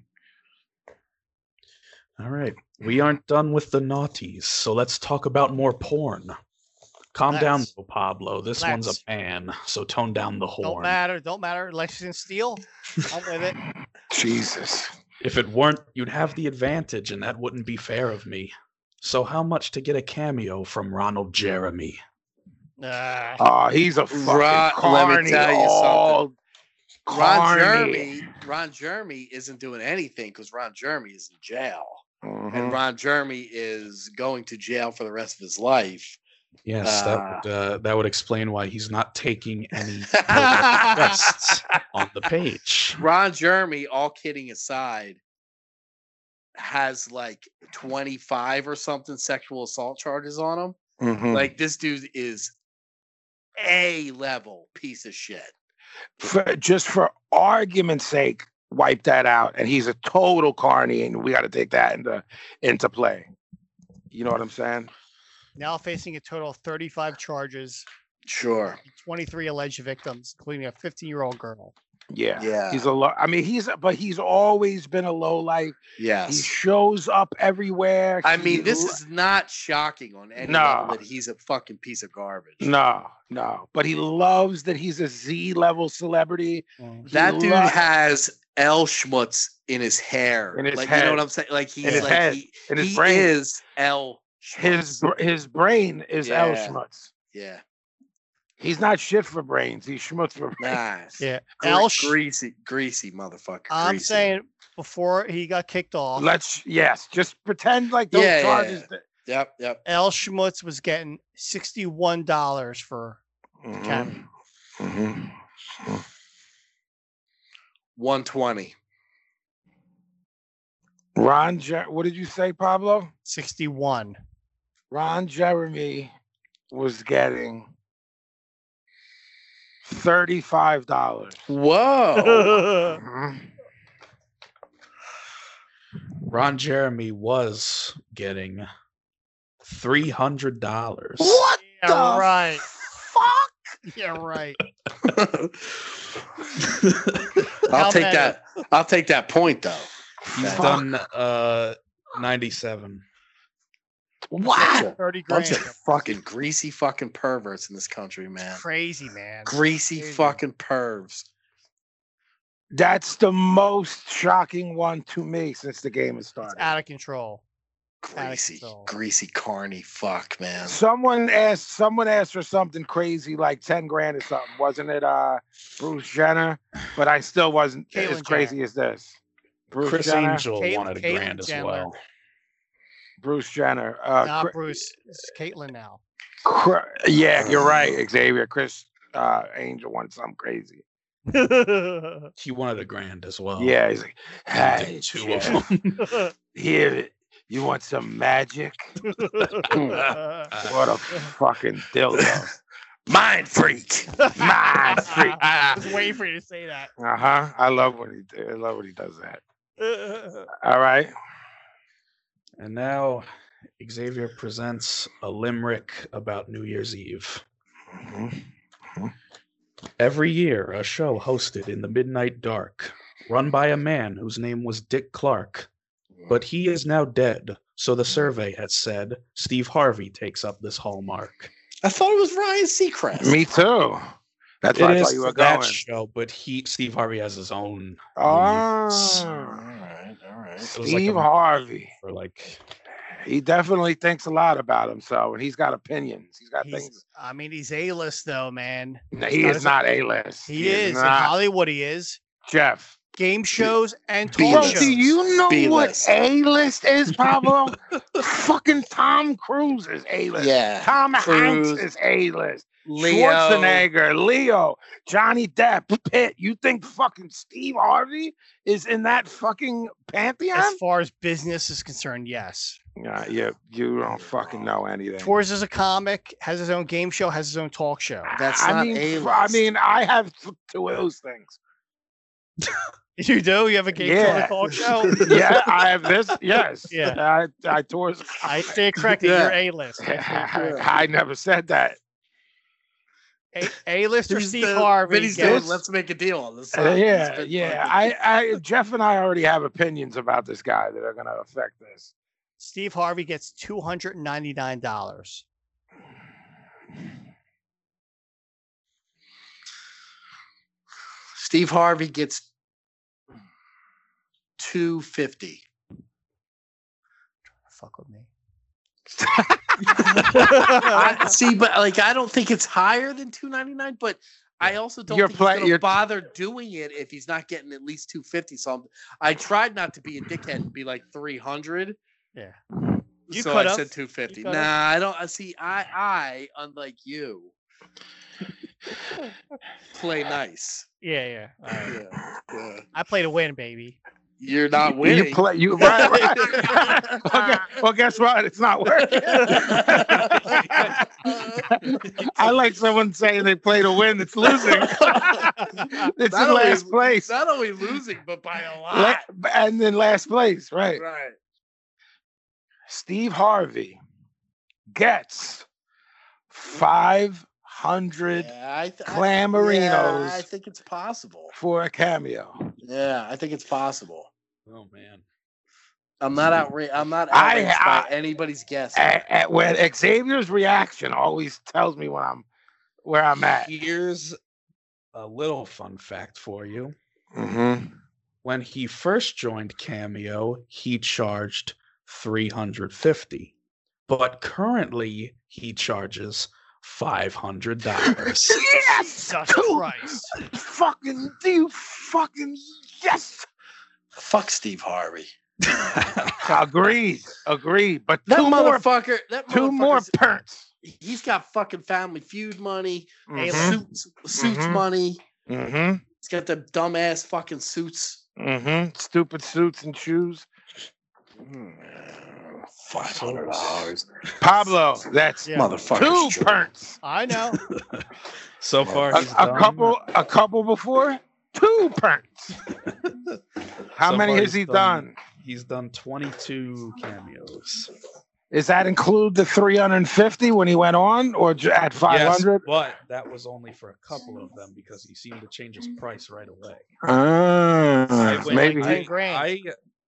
J: All right. We aren't done with the naughties, so let's talk about more porn. Calm down,
F: Let's.
J: though, Pablo. This one's
F: Let's.
J: a man, so tone down the
F: Don't
J: horn.
F: matter. Don't matter. Lexington Steel. I'm with it.
G: Jesus.
J: If it weren't, you'd have the advantage, and that wouldn't be fair of me. So, how much to get a cameo from Ronald Jeremy?
F: Nah.
G: Oh, he's a fucking
E: Ron- let me
G: carny.
E: tell you something.
G: old
E: Ron
G: carny.
E: Jeremy, Ron Jeremy isn't doing anything because Ron Jeremy is in jail, and
G: Mhm.
E: Ron Jeremy is going to jail for the rest of his life.
J: Yes,
E: Ah.
J: that would uh, that would explain why he's not taking any requests
E: Ron
J: on the page.
E: Jeremy, all kidding aside, has like twenty five or something sexual assault charges on him.
G: Mhm.
E: Like this dude is a level piece of shit.
G: for just for argument's sake, wipe that out, and he's a total carny, and we got to take that into into play. You know what I'm saying?
F: Now facing a total of 35 charges,
E: Sure.
F: 23 alleged victims, including a 15 year old girl.
G: Yeah,
E: Yeah.
G: He's a low. I mean, he's a- but he's always been a low life. He
E: Yes.
G: shows up everywhere.
E: I
G: He
E: mean, this
G: lo-
E: is not shocking on any
G: No.
E: level that he's a fucking piece of garbage.
G: no, no. But he loves that he's a Z level celebrity. He
E: That dude
G: lo-
E: has L schmutz in his hair.
G: In his
E: like you
G: head.
E: know what I'm saying? Like he's
G: his
E: like
G: head.
E: he,
G: and his
E: he
G: brain.
E: is L
G: his
E: schmutz.
G: br- his brain is L
E: Yeah.
G: schmutz.
E: yeah.
G: He's not shit for brains. He's schmutz for brains.
E: Nice.
F: Yeah.
E: Gre-
F: Al, Sch-
E: greasy, greasy motherfucker.
F: I'm
E: greasy.
F: saying before he got kicked off,
G: Let's yes, just pretend like those
E: Yeah, yeah,
G: charges.
E: yeah.
G: that-
E: Yep, yep.
F: Al Schmutz was getting $61 for
G: Mhm, mhm.
E: 120.
G: Ron, Jer- what did you say, Pablo?
F: 61.
G: Ron Jeremy was getting thirty-five dollars.
E: Whoa.
J: Ron Jeremy was getting three hundred dollars.
G: What
F: Yeah,
G: the
F: right.
G: fuck?
F: Yeah, right.
E: I'll
F: How
E: take
F: many?
E: that. I'll take that point though.
J: He's
E: Fuck.
J: done uh ninety-seven.
E: What?
F: 30
E: Bunch
F: grand.
E: of fucking greasy fucking perverts in this country, man.
F: Crazy, man.
E: Greasy
F: Crazy.
E: fucking pervs.
G: That's the most shocking one to me since the game has
F: It's
G: started.
F: out of control. Out of
E: Greasy,
F: control.
E: greasy, carny fuck, man.
G: Someone asked. Someone asked for something crazy, like ten grand or something. Wasn't it, uh, Bruce Jenner? But I still wasn't
F: Caitlyn
G: as crazy as this. Bruce
J: Chris
G: Jenner.
J: Angel
F: Caitlyn-
J: wanted a
F: Caitlyn
J: grand as
F: Jenner.
J: well.
G: Bruce Jenner. Uh,
F: Not
G: Cri-
F: Bruce. It's Caitlin now.
G: Cri- yeah, you're right, Xavier. Chris uh, Angel wanted something crazy.
J: He wanted a grand as well.
G: Yeah, ah, he's like,
J: He
G: hey,
J: did two
G: yeah,
J: of them.
G: here, you want some magic? What a fucking dildo.
E: Mind freak.
G: My freak.
F: I was waiting for you to say that.
G: Uh huh. I love when he. do- I love when he does that. All right.
J: And now Xavier presents a limerick about New Year's Eve. Every year, a show hosted in the midnight dark, run by a man whose name was Dick Clark. But he is now dead, so the survey has said Steve Harvey takes up this hallmark.
E: I thought it was Ryan Seacrest.
G: Me too. That's where
J: It
G: I
J: is
G: thought you were
J: for that
G: going.
J: show, but he Steve Harvey has his own
E: All
G: Oh,
E: right, all right.
J: It was like
G: Steve
J: a-
G: Harvey.
J: for like
G: He definitely thinks a lot about himself, and he's got opinions. He's got
F: He's,
G: things.
F: I mean, he's A-list though, man.
G: No, he
F: got
G: is
F: his-
G: not a list.
F: He, is. In
G: not.
F: Hollywood, he is.
G: Jeff.
F: Game shows and
E: B-list.
F: talk
G: Bro,
F: shows.
G: do you know
E: B-list.
G: what A list is, Pablo? Fucking Tom Cruise is A list.
E: Yeah.
G: Tom
E: Cruise,
G: Hanks is A list.
E: Leo.
G: Schwarzenegger, Leo, Johnny Depp, Pitt. You think fucking Steve Harvey is in that fucking pantheon?
F: As far as business is concerned, yes.
G: Yeah, yeah, you don't fucking know anything.
F: Tours is a comic, has his own game show, has his own talk show.
E: That's
G: I
E: not
G: mean,
E: A-list.
G: f- I mean, I have th- two of those things.
F: You do? You have a game
G: Yeah.
F: show and a talk show?
G: yeah, I have this. Yes.
F: Yeah.
G: I, I tours.
F: I stand corrected. You're
E: Yeah.
F: A-list. I stand corrected.
G: I never said that.
F: A- A-list or
E: He's
F: Steve
E: the-
F: Harvey?
E: Vinny's
F: gets-
E: doing, let's make a deal on this.
G: Uh,
E: side. He's
G: yeah,
E: been
G: yeah.
E: fucking-
G: I, I, Jeff and I already have opinions about this guy that are going to affect this.
F: Steve Harvey gets two hundred ninety nine dollars.
E: Steve Harvey gets 250.
F: Fuck with me.
E: I, see, but like I don't think it's higher than 299, but I also don't
G: You're
E: think
G: play-
E: he's gonna
G: you're-
E: bother doing it if he's not getting at least 250. So I'm, I tried not to be a dickhead and be like 300.
F: Yeah. You
E: so I
F: could've.
E: said 250.
F: You
E: Nah,
F: could've.
E: I don't. I see. I, I, unlike you, play nice.
F: Yeah, yeah. all right.
E: Yeah, yeah.
F: I played a win, baby.
E: You're not
G: You
E: winning.
G: play. You right. right. okay. Well, guess what? It's not working. I like someone saying they play to win. It's losing. it's
E: Not
G: in
E: only-
G: last place.
E: Not only losing, but by a
G: La-
E: lot.
G: and then last place, right?
E: Right.
G: Steve Harvey gets five hundred
E: Yeah, I th- I-
G: Clamorinos.
E: yeah, I think it's possible.
G: for a cameo.
E: Yeah, I think it's possible.
J: Oh man.
E: I'm not outra- I'm not
G: Mm-hmm. I- eh,
E: outraged
G: I-
E: by anybody's guess.
G: At, at, when Xavier's reaction always tells me when I'm where I'm at.
J: Here's a little fun fact for you.
G: Mm-hmm.
J: When he first joined Cameo, he charged 350. But currently he charges $500.
G: Yes,
F: Jesus
G: Two-
F: Christ.
G: fucking you, fucking yes.
E: Fuck Steve Harvey.
G: Agreed, agreed. But
E: That
G: two more,
E: motherfucker. that
G: two more
E: motherfucker's-
G: perts.
E: He's got fucking Family Feud money,
G: Mm-hmm.
E: suits, suits
G: Mhm.
E: money.
G: Mm-hmm.
E: He's got the dumbass fucking suits.
G: Mm-hmm. Stupid suits and shoes.
E: Five hundred dollars,
G: Pablo, that's
F: Yeah.
E: motherfucker.
G: two perts.
F: I know.
J: so far,
G: A,
J: he's
G: a
J: done-
G: couple, a couple before, two perts. How
J: so
G: many
J: far
G: has
J: he's
G: he done?
J: He's done 22 cameos.
G: Does that include the 350 when he went on, or j- at 500?
J: Yes, but that was only for a couple of them because he seemed to change his price right away. I
G: Ah,
J: went
G: maybe.
J: like
F: Ten
J: I-
G: he-
F: grand.
J: I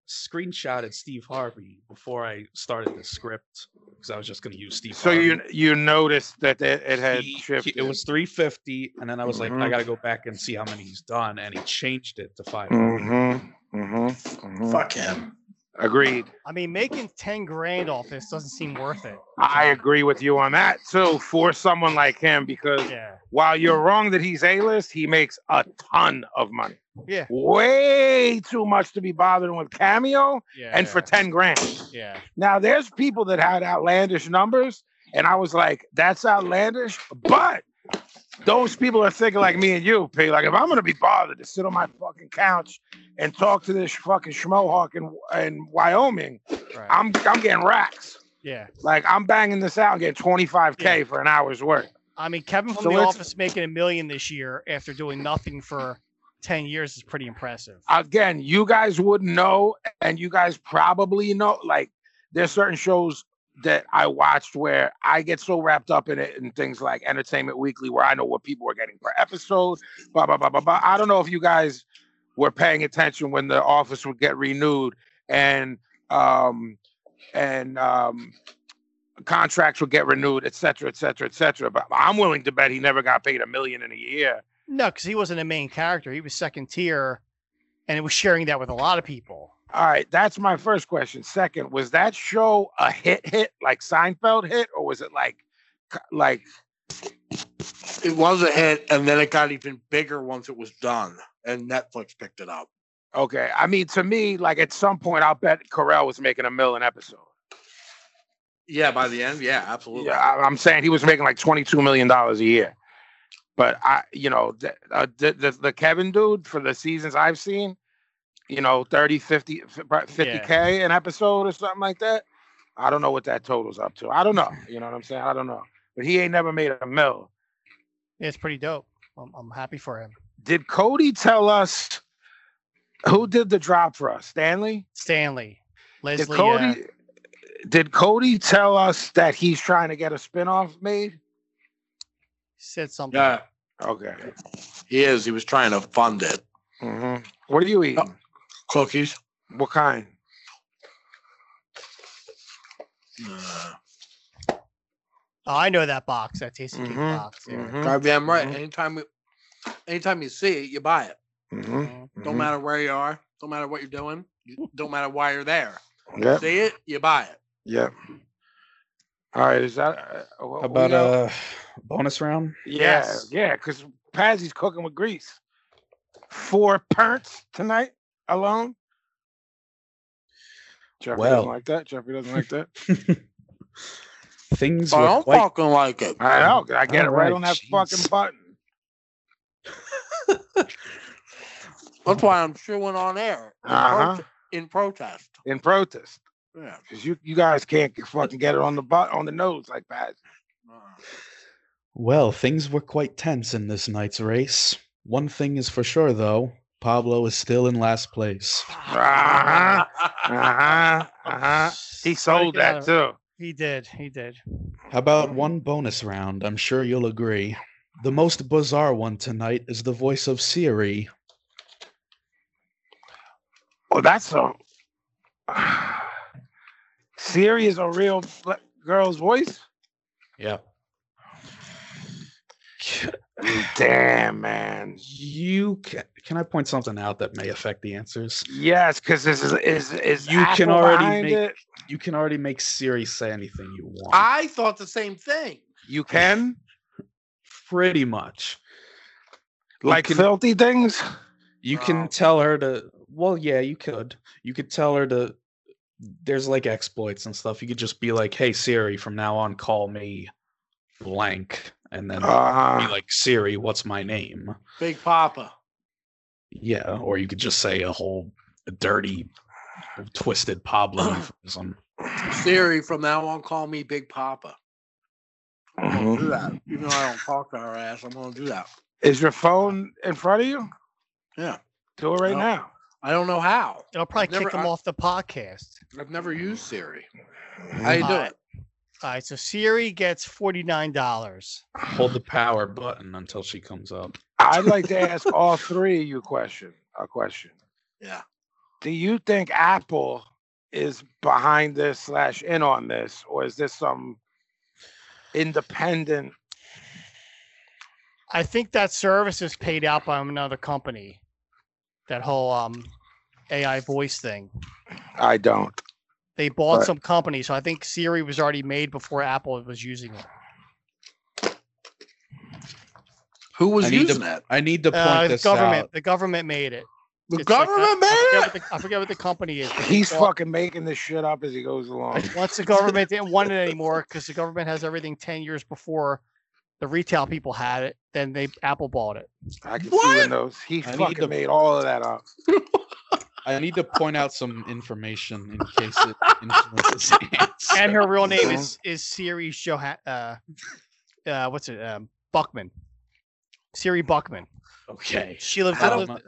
J: screenshotted Steve Harvey before I started the script because I was just going to use Steve.
G: so
J: Harvey.
G: you you noticed that it, it had
J: He- he-
G: shifted.
J: it was 350, and then I was like, I
G: Mhm.
J: got to go back and see how many he's done, and he changed it to 5
I: Mm-hmm.
G: Mhm, mhm, mhm.
E: Fuck him.
G: Agreed.
F: I mean, making ten grand off this doesn't seem worth it.
G: I agree with you on that too. For someone like him, because
F: Yeah.
G: while you're wrong that he's a list, he makes a ton of money.
F: Yeah.
G: Way too much to be bothered with cameo,
F: Yeah.
G: and for ten grand.
F: Yeah.
G: Now there's people that had outlandish numbers, and I was like, that's outlandish. But those people are thinking like me and you, P. Like if I'm gonna be bothered to sit on my fucking couch and talk to this fucking schmohawk in in Wyoming,
F: Right.
G: I'm I'm getting racks.
F: yeah.
G: Like I'm banging this out, and getting 25k
F: Yeah.
G: for an hour's work.
F: I mean, Kevin from
G: So
F: the
G: let's-
F: office making a million this year after doing nothing for ten years is pretty impressive.
G: Again, you guys wouldn't know, and you guys probably know. Like there's certain shows that I watched where I get so wrapped up in it and things like Entertainment Weekly, where I know what people are getting per episode, blah, blah, blah, blah, blah. I don't know if you guys were paying attention when the office would get renewed and um and um contracts would get renewed, et cetera, et cetera, et cetera. But I'm willing to bet he never got paid a million in a year.
F: No, because he wasn't a main character. He was second tier, and it was sharing that with a lot of people.
G: All right, that's my first question. Second, was that show a hit hit like Seinfeld hit, or was it like c- like
E: It was a hit, and then it got even bigger once it was done, and Netflix picked it up.
G: Okay. I mean, to me, like at some point, I'll bet Carell was making a million episode.
E: Yeah, by the end, yeah, absolutely.
G: Yeah, I- I'm saying he was making like twenty-two million dollars a year. But I, you know, the, uh, the, the the Kevin dude for the seasons I've seen, you know, 30, 50, 50 k an episode or something like that. I don't know what that totals up to. I don't know. You know what I'm saying? I don't know. But he ain't never made a mill.
F: It's pretty dope. I'm, I'm happy for him.
G: Did Cody tell us who did the drop for us? Stanley.
F: Stanley,
G: Did
F: Leslie, uh,
G: Cody, did Cody tell us that he's trying to get a spinoff made?
F: said something.
E: Yeah,
G: Okay.
E: he is. He was trying to fund it.
G: hmm
J: Mm-hmm.
G: What are you eating?
E: Cookies.
G: What kind?
E: Uh,
H: Mm-hmm.
F: Oh, I know that box. That tasty cake
G: Mhm,
F: box. Yeah.
I: Mm-hmm.
G: Mhm,
E: goddamn right.
G: Mhm.
H: Mm-hmm.
E: Anytime we, anytime you see it, you buy it.
G: mhm,
H: Mm-hmm.
E: Don't matter where you are. Don't matter what you're doing. You, don't matter why you're there.
G: mhm. Yep.
E: See it, you buy it.
G: Yep. All right. Is that uh, uh, what we
J: How about
G: got?
J: a bonus round?
G: Yeah.
E: Yes.
G: Yeah. Because Pazzy's cooking with grease. Four parents tonight alone. Jeffrey
J: Well.
G: doesn't like that. Jeffrey doesn't like that.
J: Things
E: I
J: were
E: don't
J: quite
E: fucking like it.
G: I know. 'cause I get it
J: All
G: right,
J: right,
G: on that
J: jeez.
G: fucking button.
E: That's why I'm chewing on air in,
H: Uh-huh.
G: Uh huh.
E: prot- in protest.
G: In protest.
E: Yeah.
G: Cause you, you guys can't get- fucking get it on the butt on the nose like that.
E: Uh,
H: Well, things were quite tense in this night's race. One thing is for sure, though Pablo is still in last place.
G: Uh-huh. Uh-huh. Uh-huh. He sold that too.
F: He did. He did.
H: How about one bonus round? I'm sure you'll agree. The most bizarre one tonight is the voice of Siri.
G: Oh, that's a Siri is a real fl- girl's voice.
J: Yeah.
G: Damn, man.
J: You can, can I point something out that may affect the answers?
G: Yes, because this is is is
J: You can
G: Apple
J: already
G: behind
J: make-
G: it?
J: You can already make Siri say anything you want.
E: I thought the same thing.
G: You can
J: Pretty much. You
G: like
J: can-
G: filthy things.
J: You
E: Wow.
J: can tell her to. Well, yeah, you could. You could tell her to. There's like exploits and stuff. You could just be like, "Hey Siri, from now on, call me blank," and then be
G: Uh,
J: like, "Siri, what's my name?"
E: Big Papa.
J: Yeah, or you could just say a whole dirty, twisted Pablo euphemism.
E: Siri, from now on, call me Big Papa. I'm gonna do that.
H: Mm-hmm.
E: Even though I don't talk to her ass, I'm gonna do that.
G: is your phone in front of you?
E: Yeah.
G: Do it right
E: No.
G: now.
E: I don't know how.
F: I'll probably
E: Never-
F: kick him
E: I-
F: off the podcast.
E: I've never used Siri. How you
F: Hi.
H: Mm-hmm.
E: doing?
F: All right. So Siri gets forty nine dollars.
J: Hold the power button until she comes up.
G: I'd like to ask all three of you question a question.
E: Yeah.
G: Do you think Apple is behind this slash in on this, or is this some independent?
F: I think that service is paid out by another company. That whole um, AI voice thing.
G: I don't.
F: They bought
G: Right.
F: some company, so I think Siri was already made before Apple was using it.
E: Who was
H: I need to-
E: using that?
H: I need to point
F: Uh, the
H: this
F: government.
H: out.
F: The government made it.
E: The
F: It's like- uh,
E: government
F: I,
E: made
F: I
E: it.
F: forget, what the, I forget what the company is. but they
G: He's
F: bought-
G: fucking making this shit up as he goes along.
F: Once the government didn't want it anymore because the government has everything ten years before the retail people had it, then they Apple bought it.
G: I can see
E: What?
G: in those. He
H: I need
G: fucking
H: to-
G: made all of that up.
H: I need to point out some information in case it influences the answer.
F: And her real name is is Siri Johan. Uh, uh, what's it? Um, Buckman. Siri Buckman.
H: Okay.
F: She lives.
H: I
F: I
H: don't know.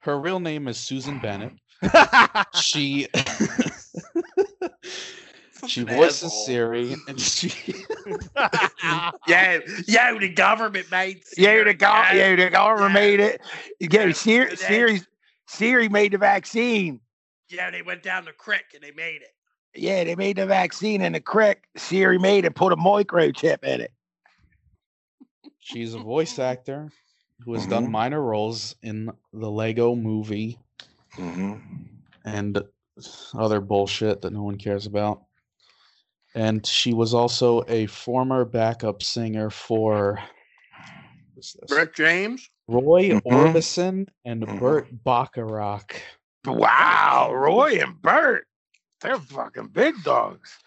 H: Her real name is Susan Bennett. She she
E: Fucking
H: voices
E: asshole.
H: Siri, and she
E: Yeah, yo, the government made.
G: Yeah, the guy,
E: Yeah.
G: yeah, the government made it. You get
E: Yeah,
G: it. Siri,
E: and then-
G: Siri, Siri made the vaccine.
E: Yeah, they went down the creek and they made it.
G: Yeah, they made the vaccine in the crick. Siri made it, put a microchip in it.
H: she's a voice actor who has done minor roles in the Lego Movie Mm-hmm. and other bullshit that no one cares about. And she was also a former backup singer for what's this?
E: Rick James.
H: Roy
G: Mhm.
H: Orbison and
G: Mhm.
H: Burt Bacharach.
G: Wow, Roy and Bert. They're fucking big dogs.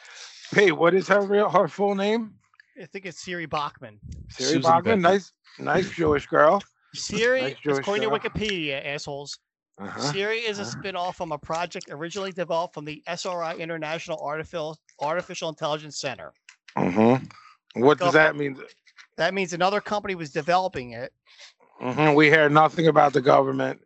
G: Hey, what is her real her full name?
F: I think it's Siri Bachman.
G: Siri
H: Susan
G: Bogman.
H: Beckett.
G: Nice nice Jewish girl.
F: Siri,
G: Nice Jewish
F: according to
G: girl.
F: Wikipedia, assholes,
G: Uh-huh.
F: Siri is a
G: uh-huh.
F: spin-off from a project originally developed from the SRI International Artificial Artificial Intelligence Center.
G: Mm-hmm. What does that mean?
F: That means another company was developing it.
G: Mhm, We hear nothing about the government.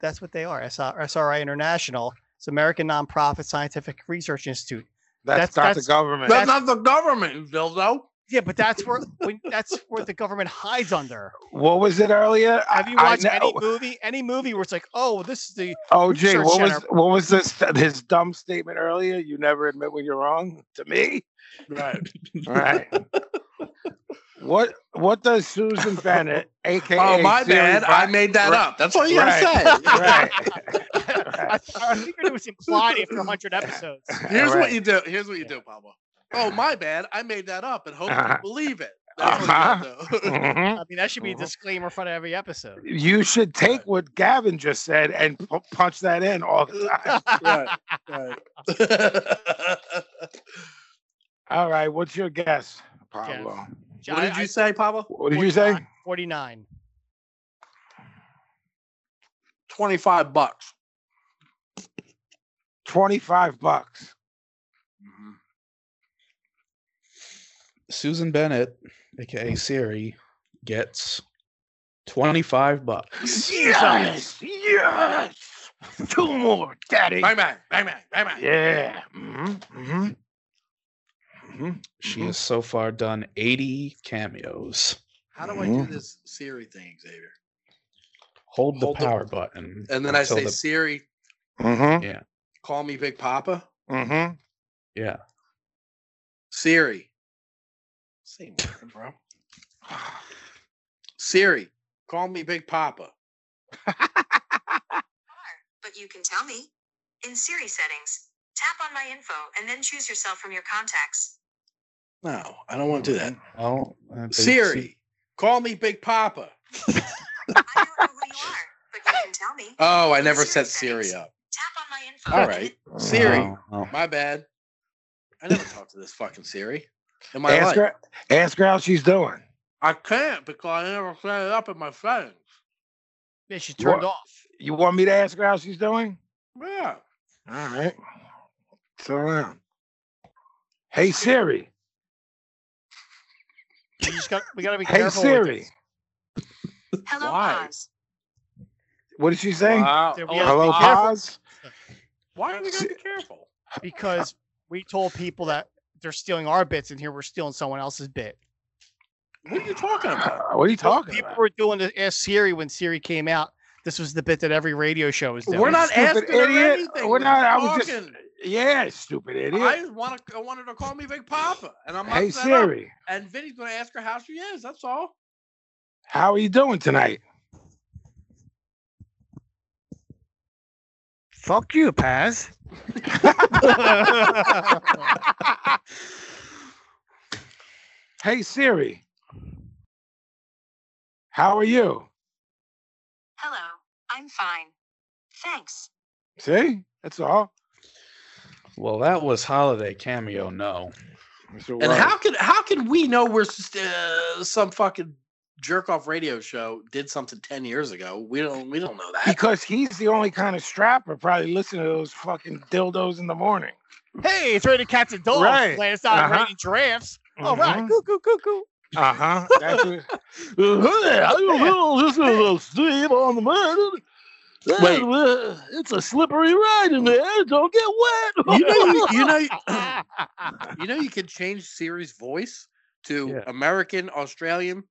F: That's what they are. SRI International. It's American nonprofit scientific research institute.
G: That's,
F: That's-
G: not
F: that's-
G: the government.
E: That's not the government, you dildo.
F: Yeah, but that's where when, that's where the government hides under.
G: what was it earlier? I-
F: Have you
G: I
F: watched any
G: know-
F: movie? Any movie where it's like, oh, this is the
G: Oh, Jay,
F: Research
G: what was
F: Center.
G: what was this his dumb statement earlier? You never admit when you're wrong to me.
E: Right.
G: All right. what what does Susan Bennett, aka
E: Oh, my
G: Siri
E: bad.
G: Bo-
E: I made that
G: Right.
E: up. That's all you gotta say.
G: Right. right.
F: I, I figured it was implied after 100 episodes.
E: Here's what
G: Right.
E: you do. Here's what you do, Pablo. Oh, my bad. I made that up and hope
G: Uh-huh.
E: you believe it. That's what you gotta do.
G: Mhm.
F: I mean, that should be a
G: Mhm.
F: disclaimer for every episode.
G: You should take what Gavin just said and pu- punch that in all the time.
E: right. Right.
G: All right, what's your guess, Pablo?
E: what did you say, Pablo?
G: What did you say?
F: 49.
E: Twenty-five bucks.
G: Twenty-five bucks.
H: Susan Bennett, aka Siri, gets
J: 25 bucks.
G: Yes, yes. Two more, Daddy.
E: Bang bang, bang bang, bang bang.
G: Yeah. hmm hmm hmm
J: She has so far done 80 cameos.
E: How do I do this Siri thing, Xavier?
J: Hold the
E: Hold the-
J: power button.
E: And then I
J: until
E: say,
J: the-
E: Siri,
G: hmm
E: call me Big Papa.
G: hmm
J: yeah.
E: Siri. Same one, bro. Siri, call me Big Papa.
K: but you can tell me. In Siri settings, tap on my info and then choose yourself from your contacts.
E: No, I don't want to do that.
J: Oh, I think she-
E: Siri, call me Big Papa.
K: I don't know who you are, but you can tell me.
E: Oh, I never
K: Siri
E: set Siri
K: settings.
E: up.
K: Tap on my info.
E: All
K: and
E: right.
J: oh,
G: Uh-huh.
E: Siri,
J: oh.
E: my bad. I never talked to this fucking Siri in my
G: Ask
E: life.
G: her. Ask her how she's doing.
E: I can't because I never set it up in my phone.
F: Yeah, she turned
G: What?
F: off.
G: You want me to ask her how she's doing?
E: Yeah.
G: All right. Sit down. Hey Siri.
F: We just got we gotta be
G: Hey
F: careful. with
G: Siri.
F: this.
K: then- Hello,
E: Why?
K: Oz.
G: What did she say?
C: Wow.
F: There we
C: Oh,
F: go.
G: Hello,
F: be careful.
G: Oz.
E: Why are we going to be careful?
F: because we told people that they're stealing our bits, and here we're stealing someone else's bit.
E: What are you talking about?
G: Uh, What are you talking
F: people
G: about?
F: were doing the ask Siri when Siri came out. This was the bit that every radio show was doing.
E: We're not
G: Stupid
E: asking her
G: idiot.
E: anything.
G: We're not- I was
E: just
G: just-
E: talking.
G: Yeah, stupid idiot.
E: I just want to. I wanted to call me Big Papa, and I'm
G: hey
E: upset up.
G: Siri,
E: And Vinny's gonna ask her how she is. That's all.
G: how are you doing tonight?
L: Fuck you, Paz.
G: Hey Siri, how are you?
K: Hello, I'm fine. Thanks.
G: See, that's all.
J: Well, that was holiday cameo. No.
G: That's what
E: And
G: we're-
E: how can how can we know we're s- uh, some fucking jerk off radio show did something ten years ago? We don't we don't know that.
G: Because he's the only kind of strapper probably listen to those fucking dildos in the morning.
F: hey, it's rated cats and dogs.
G: Right.
F: Glad it's not
G: Uh-huh.
F: rated giraffes.
L: Oh,
F: All right,
G: Mhm.
F: goo goo goo goo.
G: Uh huh. That's what,
L: this is a sleep on the mud.
E: Wait.
L: It's a slippery ride in there. Don't get wet.
E: You know you know
G: Uh-huh.
E: you know you can change Siri's voice to
J: Yeah.
E: American, Australian,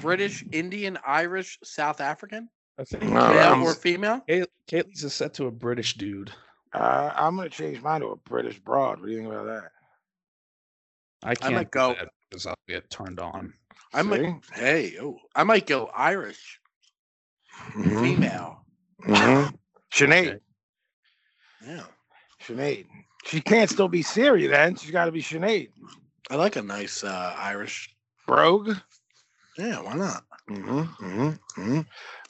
E: British, Indian, Irish, South African,
J: I think
G: No,
J: Kay-
E: male
G: I'm-
E: or female.
J: Kay- Kaylee's is set to a British dude.
G: uh, I'm gonna change mine to a British broad. What do you think about that?
J: I can't
E: might
J: do
E: go-
J: that because I'll get turned on.
E: I might
G: See?
E: hey oh I might go Irish,
G: Mhm,
E: female.
G: mhm. Sinead,
J: Okay.
E: Yeah,
G: Sinead. She can't still be Siri then. She's got to be Sinead.
E: I like a nice uh, Irish.
G: Brogue.
E: Yeah, why not?
G: Mm-hmm, mm-hmm, mm-hmm.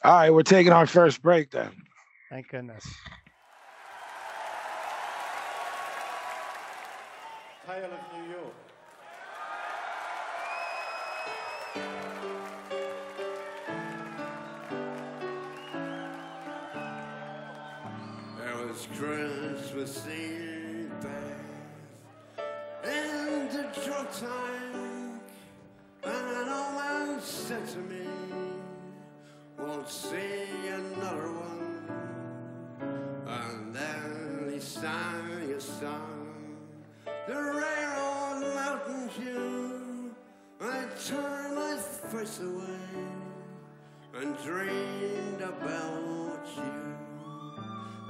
G: All right, we're taking our first break then.
F: Thank goodness.
I: It was Christmas Eve in the drunk tank, and an old man said to me, "Won't see another one." And then he sang a song, the railroad mountain Dew. I turned my face away and dreamed about you.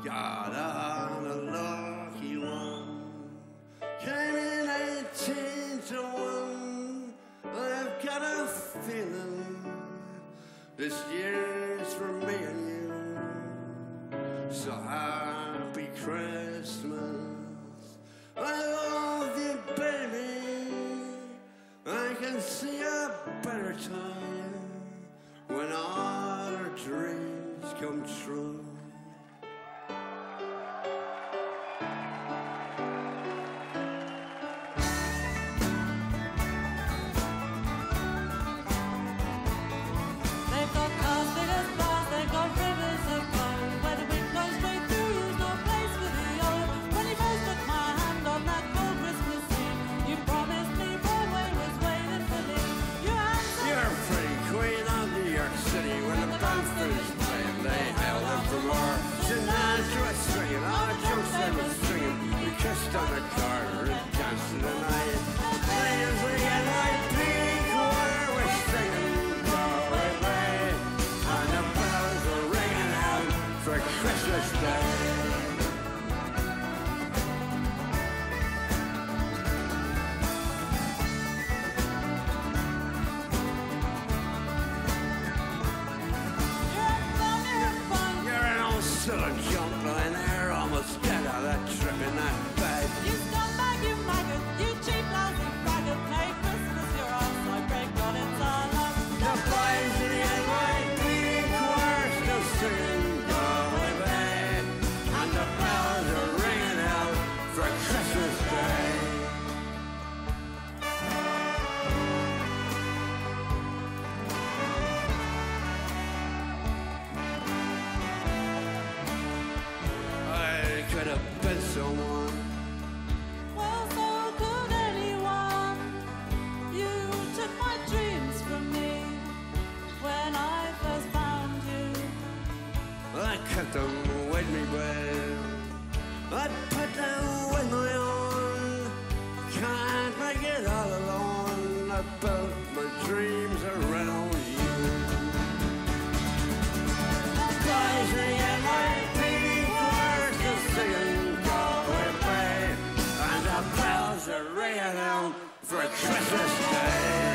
I: Got on a lucky one. Came in 18 to 1. I've got a feeling this year's for me and you. So happy Christmas. I love you, baby. I can see a better time when all our dreams come true.
K: They've got cars, they got bars, they got rivers of gold. Where the wind blows straight through you's no place for the old. When you first took my hand on that cold Christmas Eve, you promised me railway was waiting for me. You answered
I: You're a pretty queen of New York City them with me breath. I put them with my own. Can't make it all alone. I built my dreams around you. Rising in my feet, words of singing go away. And the bells are ringing out for Christmas Day.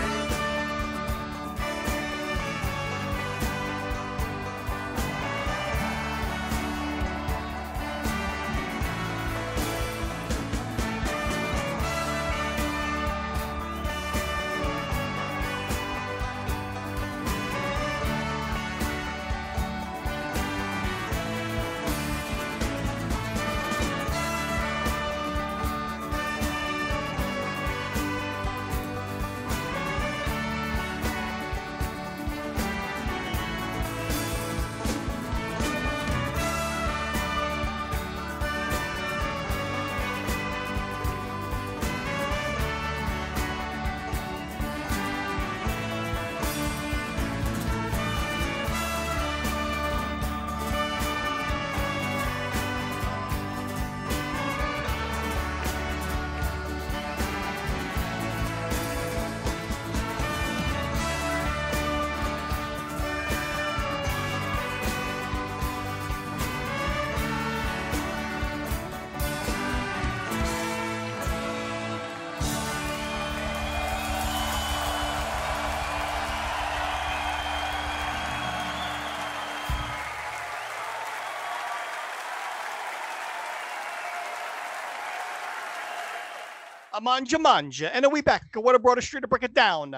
F: Amanja Manja, and then we back. What a broader street to break it down.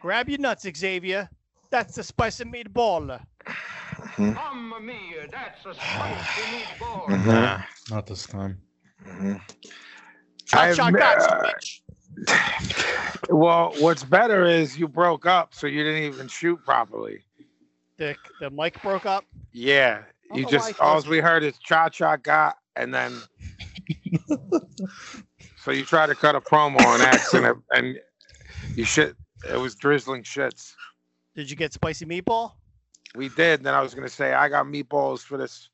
F: Grab your nuts, Xavier. That's the spice and meatball.
M: Mamma mia, that's a spicy meatball.
N: Nah, not this time.
G: I've
F: shot,
G: ne-
F: got
G: well, what's better is you broke up, so you didn't even shoot properly.
F: The, the mic broke up.
G: Yeah, you
F: Oh,
G: just
F: I
G: all
F: see.
G: we heard is cha cha got, and then so you try to cut a promo on accident, and you shit. It was drizzling shits.
F: Did you get spicy meatball?
G: We did. Then I was gonna say I got meatballs for this.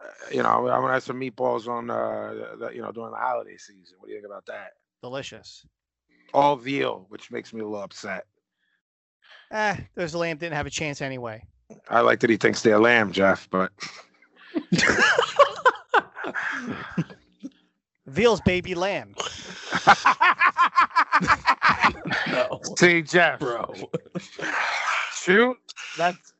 G: Uh, you know, I'm gonna have some meatballs on uh, the, you know during the holiday season. What do you think about that?
F: Delicious.
G: All veal, which makes me a little upset.
F: Eh, those lamb didn't have a chance anyway.
G: I like that he thinks they're lamb, Jeff, but
F: Veal's baby lamb.
G: see, Jeff,
J: bro,
G: shoot, that's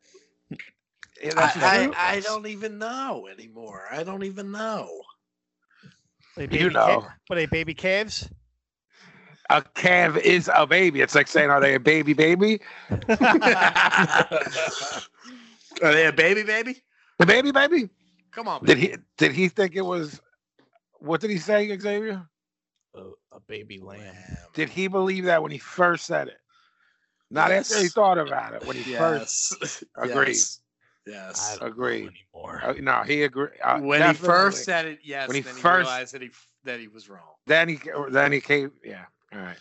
G: yeah, that's
E: I,
G: true.
E: I, I don't even know anymore. I don't even know.
F: They
G: You
F: baby ca-
G: know.
F: Were they baby calves?
G: a calf is a baby. It's like saying, are they a baby baby?
E: Are they a Oh, baby baby?
G: The baby baby?
E: Come on,
G: Did
E: baby.
G: he did he think it was? What did he say, Xavier?
J: a, a baby lamb.
G: Did he believe that when he first said it? Not after he
J: Yes.
G: thought about it when he
E: Yes.
G: first agreed.
E: Yes. Yes.
G: Agreed. Uh, no, he agreed.
E: when he first said it, yes.
G: When he
E: then
G: first,
E: he realized that he that he was wrong.
G: then he then he came. Yeah. All right.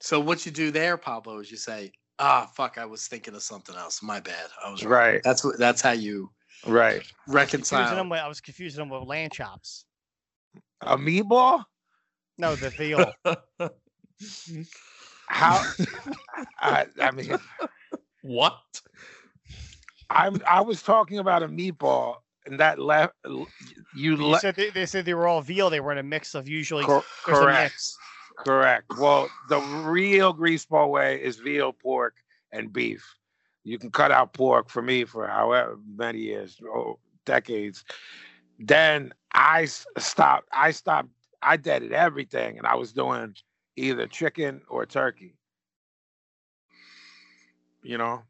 E: So what you do there, Pablo, is you say, "Ah, fuck, I was thinking of something else. My bad. I was wrong."
G: Right.
E: That's what. That's how you
G: Right.
F: Confusing
E: reconcile.
F: them with- I was confusing them with lamb chops.
G: A meatball?
F: No, the veal.
G: How? I, I mean,
J: what?
G: I'm. I was talking about a meatball, and that left you.
F: you
G: le-
F: said they, they said they were all veal. They were in a mix of usually.
G: Cor-
F: there's a
G: correct.
F: mix.
G: Correct. Well, the real grease ball way is veal, pork, and beef. You can cut out pork for me for however many years, oh, decades. Then I s- stopped. I stopped. I deaded everything, and I was doing either chicken or turkey. You know.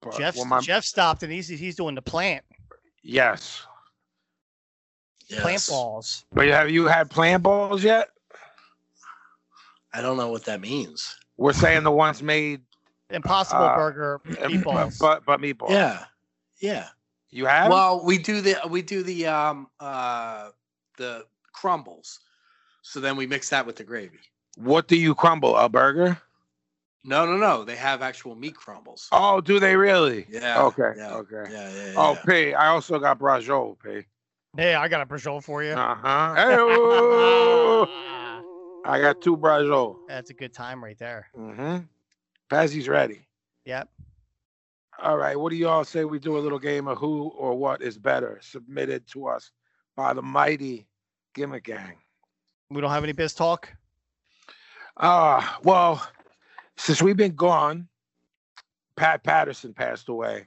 G: But
F: Jeff,
G: when my-
F: Jeff stopped and he's he's doing the plant
G: Yes.
F: plant balls.
G: But have you had plant balls yet?
E: I don't know what that means.
G: We're saying the ones made
F: Impossible
G: Uh,
F: burger
G: but,
F: meatballs.
G: but but meatballs.
E: Yeah. Yeah.
G: You have?
E: Well, we do the we do the um uh the crumbles. So then we mix that with the gravy.
G: What do you crumble? A burger?
E: No, no, no. They have actual meat crumbles.
G: Oh, do they really?
E: Yeah,
G: Okay.
E: yeah,
G: okay.
E: Yeah, yeah,
G: Oh,
E: yeah.
G: P. I also got Brajol, P.
F: Hey, I got a brajol for you.
G: Uh huh. Hey, oh, I got two Brajol.
F: That's a good time right there.
G: Mm-hmm. Pazzy's ready.
F: Yep.
G: All right. What do y'all say we do a little game of who or what is better, submitted to us by the mighty Gimmick Gang?
F: We don't have any biz talk.
G: Ah, well, since we've been gone, Pat Patterson passed away.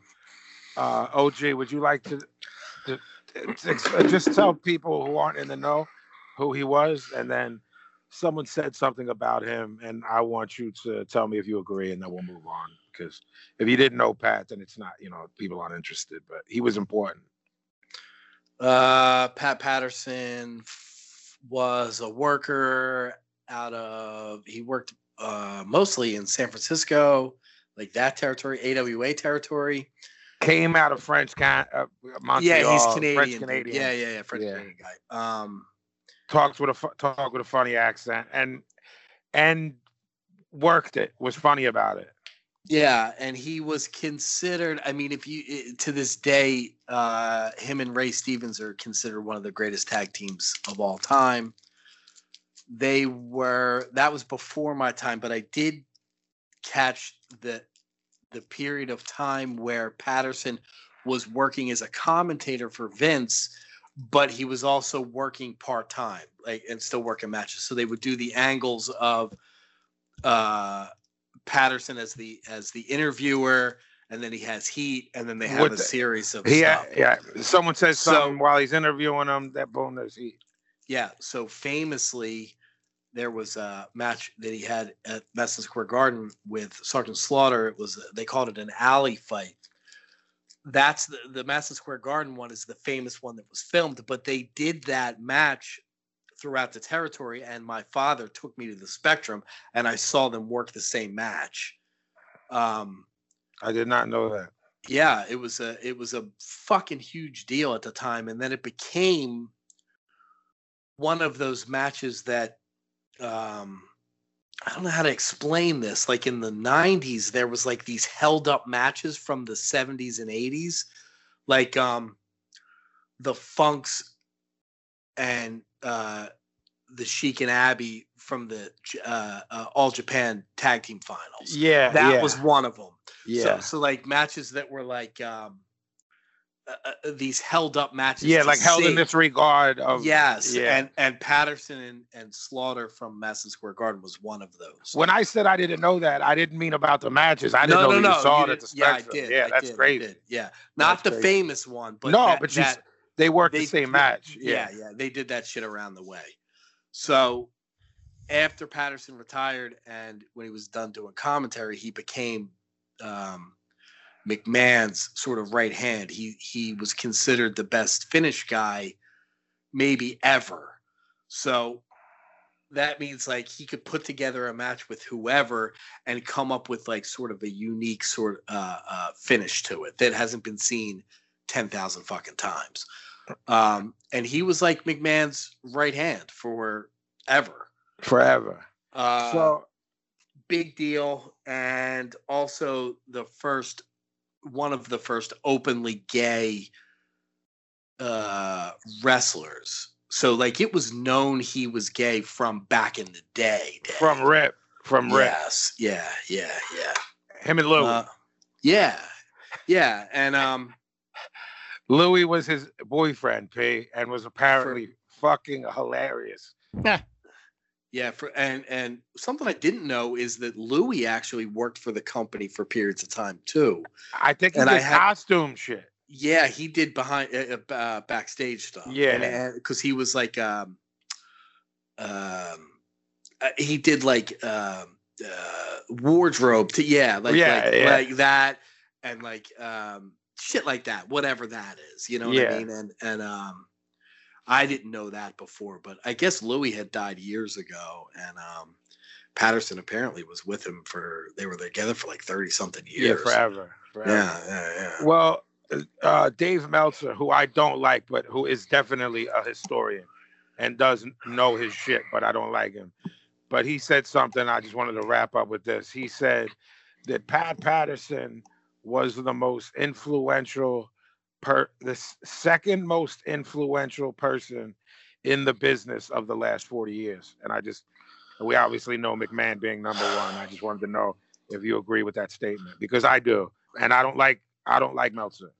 G: Uh, OG, would you like to, to, to ex- just tell people who aren't in the know who he was, and then someone said something about him, and I want you to tell me if you agree, and then we'll move on. Because if you didn't know Pat, then it's not you know people aren't interested, but he was important.
E: Uh, Pat Patterson f- was a worker out of, he worked uh, mostly in San Francisco, like that territory, AWA territory.
G: Came out of French Can uh, Montreal.
E: yeah, he's
G: uh, French
E: Canadian. dude.
G: Canadian.
E: Yeah, yeah, yeah, French
G: Yeah.
E: Canadian guy. Um,
G: talks with a fu- talk with a funny accent and and worked it was funny about it
E: Yeah, and he was considered. I mean, if you i- to this day, uh, him and Ray Stevens are considered one of the greatest tag teams of all time. They were that was before my time, but I did catch the the period of time where Patterson was working as a commentator for Vince, but he was also working part time, like and still working matches. So they would do the angles of uh Patterson as the as the interviewer, and then he has Heat, and then they have
G: With
E: a
G: the-
E: series of
G: yeah
E: stuff.
G: yeah someone says
E: So-
G: something while he's interviewing him that boom there's he
E: Yeah. So famously, there was a match that he had at Madison Square Garden with Sergeant Slaughter. It was they called it an alley fight. That's the the Madison Square Garden one is the famous one that was filmed, but they did that match throughout the territory, and my father took me to the Spectrum, and I saw them work the same match. Um,
G: i did not know that
E: yeah, it was a it was a fucking huge deal at the time, and then it became one of those matches that um I don't know how to explain this. Like in the '90s, there was like these held up matches from the '70s and '80s, like um the Funks and uh the Sheik and Abby from the uh, uh, All Japan Tag Team Finals.
G: yeah
E: that
G: yeah,
E: was one of them.
G: yeah
E: So, so like matches that were like um uh, uh, these held up matches.
G: yeah
E: to
G: like held
E: see.
G: in this regard of
E: yes,
G: yeah
E: and and Patterson and, and Slaughter from Madison Square Garden was one of those.
G: when i said i didn't know that i didn't mean about the matches i didn't know you saw it
E: you
G: at the
E: did- yeah, I
G: spectrum yeah,
E: did. I
G: that's
E: did, I
G: crazy
E: did, Yeah, not
G: That's
E: the
G: crazy.
E: famous one, but
G: no
E: that-
G: but you s-
E: that-
G: they worked the
E: they
G: same
E: did-
G: match
E: yeah, yeah, they did that shit around the way. So after Patterson retired and when he was done doing commentary, he became um, McMahon's sort of right hand. He he was considered the best Finnish guy maybe ever. So that means like he could put together a match with whoever and come up with like sort of a unique sort of uh, uh, finish to it that hasn't been seen ten thousand fucking times. Um, and he was like McMahon's right hand forever.
G: forever
E: Uh,
G: so
E: big deal, and also the first one of the first openly gay uh, wrestlers. So like it was known he was gay from back in the day. Dave.
G: from rip from rip
E: yes, yeah, yeah, yeah,
G: him and lou
E: Uh, yeah, yeah, and um,
G: Louis was his boyfriend, P, and was apparently fucking hilarious.
E: Yeah, for and and something I didn't know is that Louis actually worked for the company for periods of time too.
G: I think he
E: And I
G: did
E: had-
G: costume shit.
E: Yeah, he did behind uh, uh, uh, backstage stuff.
G: Yeah.
E: because he was like, um, um, uh, he did like um, uh, wardrobe to yeah, like
G: Yeah,
E: like,
G: yeah.
E: like that and like um, shit like that, whatever that is. You know what
G: Yeah.
E: I mean? And and um, I didn't know that before, but I guess Louis had died years ago, and um, Patterson apparently was with him for they were together for like thirty something
G: Yeah,
E: years.
G: forever. forever.
E: Yeah, yeah, yeah.
G: Well, uh, Dave Meltzer, who I don't like, but who is definitely a historian and does know his shit, but I don't like him,
I: but he said something. I just wanted to wrap up with this. He said that Pat Patterson was the most influential per the s- second most influential person in the business of the last 40 years. And I just we obviously know McMahon being number one. I just wanted to know if you agree with that statement because I do. And I don't like I don't like Meltzer.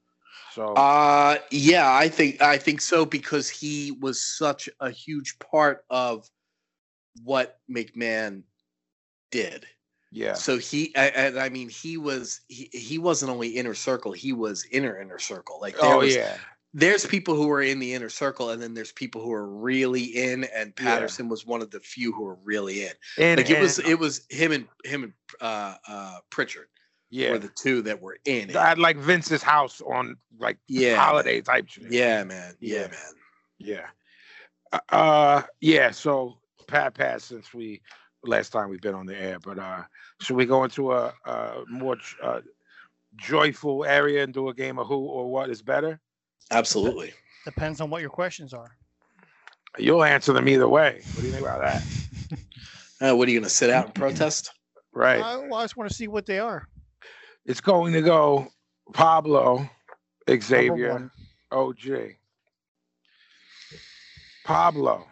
I: So
E: Uh yeah, I think I think so because he was such a huge part of what McMahon did.
I: yeah.
E: So he I- and I mean he was he, he wasn't only inner circle, he was inner inner circle. Like there
I: oh
E: was-
I: yeah.
E: there's people who are in the inner circle and then there's people who are really in and
I: Yeah.
E: Patterson was one of the few who were really in.
I: And-
E: like it was
I: and-
E: it was him and him and uh uh Pritchard
I: Yeah.
E: were the two that were in it.
I: I had like Vince's house on like
E: Yeah,
I: holiday type shit.
E: Yeah, man. Yeah, man.
I: Yeah. Uh yeah, so Pat Pat since we last time we've been on the air, but uh should we go into a, a more j- uh, joyful area and do a game of who or what is better?
E: Absolutely.
F: Depends on what your questions are.
I: You'll answer them either way. What do you think about that?
E: Uh, what are you going to sit out and protest?
I: Right.
F: I, well, I just want to see what they are.
I: It's going to go Pablo, Xavier,
F: one.
I: OG. Pablo,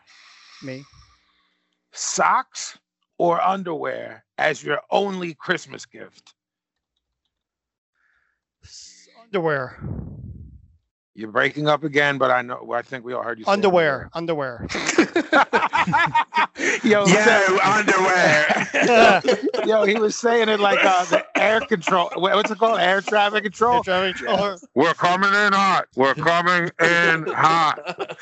F: Me.
I: socks or underwear as your only Christmas gift?
F: Underwear.
I: You're breaking up again, but I know. I think we all heard you. Say
F: Underwear. Underwear.
I: Yo, underwear. Yo, he was saying it like uh, the air control. wha- What's it called? Air traffic control. Air
F: traffic control.
G: We're coming in hot. We're coming in hot.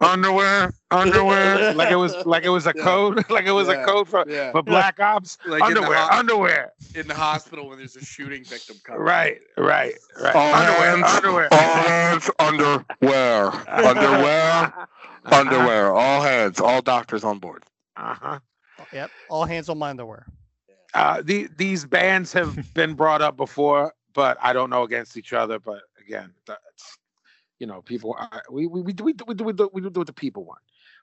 G: Underwear, underwear.
I: Like it was like it was a code. Like it was a code for for black ops. underwear, underwear.
E: In the hospital when there's a shooting victim coming.
I: Right, right, right.
G: All hands,
I: underwear, Uh, underwear.
G: all hands, underwear, underwear, underwear. All hands, all doctors on board.
I: Uh-huh.
F: Yep. All hands on my underwear.
I: Uh, the, these bands have been brought up before, but I don't know against each other. But again, that's, you know, people. I, we we we do we do we do we do, we do what the people want.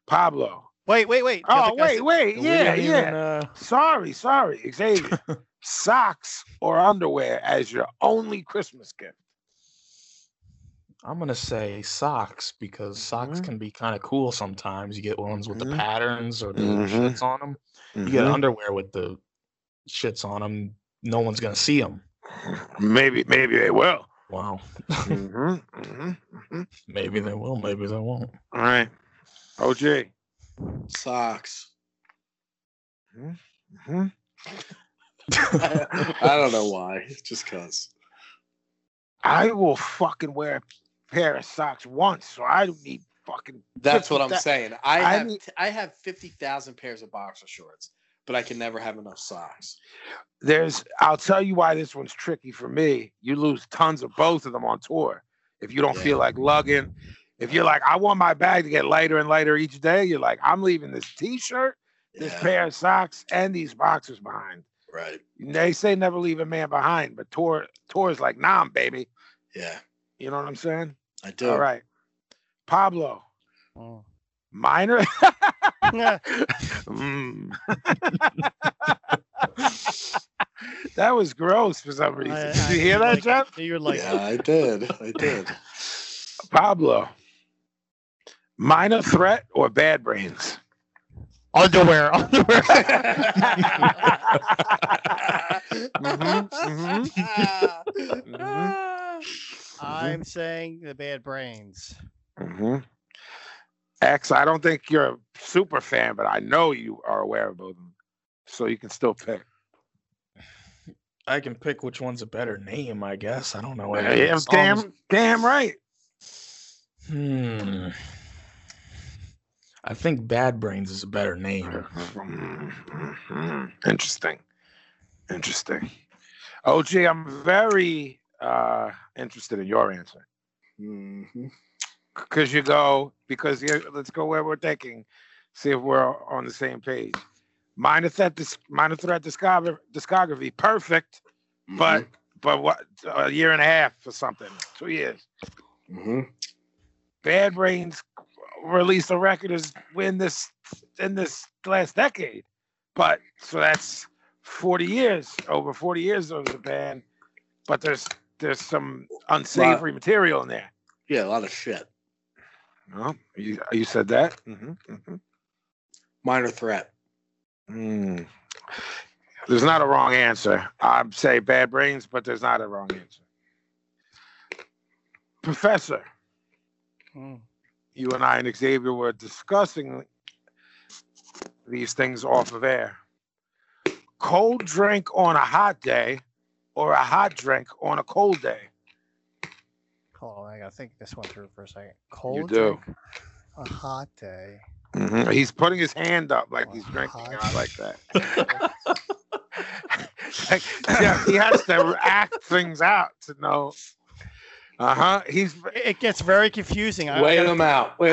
I: Pablo.
F: Wait, wait, wait.
I: Oh,
F: Jessica, I
I: wait,
F: said-
I: wait. Yeah, yeah. Sorry, sorry, Xavier. Socks or underwear as your only Christmas gift.
J: I'm gonna say socks because
G: Mm-hmm.
J: socks can be kind of cool sometimes. You get ones with the patterns or the
G: Mhm.
J: shits on them. You
I: Mm-hmm.
J: get
G: Mhm.
J: underwear with the shits on them. No one's gonna see them.
I: Maybe, maybe they will.
J: Wow.
I: Mm-hmm. Mm-hmm.
J: Maybe they will. Maybe they won't.
I: All right. OG.
E: Socks.
I: hmm
E: I don't know why. Just cause.
I: I will fucking wear a pair of socks once, so I don't need fucking.
E: That's
I: 50
E: what I'm
I: thou-
E: saying. I have
I: need-
E: I have fifty thousand pairs of boxer shorts, but I can never have enough socks.
I: there's. I'll tell you why this one's tricky for me. You lose tons of both of them on tour if you don't feel like lugging. If you're like, I want my bag to get lighter and lighter each day, you're like, I'm leaving this T-shirt, this pair of socks, and these boxers behind.
E: Right.
I: They say never leave a man behind, but tour tour is like, nah, baby.
E: Yeah.
I: You know what I'm saying?
E: I do.
I: All right. Pablo.
F: Mm.
I: Minor. Mm. that was gross for some reason.
F: I-
I: Did
F: I
I: you hear that,
F: like it.
I: Jeff?
F: You're like,
E: Yeah, I did. I did.
I: Pablo. Minor threat or bad brains?
F: underwear. Underwear.
I: Mm-hmm,
F: I'm saying the bad brains.
I: Mm-hmm. X, I don't think you're a super fan, but I know you are aware of both of them. So you can still pick.
J: I can pick which one's a better name. I guess. I don't know.
I: Yeah,
J: any of the
I: damn-
J: songs.
I: damn right.
J: Hmm. I think Bad Brains is a better name.
I: Mm-hmm. Interesting. Interesting. OG, I'm very uh, interested in your answer.
E: Mm-hmm.
I: Because you go, because you, let's go where we're thinking, see if we're on the same page. Minor threat, dis- minor threat discogra- discography, perfect, but but what a year and a half or something, two years.
E: Mm-hmm.
I: Bad Brains released a record is in this in this last decade. But so that's 40 years, over 40 years of the ban. But there's there's some unsavory material in there.
E: Yeah, a lot of shit.
I: Oh, you, you said that? Mm-hmm,
E: Minor threat.
I: Hmm. There's not a wrong answer. I'd say bad brains, but there's not a wrong answer. Professor, you and I and Xavier were discussing these things off of air. Cold drink on a hot day or a hot drink on a cold day?
F: Hold on, I gotta think this one through for a second. Cold
I: do.
F: drink, a hot day.
I: He's putting his hand up like he's drinking. I like that. like, yeah, he has to act things out to know. Uh huh. He's
F: It gets very confusing. I- I gotta-
E: Weigh them
F: I
I: Weigh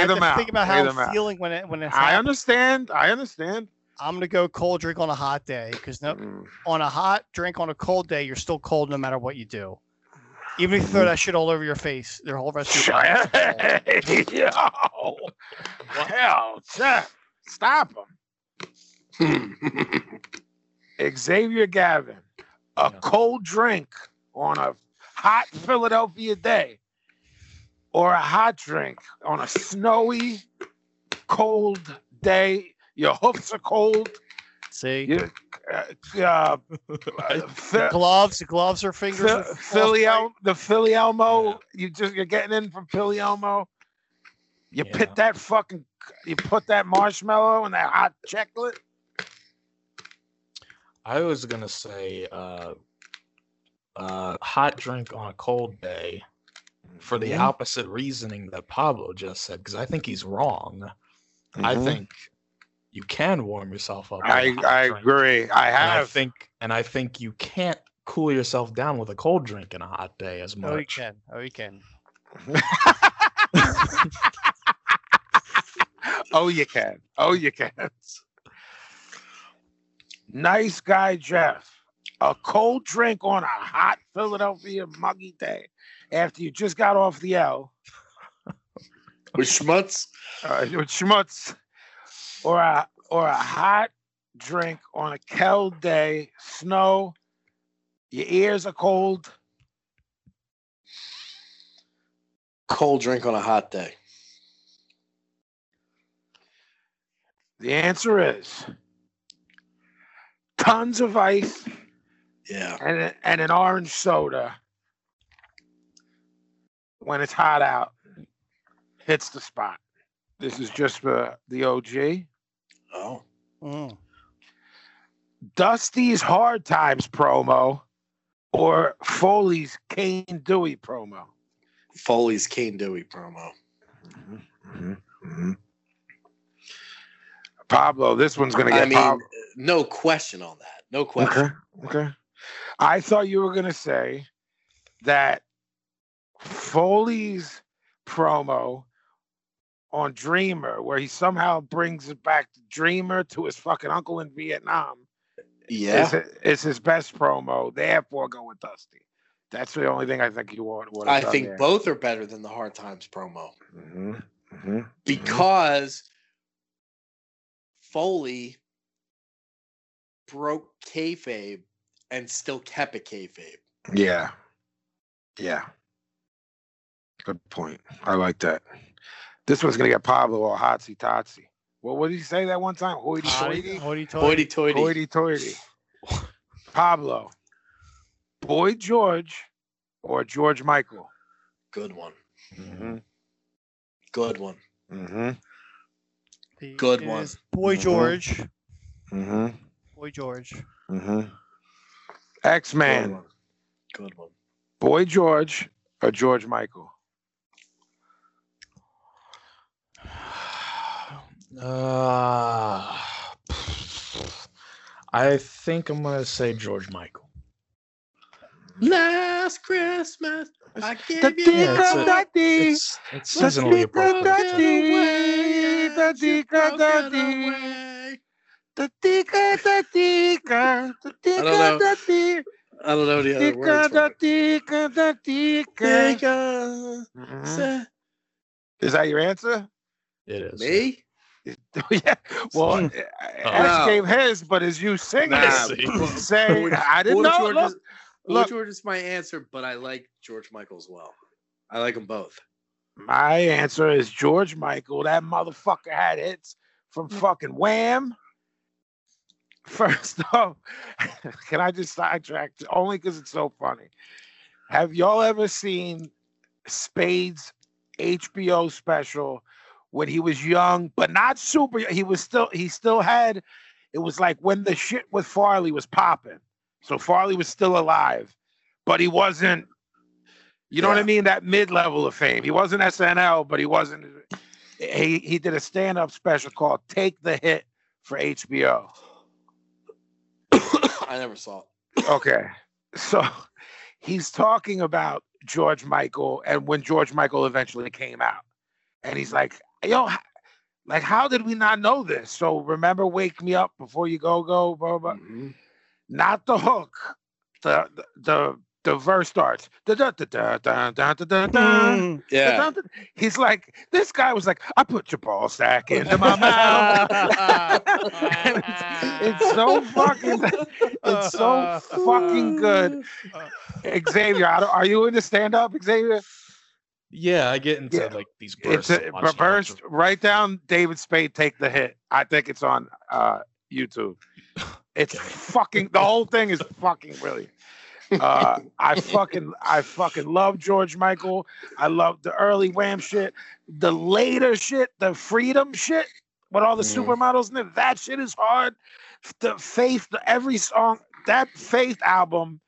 F: have
I: them
F: to
I: out.
F: Think about
I: Weigh
F: how
I: them
F: I'm
I: out.
F: feeling when it when it.
I: I understand. I understand. Mm.
F: I'm gonna go cold drink on a hot day because no, on a hot drink on a cold day, you're still cold no matter what you do. Even if you
I: Mm.
F: throw that shit all over your face, their whole rest of your body.
I: Hey, yo. Hell, Jeff, stop him. Xavier Gavin, a cold drink on a hot Philadelphia day, or a hot drink on a snowy, cold day. Your hoofs are cold.
F: See,
I: you, uh, uh,
F: The gloves, the gloves or fingers.
I: Phil,
F: are off
I: Philly El, the Philly Elmo. You just you're getting in from Philly Elmo. You pit that fucking you put that marshmallow in that hot chocolate.
J: I was gonna say uh, uh, hot drink on a cold day for the
O: Yeah.
J: opposite reasoning that Pablo just said because I think he's wrong. I
I: Mhm.
J: think you can warm yourself up. with a
I: I-
J: hot
I: I
J: drink,
I: agree. I
J: and I
I: have.
J: think, and I think you can't cool yourself down with a cold drink in a hot day as
F: Oh, you
J: much.
F: can. Oh, you can.
I: Oh, you can. Oh, you can. Nice guy, Jeff. A cold drink on a hot Philadelphia muggy day after you just got off the L.
E: With schmutz?
I: Uh, with schmutz. Or a, or a hot drink on a cold day, snow, your ears are cold.
E: Cold drink on a hot day.
I: The answer is tons of ice.
E: Yeah.
I: And a- and an orange soda when it's hot out hits the spot. This is just for the OG.
E: Oh.
F: Mm.
I: Dusty's Hard Times promo or Foley's Kane Dewey promo.
E: Foley's Kane Dewey promo.
I: Pablo, this one's going to get
E: I mean,
I: Pablo.
E: no question on that. No question.
I: Okay. I thought you were going to say that Foley's promo on Dreamer, where he somehow brings it back to Dreamer to his fucking uncle in Vietnam, is,
E: Yeah.
I: is his best promo. Therefore, go with Dusty. That's the only thing I think you want. would've
E: I
I: done
E: think
I: there.
E: both are better than the Hard Times promo
I: Mhm, mhm.
E: Mm-hmm. because Foley broke kayfabe and still kept a kayfabe.
I: Yeah. Yeah. Good point. I like that. This one's gonna get Pablo or Hotsy Totsy. Well, what did he say that one time? Hoity toity.
F: Hoity
E: Hoity toity.
I: Hoity toity. Pablo. Boy George or George Michael?
E: Good one. Good one.
I: Mm-hmm.
F: The-
E: Good
F: it
E: one.
F: is Boy
I: Mhm.
F: George.
I: Mm-hmm.
F: Boy George.
I: Mm-hmm. X Man.
E: Good one.
I: Boy George or George Michael?
J: Uh, I think I'm gonna say George Michael.
E: Mm-hmm. Last Christmas, I gave you
J: Yeah, it's
E: my
J: a-
E: heart.
J: it's- it's seasonally appropriate. too.
I: The Dika, the
E: Dika.
I: The Dika, the Dika. The
E: I don't know.
I: Dika, the Dika.
E: I don't know the other words. for it.
I: Is
G: Mm-hmm.
E: Dika, sa-
I: that your answer?
J: It is.
E: Me?
G: yeah. Well, Ash gave his, but as you sing
E: Nah,
G: it, say,
E: Boy-
G: I
E: Boy
G: didn't know.
E: George
G: Look,
E: is- Boy
G: look,
E: George is my answer, but I like George Michael as well. I like them both.
G: My answer is George Michael. That motherfucker had hits from fucking Wham. First off, can I just sidetrack only because it's so funny? Have y'all ever seen Spade's HBO special when he was young, but not super? He was still he still had. It was like when the shit with Farley was popping. So Farley was still alive, but he wasn't you know what I mean? That mid level of fame. He wasn't SNL, but he wasn't. He he did a stand up special called "Take the Hit" for HBO.
E: I never saw it.
G: Okay, so he's talking about George Michael and when George Michael eventually came out, and he's like, "Yo, h- like how did we not know this?" So remember, "Wake Me Up Before You Go Go," blah blah. blah.
E: Mm-hmm.
G: Not the hook. The the the, the verse starts. Da, da, da, da, da, da, da, da, da.
E: Mm, yeah.
G: Da, da, da. He's like, this guy was like, I put your ball sack into my mouth. And
E: Ah,
G: it's, it's so fucking, it's so fucking good. Xavier, I don't, are you into stand up, Xavier?
J: Yeah, I get into like these bursts.
G: It's a,
J: of watching a bunch
G: reverse. Write down David Spade take the hit. I think it's on uh, YouTube. It's fucking. The whole thing is fucking brilliant. Uh, I fucking I fucking love George Michael. I love the early Wham shit, the later shit, the Freedom shit with all the supermodels in it. That shit is hard. The Faith, the every song that Faith album.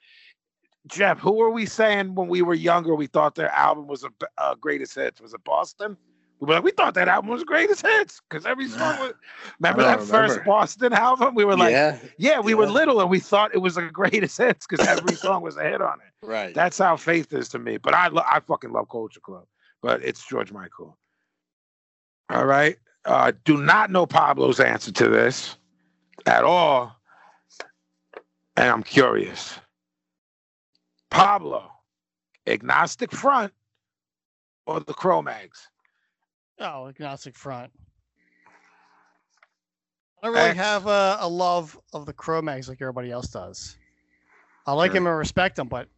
G: Jeff, who were we saying when we were younger? We thought their album was a b- uh, greatest hits. Was it Boston? We were like, we thought that album was greatest hits because every song was. Remember
E: I
G: that
E: don't
G: first
E: remember.
G: Boston album? We were like,
E: Yeah.
G: yeah, we were little and we thought it was a greatest hits because every song was a hit on it.
E: Right.
G: That's how faith is to me. But I lo- I fucking love Culture Club. But it's George Michael. All right. Uh, do not know Pablo's answer to this at all. And I'm curious. Pablo, agnostic front or the Cro-Mags?
F: Oh, agnostic front. I don't really have a, a love of the Cro-Mags like everybody else does. I like
G: Sure.
F: them and respect them, but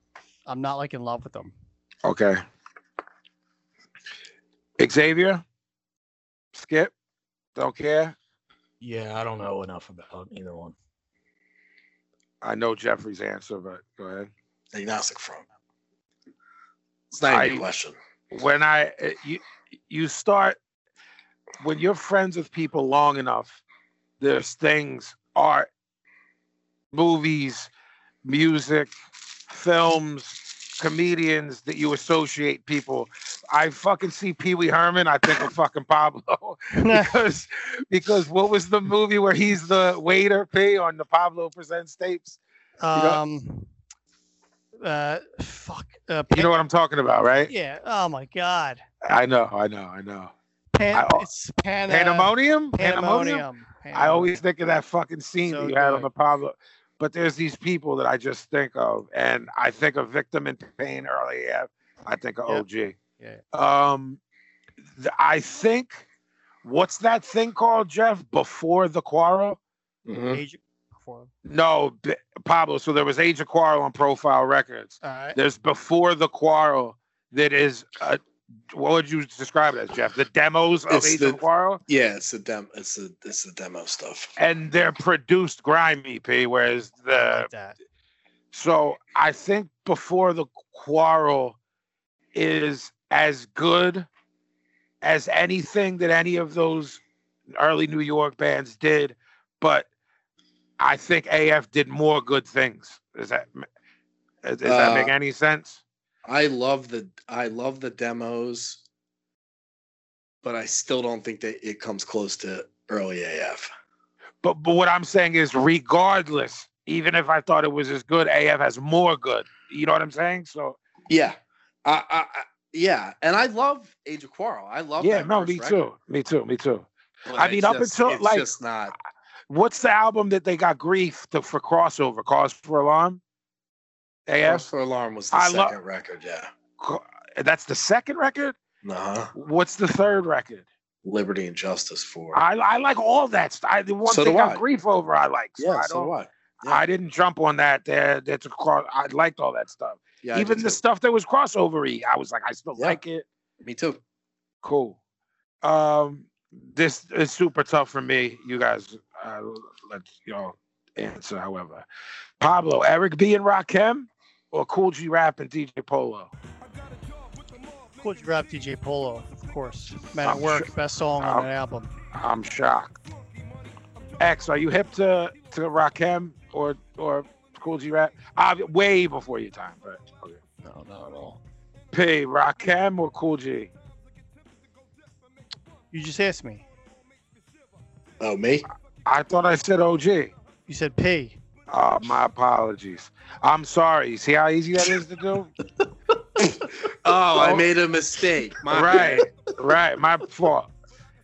F: I'm not like in love with them.
G: Okay. Xavier? Skip? Don't care?
J: Yeah, I don't know enough about either one.
G: I know Jeffrey's answer, but go ahead.
E: Agnostic front. It's not even a
G: I-
E: question.
G: when I uh, you you start when you're friends with people long enough, there's things art, movies, music, films, comedians that you associate people. I fucking see Pee Wee Herman, I think of fucking Pablo because because what was the movie where he's the waiter P on the Pablo Presents tapes?
F: Um, uh, fuck. Uh,
G: You know what I'm talking about, right?
F: Yeah. Oh my God.
G: I know, I know, I know.
F: Pan,
G: I-
F: it's pan, uh,
G: Pandemonium?
F: Pandemonium.
G: I always think of that fucking scene
F: So
G: that you had on the Pablo. But there's these people that I just think of, and I think of Victim in Pain early. Yeah, I think of OG.
F: Yeah.
G: Um, th- I think what's that thing called, Jeff? Before the quarrel?
E: Mm-hmm.
F: Age before.
G: No, B- Pablo. So there was Age of Quarrel on Profile Records.
F: All right.
G: There's Before the Quarrel that is uh what would you describe it as, Jeff? The demos of
E: It's
G: Age
E: the
G: of Quarrel?
E: Yeah, it's a dem. It's a it's the demo stuff.
G: and they're produced grimy, P. Whereas the so I think before the quarrel is as good as anything that any of those early New York bands did, but I think AF did more good things. Does that does that make
E: Uh,
G: any sense?
E: I love the I love the demos, but I still don't think that it comes close to early AF.
G: But but what I'm saying is, regardless, even if I thought it was as good, AF has more good. You know what I'm saying? So
E: Yeah, I, I, I yeah, and I love Age of Quarrel. I love
G: yeah,
E: that
G: no,
E: first
G: me
E: record,
G: too, me too, me too.
E: but
G: I mean,
E: it's
G: up
E: just-
G: until
E: it's
G: like
E: just not.
G: What's the album that they got grief to, for crossover? Cause for Alarm.
E: Cause
G: AF.
E: for Alarm was the
G: I lo-
E: second record. Yeah,
G: Co- That's the second record.
E: uh huh.
G: What's the third record?
D: liberty and justice for.
G: I, I like all that stuff. I, the one
D: So do
G: thing I
D: I.
G: grief over, I like.
D: Yeah,
G: I
D: so do I.
G: I didn't jump on that. There, that's a cross. I liked all that stuff.
D: Yeah, I
G: even the stuff that was crossovery, I was like, I still like it.
D: Me too.
G: Cool. Um, this is super tough for me. You guys, uh, let y'all answer. However, Pablo, Eric B, and Rakim, or Cool G Rap and DJ Polo.
F: Cool G Rap, DJ Polo, of course. Man at
G: I'm
F: Work,
G: sure- Um,
F: best song on
G: I'm-
F: an album.
G: I'm shocked. X, are you hip to to Rakim or or Cool G Rap? Uh, way before your time, but okay.
P: No, not at all.
G: P, Rakim or Cool G?
F: You just asked me.
D: Oh, me?
G: I thought I said OG. You
F: said P.
G: Oh, my apologies. I'm sorry. See how easy that is to do?
D: Oh, I
G: Oh.
D: made a mistake. My
G: right,
D: bad.
G: right. My fault.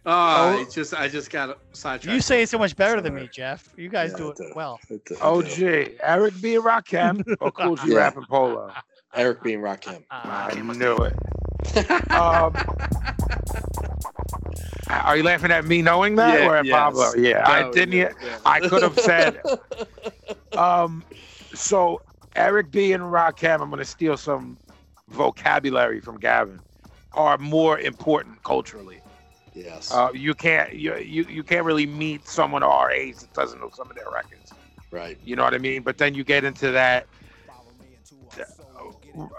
D: Oh, it's just I just got sidetracked.
F: You say it so much better than me, Jeff. You guys do it well.
G: OG, Eric B. and Rakim, or Cool G
D: Yeah.
G: Rap and Polo?
D: Eric being Rakim.
G: I knew it. um, are you laughing at me knowing that
D: Yeah,
G: or at
D: yes.
G: Pablo? Yeah,
D: No,
G: I didn't.
D: Oh, yeah,
G: yet. I could have said. um, so Eric B and Rakim, I'm going to steal some vocabulary from Gavin, are more important culturally.
D: Yes.
G: Uh, you can't you, you you can't really meet someone our age that doesn't know some of their records.
D: Right.
G: You know what I mean? But then you get into that.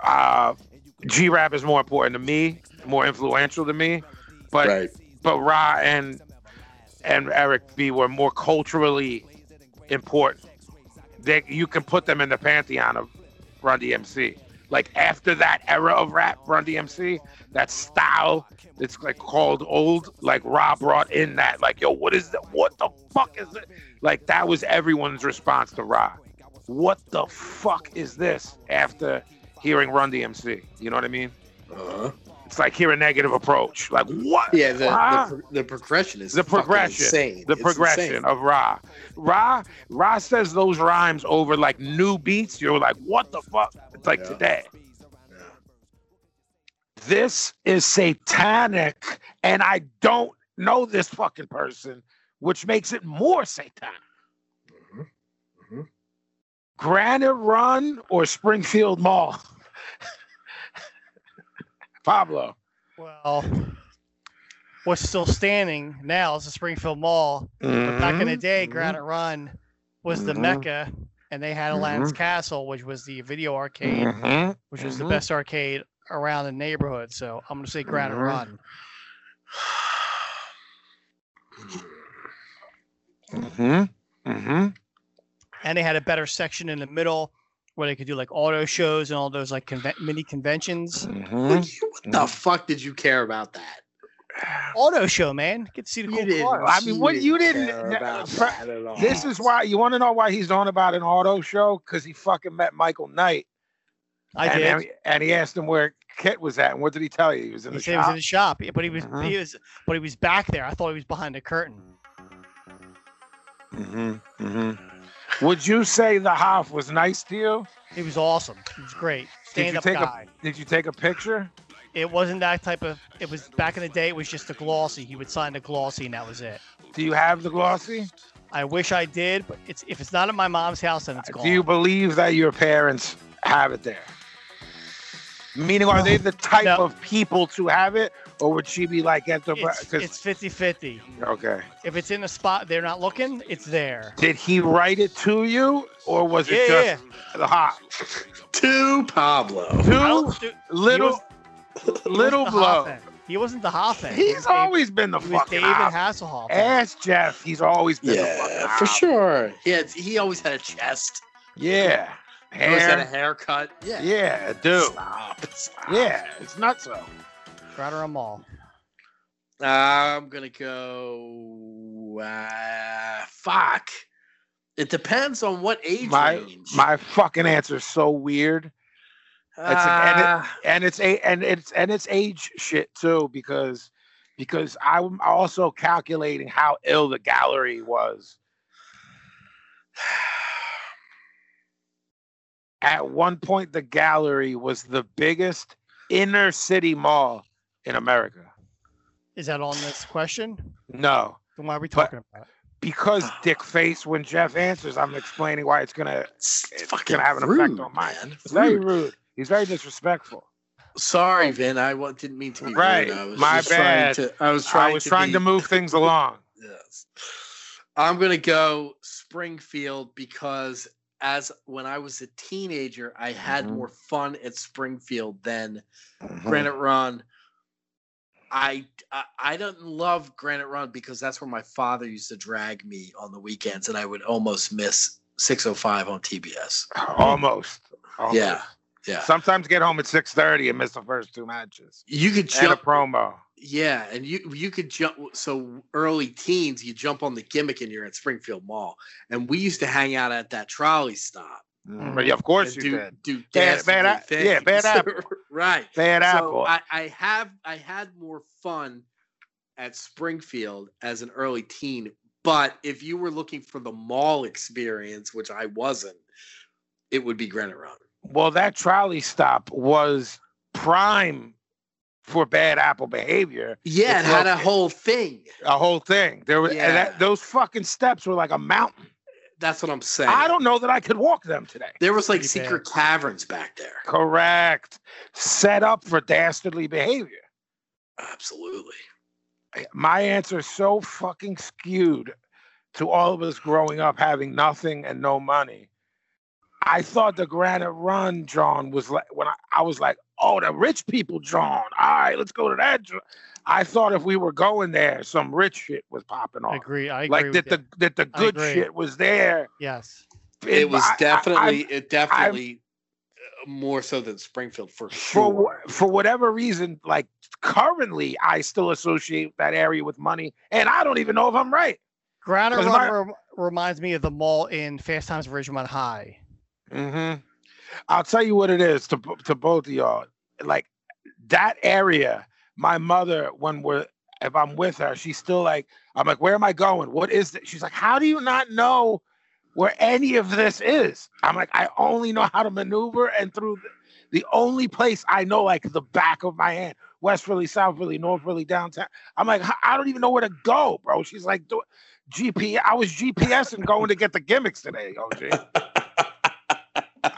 G: Uh, G Rap is more important to me, more influential to me, but but Ra and and Eric B were more culturally important. They you can put them in the pantheon of Run DMC. Like after that era of rap, Run DMC, that style, it's like called old. Like Ra brought in that, like yo, what is that? What the fuck is it? Like that was everyone's response to Ra. What the fuck is this? After hearing Run DMC, you know what I mean?
D: Uh-huh.
G: It's like hear a negative approach. Like what?
D: Yeah, the,
G: Huh?
D: the, pro- the progression is
G: the
D: fucking
G: progression,
D: insane.
G: the
D: It's
G: progression Uh-huh.
D: insane.
G: of Ra. Ra, Ra says those rhymes over like new beats. You're like, what the fuck? It's like today. This is satanic, and I don't know this fucking person, which makes it more satanic.
D: Mm-hmm.
G: Granite Run or Springfield Mall? Pablo.
F: Well, what's still standing now is the Springfield Mall. But back in the
G: Mhm,
F: day,
G: mhm.
F: Granite Run was the
G: Mhm.
F: mecca, and they had Aladdin's
G: Mhm.
F: Castle, which was the video arcade,
G: Mhm,
F: which was
G: mhm.
F: the best arcade around the neighborhood. So I'm going to say Granite
G: Mhm.
F: Run.
G: Mm-hmm. Mm-hmm.
F: And they had a better section in the middle where they could do like auto shows and all those like conve- mini conventions.
D: Mm-hmm. What the fuck did you care about that?
F: Auto show, man. Get to see the cool cars.
G: I mean, what you didn't.
D: care about
G: fr-
D: that at all.
G: This is why you want to know why he's on about an auto show because he fucking met Michael Knight.
F: I
G: and,
F: did.
G: And, he- and he asked him where Kit was at, and what did he tell you? He was in
F: He
G: the
F: said he
G: shop.
F: was in the shop, yeah, but he was
G: Mhm.
F: he was but he was back there. I thought he was behind the curtain.
G: Mm-hmm. Mm-hmm. Would you say the Hoff was nice to you?
F: He was awesome. He was great.
G: Did
F: Stand
G: you
F: up
G: take
F: guy.
G: a Did you take a picture?
F: It wasn't that type of. It was back in the day. It was just a glossy. He would sign the glossy, and that was it.
G: Do you have the glossy?
F: I wish I did, but it's if it's not at my mom's house, then it's gone.
G: Do you believe that your parents have it there? Meaning, are they the type of people to have it, or would she be like enterprise?
F: it's, it's 50-50.
G: okay.
F: If it's in the spot, they're not looking. It's there.
G: Did he write it to you, or was it
F: Yeah,
G: just the hot?
D: To Pablo.
G: Two
F: dude,
G: little,
F: He wasn't
G: little
F: the
G: blow.
F: Hoffman. He wasn't the Hoffman. He was
G: He's
F: David-
G: always been the
F: he was
G: fucking
F: David
G: Hoff.
F: Hasselhoff.
G: Ask Jeff. He's always been the fucking
D: Yeah, for
G: Hoff.
D: sure. He had, he always had a chest.
G: Yeah.
D: He always had a
G: Hair.
D: haircut. Yeah.
G: Yeah, dude.
D: Stop.
G: Yeah, it's not so.
F: Right or a mall.
D: I'm gonna go. Uh, fuck. It depends on what age
G: My
D: range.
G: my fucking answer is so weird. It's
D: Ah.
G: and, it, and it's a and it's and it's age shit too because because I'm also calculating how ill the gallery was. At one point, the gallery was the biggest inner city mall in America.
F: Is that on this question?
G: No.
F: Then why are we talking about it?
G: Because dick face when Jeff answers, I'm explaining why it's gonna it's gonna have an effect
E: rude,
G: on mine.
E: man.
G: It's very
E: Rude.
G: rude. He's very disrespectful.
E: Sorry, Vin. I wa- didn't mean to be
G: Right.
E: rude. I was
G: My
E: just
G: bad.
E: Trying to, I was trying.
G: I was
E: to
G: trying
E: be-
G: to move things along.
E: I'm gonna go Springfield because as when I was a teenager, I had
G: Mm-hmm.
Q: Mhm.
E: more fun at Springfield than Granite Run. I, I I don't love Granite Run because that's where my father used to drag me on the weekends, and I would almost miss 6:05 on TBS.
G: Almost. Almost.
E: Yeah, yeah.
G: Sometimes get home at six thirty and miss the first two matches.
E: You could
G: and a
E: jump-
G: promo.
E: Yeah, and you you could jump so early teens you jump on the gimmick and you're at Springfield Mall, and we used to hang out at that trolley stop.
G: But Mm-hmm. yeah, of course
E: and
G: you
E: do,
G: did.
E: Do
G: Bad- bad
E: dastardly
G: a- yeah, bad
E: things.
G: apple.
E: right?
G: Bad
E: So
G: apple.
E: I, I have I had more fun at Springfield as an early teen, but if you were looking for the mall experience, which I wasn't, it would be Granite Run.
G: Well, that trolley stop was prime for bad apple behavior.
E: Yeah, it
G: If
E: had
G: you're-
E: a whole thing.
G: a whole thing. There was and
E: Yeah.
G: that, those fucking steps were like a mountain.
E: That's what I'm saying.
G: I don't know that I could walk them today.
E: There was like secret caverns back there.
G: Correct. Set up for dastardly behavior.
E: Absolutely.
G: My answer is so fucking skewed to all of us growing up having nothing and no money. I thought the Granite Run John was like when I, I was like, oh, the rich people John. All right, let's go to that. John." I thought if we were going there, some rich shit was popping off.
F: Agree. I agree.
G: like
F: with
G: that the that the
F: I
G: good
F: agree.
G: shit was there.
F: Yes.
E: It
G: And
E: was
G: I- I-
E: definitely
G: I'm-
E: it definitely uh, more so than Springfield for
G: for
E: sure.
G: wh- for whatever reason, like currently, I still associate that area with money, and I don't even know if I'm right.
F: Granite
G: 'Cause
F: Run
G: my-
F: rem- reminds me of the mall in Fast Times at Ridgemont High.
G: Mm-hmm. I'll tell you what it is to bo- to both of y'all. Like that area, my mother, when we're if I'm with her, she's still like, I'm like, where am I going? What is this? She's like, how do you not know where any of this is? I'm like, I only know how to maneuver and through the, the only place I know, like the back of my hand, West Philly, South Philly, North Philly, downtown. I'm like, "H- I don't even know where to go, bro. She's like, do, GP, I was GPS and going to get the gimmicks today, OG.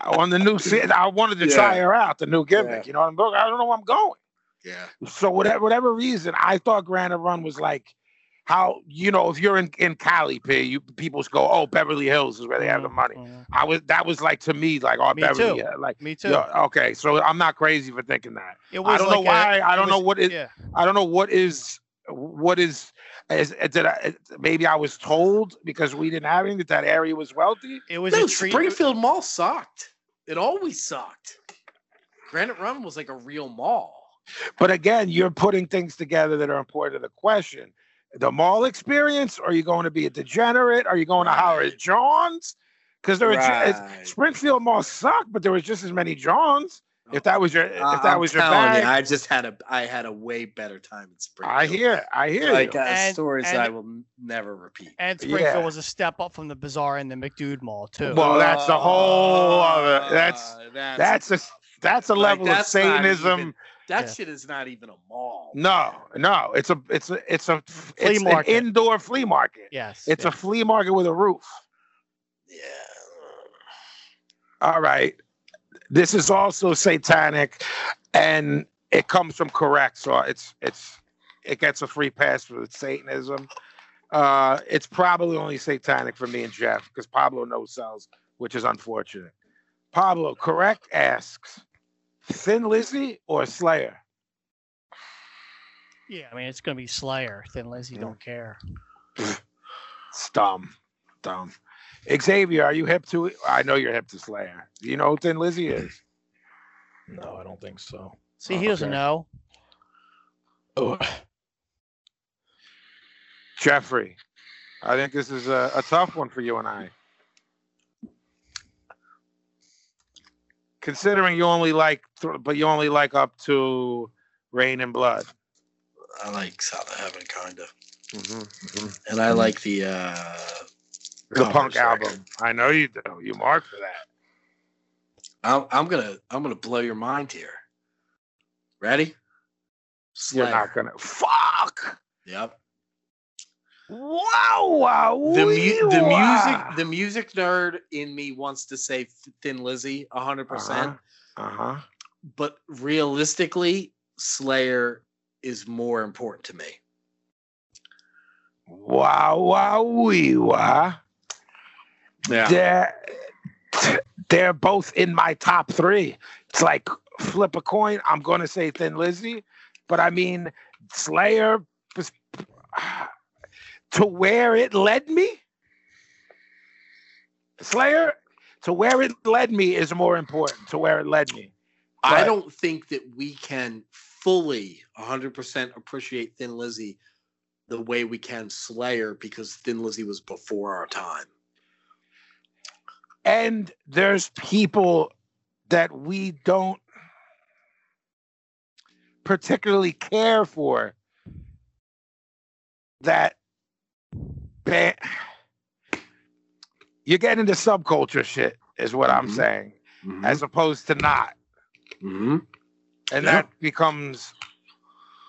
G: on the new se- I wanted to try
R: Yeah.
G: her out, the new gimmick.
R: Yeah.
G: You know what I'm going? I don't know where I'm going.
E: Yeah.
G: So whatever whatever reason, I thought Granite Run was like how you know if you're in in Cali, P, you people go, oh Beverly Hills is where they
E: Mm-hmm.
G: have the money. I was that was like to me like oh
F: Me
G: Beverly,
F: too.
G: yeah, like
F: Mm-hmm. Me too.
G: yeah, okay, so I'm not crazy for thinking that.
F: It
G: I
F: was
G: don't know
F: like a-
G: why. I
F: it
G: I don't know
F: was-
G: what is.
F: yeah.
G: I don't know what is. What is? is did I? Maybe I was told because we didn't have anything that that area was wealthy.
F: It was
E: No, Springfield Mall sucked. It always sucked. Granite Run was like a real mall.
G: But again, you're putting things together that are important to the question. The mall experience? Are you going to be a degenerate? Are you going to holler at Johns? Because there were ju-
E: Right.
G: Springfield Mall sucked, but there was just as many Johns. If that was your, if
E: I-
G: that
E: I'm
G: was your
E: telling
G: bag,
E: you, I just had a I had a way better time in Springfield.
G: I hear, I hear.
E: like
G: you.
E: uh,
F: And-
E: stories
F: and-
E: I will n- never repeat.
F: And Springfield
G: Yeah.
F: was a step up from the Bazaar and the McDude Mall too.
G: Well, that's a whole other. That's
E: Uh, that's
G: that's, a that's a
E: Like,
G: level of
E: that's not even-
G: Satanism.
E: that
G: Yeah.
E: shit is not even a mall.
G: No, no, it's a it's a it's a
E: Flea
G: it's
E: market.
G: an indoor flea market.
F: Yes,
G: it's a
E: yes.
G: flea market with a roof. Yeah. All right. This is also satanic, and it comes from correct, so it's it's it gets a free pass for Satanism. Uh, it's probably only satanic for me and Jeff because Pablo no sells, which is unfortunate. Pablo, correct asks, Thin Lizzy or Slayer?
F: Yeah, I mean it's gonna be Slayer. Thin
G: Mm.
F: Lizzy don't care.
G: It's dumb. Dumb. Xavier, are you hip to it? I know you're hip to Slayer. Do you know who Thin Lizzy is?
I: No, I don't think so.
F: See, he doesn't know.
I: Oh,
G: Jeffrey, I think this is a, a tough one for you and I. Considering you only like, th- but you only like up to Rain and Blood.
E: I like South of Heaven, kind of.
G: Mm-hmm.
E: And I like the uh,
G: the punk
E: covers record.
G: album. I know you do. You mark for that.
E: I'm, I'm gonna I'm gonna blow your mind here. Ready?
I: You're not gonna. Fuck!
E: Yep.
I: Wow! Wow!
E: The, mu- the music,
I: wee-wah.
E: the music nerd in me wants to say Thin Lizzy, hundred percent.
I: Uh huh.
E: But realistically, Slayer is more important to me.
I: Wow! Wow! Wee! Wow!
E: Yeah.
I: They're, they're both in my top three. It's like flip a coin. I'm going to say Thin Lizzy, but I mean, Slayer was to where it led me. Slayer to where it led me is more important to where it led me.
E: I
I: But-
E: don't think that we can fully 100% appreciate Thin Lizzy the way we can Slayer because Thin Lizzy was before our time.
I: and there's people that we don't particularly care for that ba- you get into subculture shit is what i'm saying as opposed to not
E: Mm-hmm.
I: and that becomes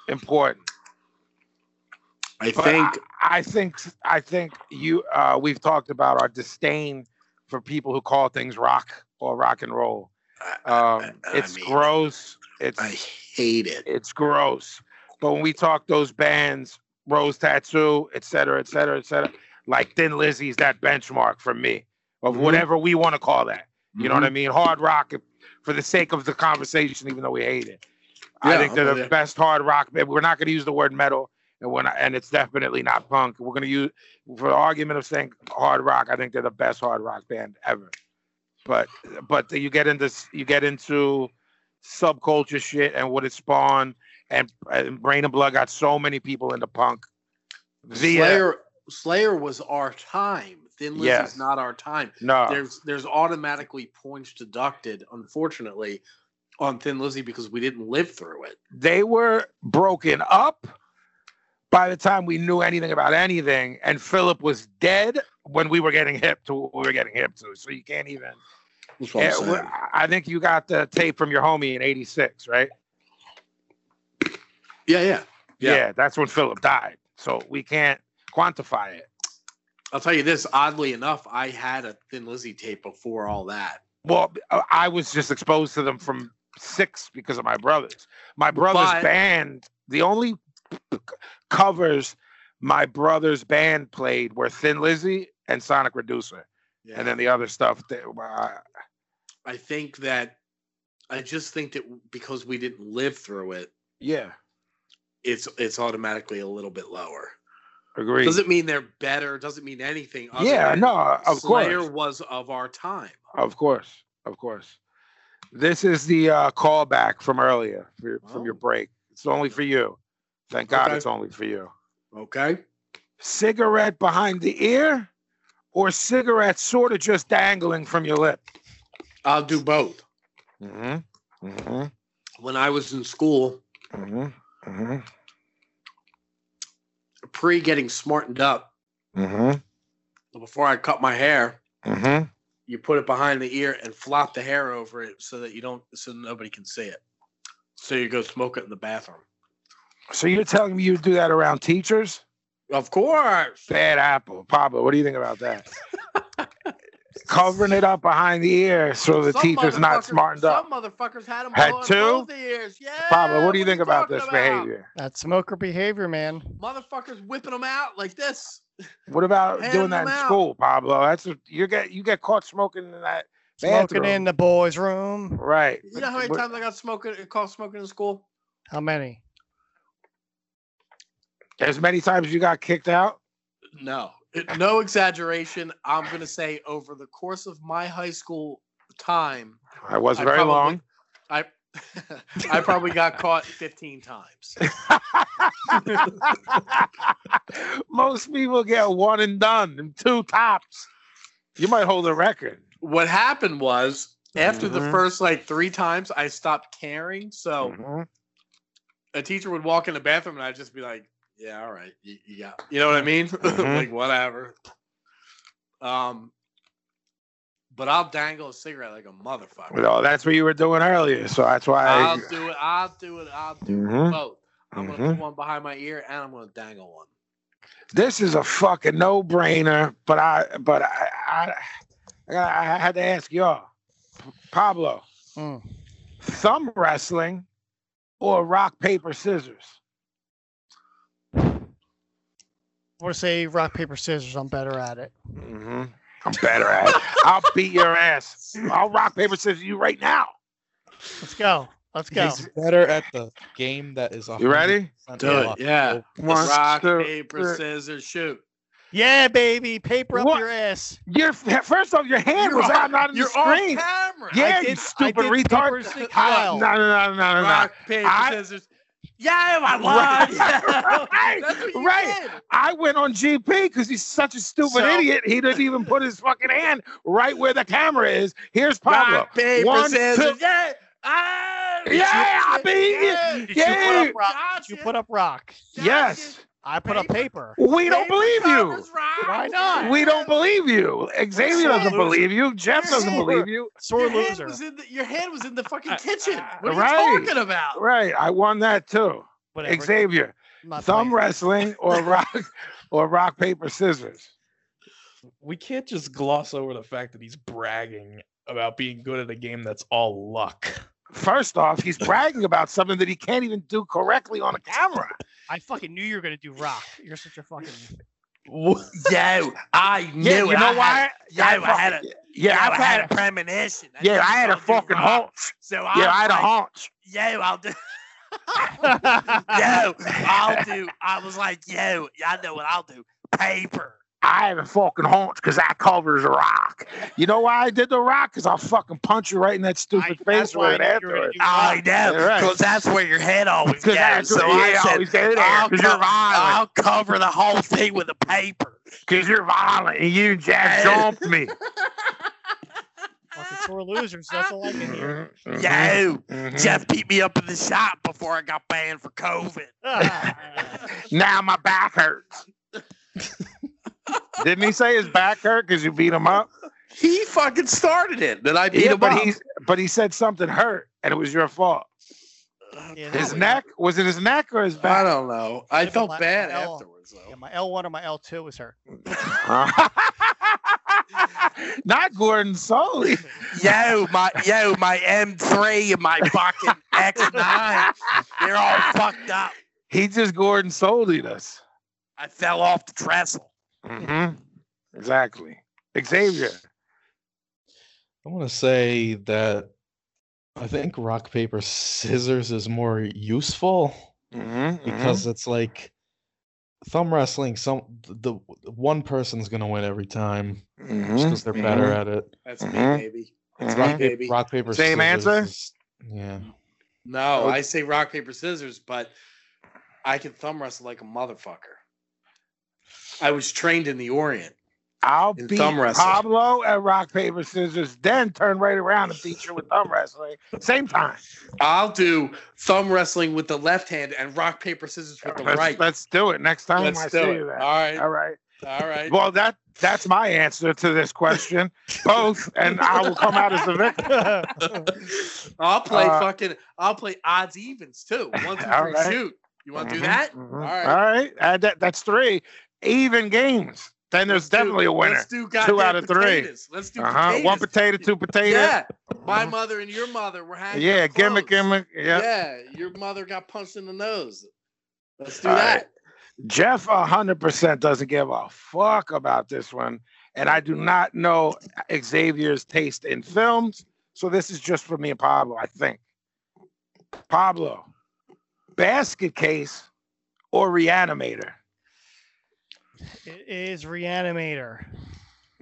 I: important
E: I
I: think I, think I think you uh, we've talked about our disdain for people who call things rock or rock and roll. Um, it's gross. It's I
E: hate it.
I: It's gross. But when we talk those bands, Rose Tattoo, et cetera, et cetera, et cetera, like Thin Lizzy's that benchmark for me of
G: Mhm.
I: whatever we want to call that. You know what I
G: Mhm.
I: mean? Hard rock for the sake of the conversation, even though we hate it. I
G: Yeah,
I: think they're
G: oh,
I: the
G: yeah.
I: best hard rock. band. We're not going to use the word metal, and we're not, and it's definitely not punk. We're going to use for the argument of saying hard rock. I think they're the best hard rock band ever. But but you get into s- you get into subculture shit and what it spawned, and, and Brain and Blood got so many people into punk. Via,
E: Slayer Slayer was our time. Thin Lizzy's
I: Yes. Uh,
E: not our time.
I: No.
E: There's there's automatically points deducted, unfortunately, on Thin Lizzy because we didn't live through it.
I: they were broken up by the time we knew anything about anything, and Philip was dead when we were getting hip to what we were getting hip to. So you can't even.
E: That's what I'm
I: Yeah,
E: saying.
I: well, I think you got the tape from your homie in '86, right?
E: Yeah, yeah,
I: yeah, That's when Philip died. So we can't quantify it.
E: I'll tell you this, oddly enough, I had a Thin Lizzy tape before all that.
I: Well, I- I was just exposed to them from six because of my brothers. My brother's
E: But-
I: band, the only c- covers my brother's band played were Thin Lizzy and Sonic Reducer. And then the other stuff, that, uh,
E: I think that I just think that because we didn't live through it,
I: yeah,
E: it's it's automatically a little bit lower.
I: agree.
E: Doesn't mean they're better. Doesn't mean anything.
I: Yeah,
E: than
I: no, of
E: Slayer
I: course.
E: was of our time.
I: Of course, of course. This is the uh, callback from earlier for, your- from your break. It's only for you. Thank God
E: Okay.
I: it's only for you.
E: Okay.
I: Cigarette behind the ear, or cigarette sort of just dangling from your lip.
E: I'll do both.
I: Mm-hmm. Mm-hmm.
E: When I was in school,
I: Mm-hmm. Mm-hmm.
E: pre getting smartened up,
I: Mm-hmm.
E: before I cut my hair,
I: Mm-hmm.
E: you put it behind the ear and flop the hair over it so that you don't, so nobody can see it. So you go smoke it in the bathroom.
I: So you're telling me you do that around teachers?
E: Of course.
I: Bad apple, Pablo. What do you think about that? Covering it up behind the ear so the teacher's not
E: motherfuckers-
I: smartened up.
E: Some motherfuckers had them
I: Had
E: blowing
I: two?
E: both ears. Yeah,
I: Pablo, what do you think about this
E: talking about?
I: behavior?
F: That's smoker behavior, man.
E: motherfuckers whipping them out like this.
I: What about
E: Hand
I: doing that
E: them
I: in
E: out.
I: school, Pablo? That's a, you get you get caught smoking in that
F: Smoking
I: bathroom.
F: in the boys' room.
I: right.
E: You know how many
I: What-
E: times I got smoking caught smoking in school?
F: How many?
I: As many times you got kicked out.
E: No, It- no exaggeration. I'm gonna say over the course of my high school time,
I: I wasn't
E: I
I: very
E: probably-
I: long.
E: I I probably got caught 15 times.
I: Most people get one and done, and two tops. You might hold a record.
E: What happened was after the
I: Mhm.
E: first like three times, I stopped caring. So
I: mm-hmm.
E: a teacher would walk in the bathroom, and I'd just be like, "Yeah, all right, you, you got You know what I mean?
G: Mm-hmm.
E: like whatever. Um, but I'll dangle a cigarette like a motherfucker. Uh,
I: No, that's what you were doing earlier, so that's why.
G: Mm-hmm.
E: I'll do it. I'll do it. I'll do
I: Mhm.
E: both. I'm gonna put one behind my ear and I'm gonna dangle one.
G: This is a fucking no brainer, but I but I I, I gotta- I had to ask y'all, Pablo,
F: Mm.
G: thumb wrestling or rock paper scissors?
F: Or say rock paper scissors. I'm better at it.
G: Mm-hmm. I'm better at it. I'll beat your ass. I'll rock paper scissors you right now.
F: Let's go. Let's
G: go.
J: He's better at the game that is.
G: You ready?
J: 100%
G: Do it,
J: locked.
E: yeah.
J: Oh,
G: One,
E: Rock,
G: two,
E: paper,
G: three.
E: scissors, shoot.
F: Yeah, baby, paper up
G: What?
F: your ass.
G: Your first off, your hand
F: You're
G: was
F: on-
G: out, not in
F: you're
G: the
F: on
G: screen.
E: camera. I
G: Yeah,
E: did-
G: you
E: I
G: stupid
E: did
G: retard.
E: papers as
G: I-
E: well.
G: no, no, no, no, no, no.
E: Rock, paper,
G: I-
E: scissors. Yeah, I
G: Right.
E: won.
G: right. right. I went on GP because he's such a stupid
E: So-
G: idiot. He doesn't even put his fucking hand right where the camera is. Here's Pablo.
E: Rock, paper,
G: One,
E: scissors.
G: two-
E: Yeah.
G: Yeah, I beat you.
F: Did
G: Yeah.
F: you put up rock? Did you put up rock?
G: Yes.
F: I put up paper.
G: We don't believe you.
F: Why not?
G: We don't believe you. Xavier doesn't
E: Loser.
G: believe you. Jeff
E: You're
G: doesn't
E: sore-
G: believe you.
E: your Hand was in the, your hand was in the
F: Uh,
E: fucking kitchen. What are
G: right.
E: you talking about?
G: Right. I won that too.
E: Whatever.
G: Xavier,
E: I'm not
G: thumb
E: playing.
G: wrestling or rock or rock paper scissors.
S: We can't just gloss over the fact that he's bragging about being good at a game that's all luck.
G: First off, he's bragging about something that he can't even do correctly on a camera.
F: I fucking knew you were gonna do rock. You're such a fucking.
S: Yo,
E: I knew
G: you
E: it.
G: know
E: I
G: why?
E: Had,
G: I
E: yo, I had a,
G: fucking- yeah,
E: yo,
G: I've
E: I had,
G: had
E: a premonition. I
G: Yeah,
E: knew
G: I
E: you
G: had a
E: was gonna do
G: fucking
E: rock.
G: hunch.
E: So
G: Yeah, I had a hunch.
E: Yo, I'll do. yo, I'll do. I was like, yo, I know what I'll do. Paper.
G: I have a fucking haunch because I covers a rock. You know why I did the rock? Because I'll fucking punch you right in that stupid face with it afterwards.
E: I know,
G: Yeah, right.
E: because that's where your head always
G: 'Cause
E: goes.
G: that's
E: so
G: where your head
E: I said,
G: always goes there,
E: I'll,
G: 'cause you're
E: co- I'll cover the whole thing with a paper.
G: Because you're violent and
E: Hey.
G: you just jumped me.
F: Fucking sore losers. That's all I can hear.
E: Yo, Jeff beat me up in the shop before I got banned for COVID.
F: Ah.
G: Now my back hurts. Didn't he say his back hurt because you beat him up?
E: He fucking started it. Then I
G: beat
E: him
G: but
E: up.
G: He, but he said something hurt and it was your fault.
F: Uh,
G: his neck? Was it his neck or his back? I
E: don't know. I
F: but my- my L- Yeah, my L one or my L two was her.
G: Not Gordon Soley.
E: Yo, my yo, my M3 and my fucking X9. They're all fucked up.
G: He just Gordon Soleyed us.
E: I fell off the trestle.
G: Mm-hmm. Exactly. Xavier.
J: I want to say that I think rock paper scissors is more useful
E: Mm-hmm,
J: because it's like thumb wrestling. Some the the one person's gonna win every time just
E: Mm-hmm,
G: Mhm,
J: because they're better
G: mhm.
J: at it.
E: That's me,
G: Mhm.
E: baby.
J: It's
E: That's
G: Mm-hmm.
J: rock,
E: me,
J: paper,
E: baby.
J: rock paper
E: Same
J: scissors
E: answer?
J: is- yeah.
E: No,
J: Oh.
E: I say rock, paper, scissors, but I can thumb wrestle like a motherfucker. I was trained in the Orient.
G: I'll
E: in
G: beat
E: thumb wrestling.
G: Pablo at rock, paper, scissors, then turn right around and beat you with thumb wrestling. Same time.
E: I'll do thumb wrestling with the left hand and rock, paper, scissors with the
G: Let's,
E: right.
G: let's do it next time
E: Let's
G: I
E: do
G: see
E: it.
G: you. Then.
E: All right.
G: All right.
E: All right.
G: Well, that that's my answer to this question. Both, and I will come out as the victor.
E: I'll play
G: Uh,
E: fucking. I'll play odds evens too. One, two, three,
G: all right.
E: shoot. You want to
G: Mhm,
E: do that?
G: mhm.
E: All right.
G: All right. Uh, that, that's three even games. Then there's definitely a winner.
E: Let's do goddamn
G: two out of three.
E: potatoes. Let's do
G: Uh-huh. One potato, two potatoes.
E: Yeah. My mother and your mother were hanging.
G: Yeah,
E: out close.
G: gimmick, gimmick. Yeah.
E: Yeah. Your mother got punched in the nose. Let's do
G: All
E: that.
G: right. Jeff 100% doesn't give a fuck about this one. And I do not know Xavier's taste in films. So this is just for me and Pablo, I think. Pablo, basket case or reanimator?
F: It is Reanimator.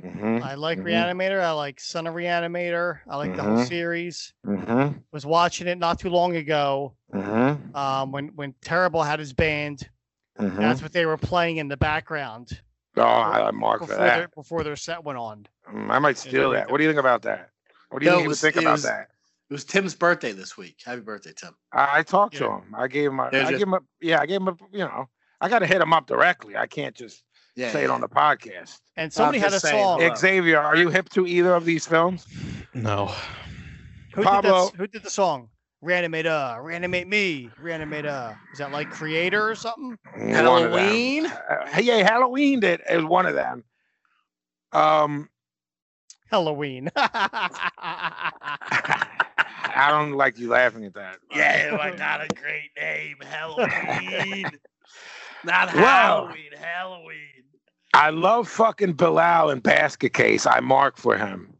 G: Mhm,
F: I like
G: mhm.
F: Reanimator. I like Son of Reanimator. I like the whole
G: Mhm.
F: series.
G: Mm-hmm.
F: Was watching it not too long ago.
G: Mm-hmm.
F: Um, when when Terrible had his band,
E: mm-hmm.
F: that's what they were playing in the background
G: Oh, I, I mark for
F: before their,
G: that.
F: before their set went on.
G: Mm, I might steal that. What do you think about that? What do you
E: No, it
G: even
E: was-
G: think
E: it
G: about
E: was-
G: that?
E: It was Tim's birthday this week. Happy birthday, Tim.
G: I, I talked to
E: Yeah.
G: him. I gave him. A, I
E: Yeah,
G: gave
E: just-
G: him. A, yeah, I gave him. A, you know, I got to hit him up directly. I can't just
E: Yeah,
G: say it
E: yeah.
G: on the podcast.
F: And somebody had a song.
G: Xavier, are you hip to either of these films?
J: No.
F: Who did, that,
G: Pablo-
F: s- who did the song? Reanimate uh, reanimate me, reanimate uh. Is that like creator or something?
I: One of them. Uh, hey, yeah, Halloween did is one of them. Um,
F: Halloween.
I: I don't like you laughing at that.
G: Yeah, why not a great name? Halloween. not
I: Well-
G: Halloween, Halloween.
I: I love fucking Bilal and Basket Case. I mark for him.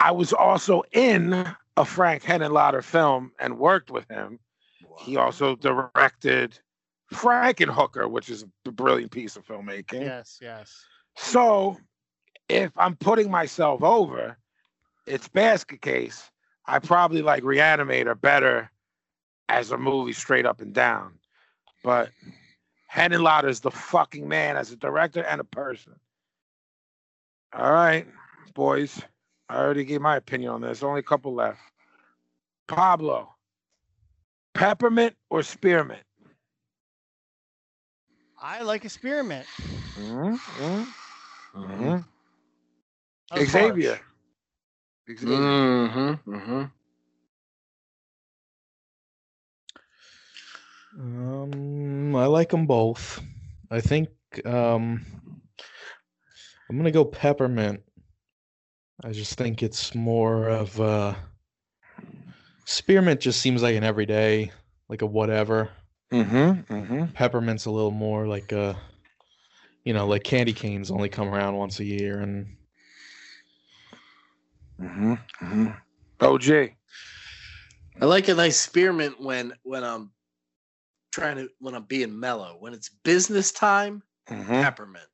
I: I was also in a Frank Henenlotter film and worked with him. He also directed Frankenhooker, which is a brilliant piece of filmmaking.
F: yes, yes.
I: So if I'm putting myself over, it's basket case. I probably like Reanimator better as a movie straight up and down. But Henning Lauder is the fucking man as a director and a person. All right, boys. I already gave my opinion on this. Only a couple left. Pablo, peppermint or spearmint?
F: I like experiment.
I: Mhm.
F: That was
I: Xavier.
F: harsh.
I: Xavier.
G: Mm-hmm. Mm-hmm.
J: Um, I like them both. I think um, I'm gonna go peppermint. I just think it's more of uh, spearmint. Just seems like an everyday, like a whatever.
I: Mm-hmm. Mm-hmm.
J: Peppermint's a little more like a, you know, like candy canes only come around once a year, and
I: Mm-hmm. OJ.
E: I like a nice spearmint when when I'm trying to when I'm being mellow. When it's business time,
I: Hmm?
E: peppermint.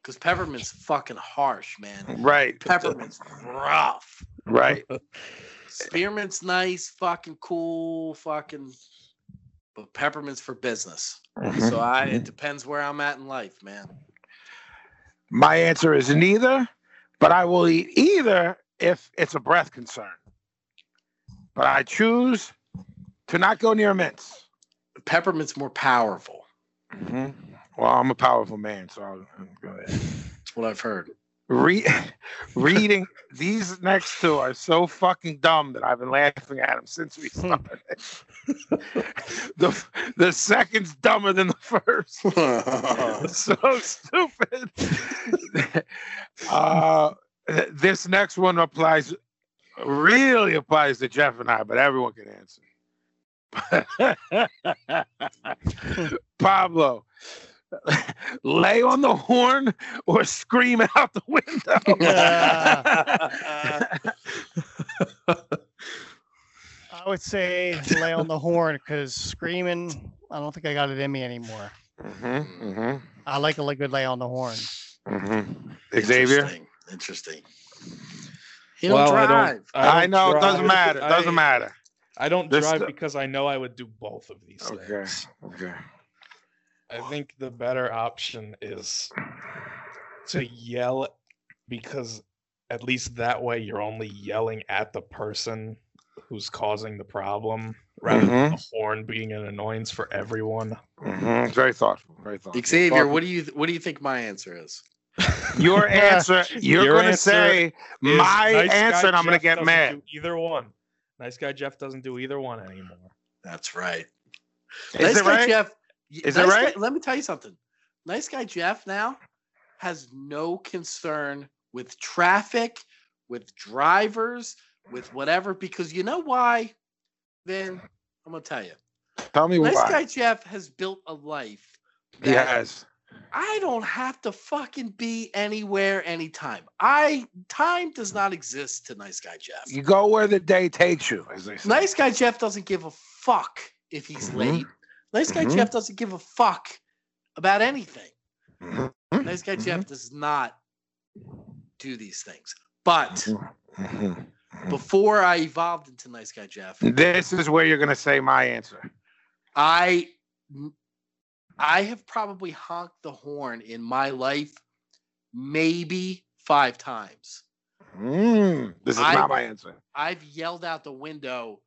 E: Because peppermint's fucking harsh,
G: Hmm.
E: man.
I: Right.
E: Peppermint's rough.
I: Right.
E: Spearmint's nice, fucking cool, fucking. But peppermint's for business.
I: Mhm,
E: So I it
I: mhm.
E: depends where I'm at in life, man.
I: My answer is neither, but I will eat either if it's a breath concern. But I choose to not go near mints. Mm-hmm.
E: Peppermint's more powerful.
I: Well, I'm a powerful man, so I'll, I'll go ahead.
E: That's what I've heard.
I: Re- reading these next two are so fucking dumb that I've been laughing at them since we started. the the second's dumber than the first. so stupid. uh, th- this next one applies, really applies to Jeff and I, but everyone can answer. Pablo, lay on the horn or scream out the
F: Uh,
I: window.
F: I would say lay on the horn because screaming, I don't think I got it in me anymore.
I: Mm-hmm,
F: I like a li- good lay on the horn.
I: mm-hmm. Xavier.
E: Interesting.
F: He don't
J: I don't-
F: drive.
I: I know, it doesn't matter, it doesn't matter.
J: I don't
I: This-
J: drive because I know I would do both of these things.
I: Okay.
J: I think the better option is to yell because at least that way you're only yelling at the person who's causing the problem rather
I: Mm-hmm.
J: than
E: Mm-hmm.
J: the horn being an annoyance for everyone.
I: Mhm, Very thoughtful. Very thoughtful.
E: Xavier, what do you what do you think my answer is?
I: Your answer, you're
J: Your
I: going to
J: answer
I: say
J: is
I: my
J: nice guy
I: answer, and I'm going to
J: Jeff
I: get
J: doesn't
I: mad.
J: do either one. Nice guy Jeff doesn't do either one anymore.
E: That's right.
J: Is
E: nice
J: it
E: guy
J: right?
E: Jeff.
J: Is it
E: nice
J: right?
E: Guy, let me tell you something. Nice guy Jeff now has no concern with traffic, with drivers, with whatever, because you know why? Then I'm gonna tell you.
I: Tell me
E: nice
I: why.
E: guy Jeff has built a life.
I: he has.
E: I don't have to fucking be anywhere anytime. I time does not exist to nice guy Jeff.
I: You go where the day takes you, as they say.
E: Nice guy Jeff doesn't give a fuck if he's late. Nice guy
I: Mhm.
E: Jeff doesn't give a fuck about anything. Nice guy Jeff does not do these things. But before I evolved into nice guy Jeff,
I: This is where you're going to say my answer.
E: I I have probably honked the horn in my life maybe five times.
I: Mm, this is
E: I-
I: not my answer.
E: I've yelled out the window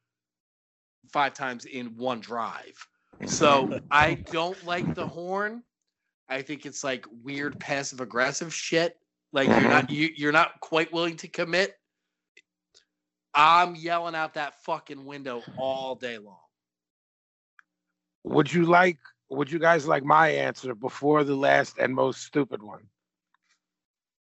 E: five times in one drive. So I don't like the horn. I think it's like weird passive Mm-hmm. aggressive shit. Like you're not you, you're not quite willing to commit. I'm yelling out that fucking window all day long.
G: Would you like? Would you guys like my answer before the last and most stupid one?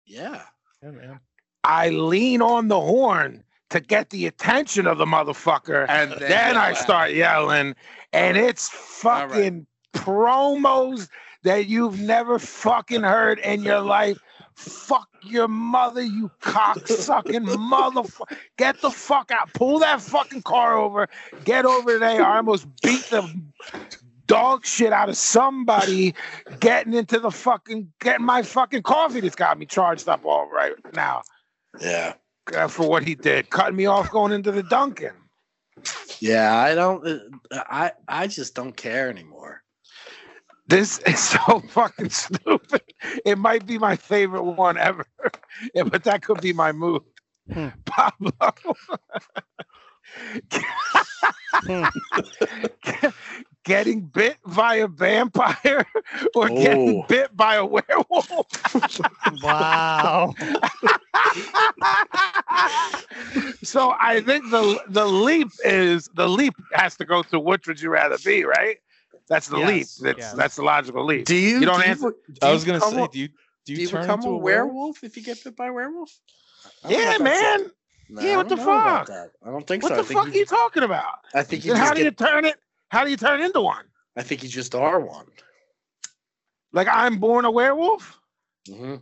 E: Yeah.
T: Yeah, man.
G: I lean on the horn to get the attention of the motherfucker, and
E: then
G: then,
E: yell
G: I
E: at
G: start
E: him.
G: yelling, and it's fucking promos that you've never fucking heard in your life. Fuck your mother, you cocksucking motherfucker. Get the fuck out. Pull that fucking car over. Get over there. I almost beat the dog shit out of somebody getting into the fucking getting my fucking coffee that's got me charged up all right now.
E: Yeah.
G: Uh, for what he did, cutting me off going into the Dunkin'.
E: Yeah, I don't. uh, I I just don't care anymore.
G: This is so fucking stupid. It might be my favorite one ever, Yeah, but that could be my move. Pablo. getting bit by a vampire or getting
I: Oh.
G: bit by a werewolf.
F: wow.
G: so I think the the leap is the leap has to go to which would you rather be, right? That's the
E: Yes,
G: leap. That's
E: yes.
G: that's the logical leap.
E: Do you?
G: You don't
E: do
G: answer.
E: do
G: I was gonna
E: become
G: say,
E: a-
G: do you-
E: do
G: you
E: you
G: turn
E: become
G: into
E: a
G: a
E: werewolf? if you get bit by a werewolf? I don't know
G: Yeah,
E: if that's a-
G: man.
E: No,
G: yeah,
E: I
G: what the
E: don't know about
G: fuck?
E: that. I don't think
G: what
E: so. I
G: the
E: think
G: fuck
E: you
G: are you talking about?
E: I think you
G: Then
E: just
G: how do
E: get-
G: you turn it? How do you turn into one?
E: I think you just are one.
G: Like I'm born a werewolf?
E: Mm-hmm.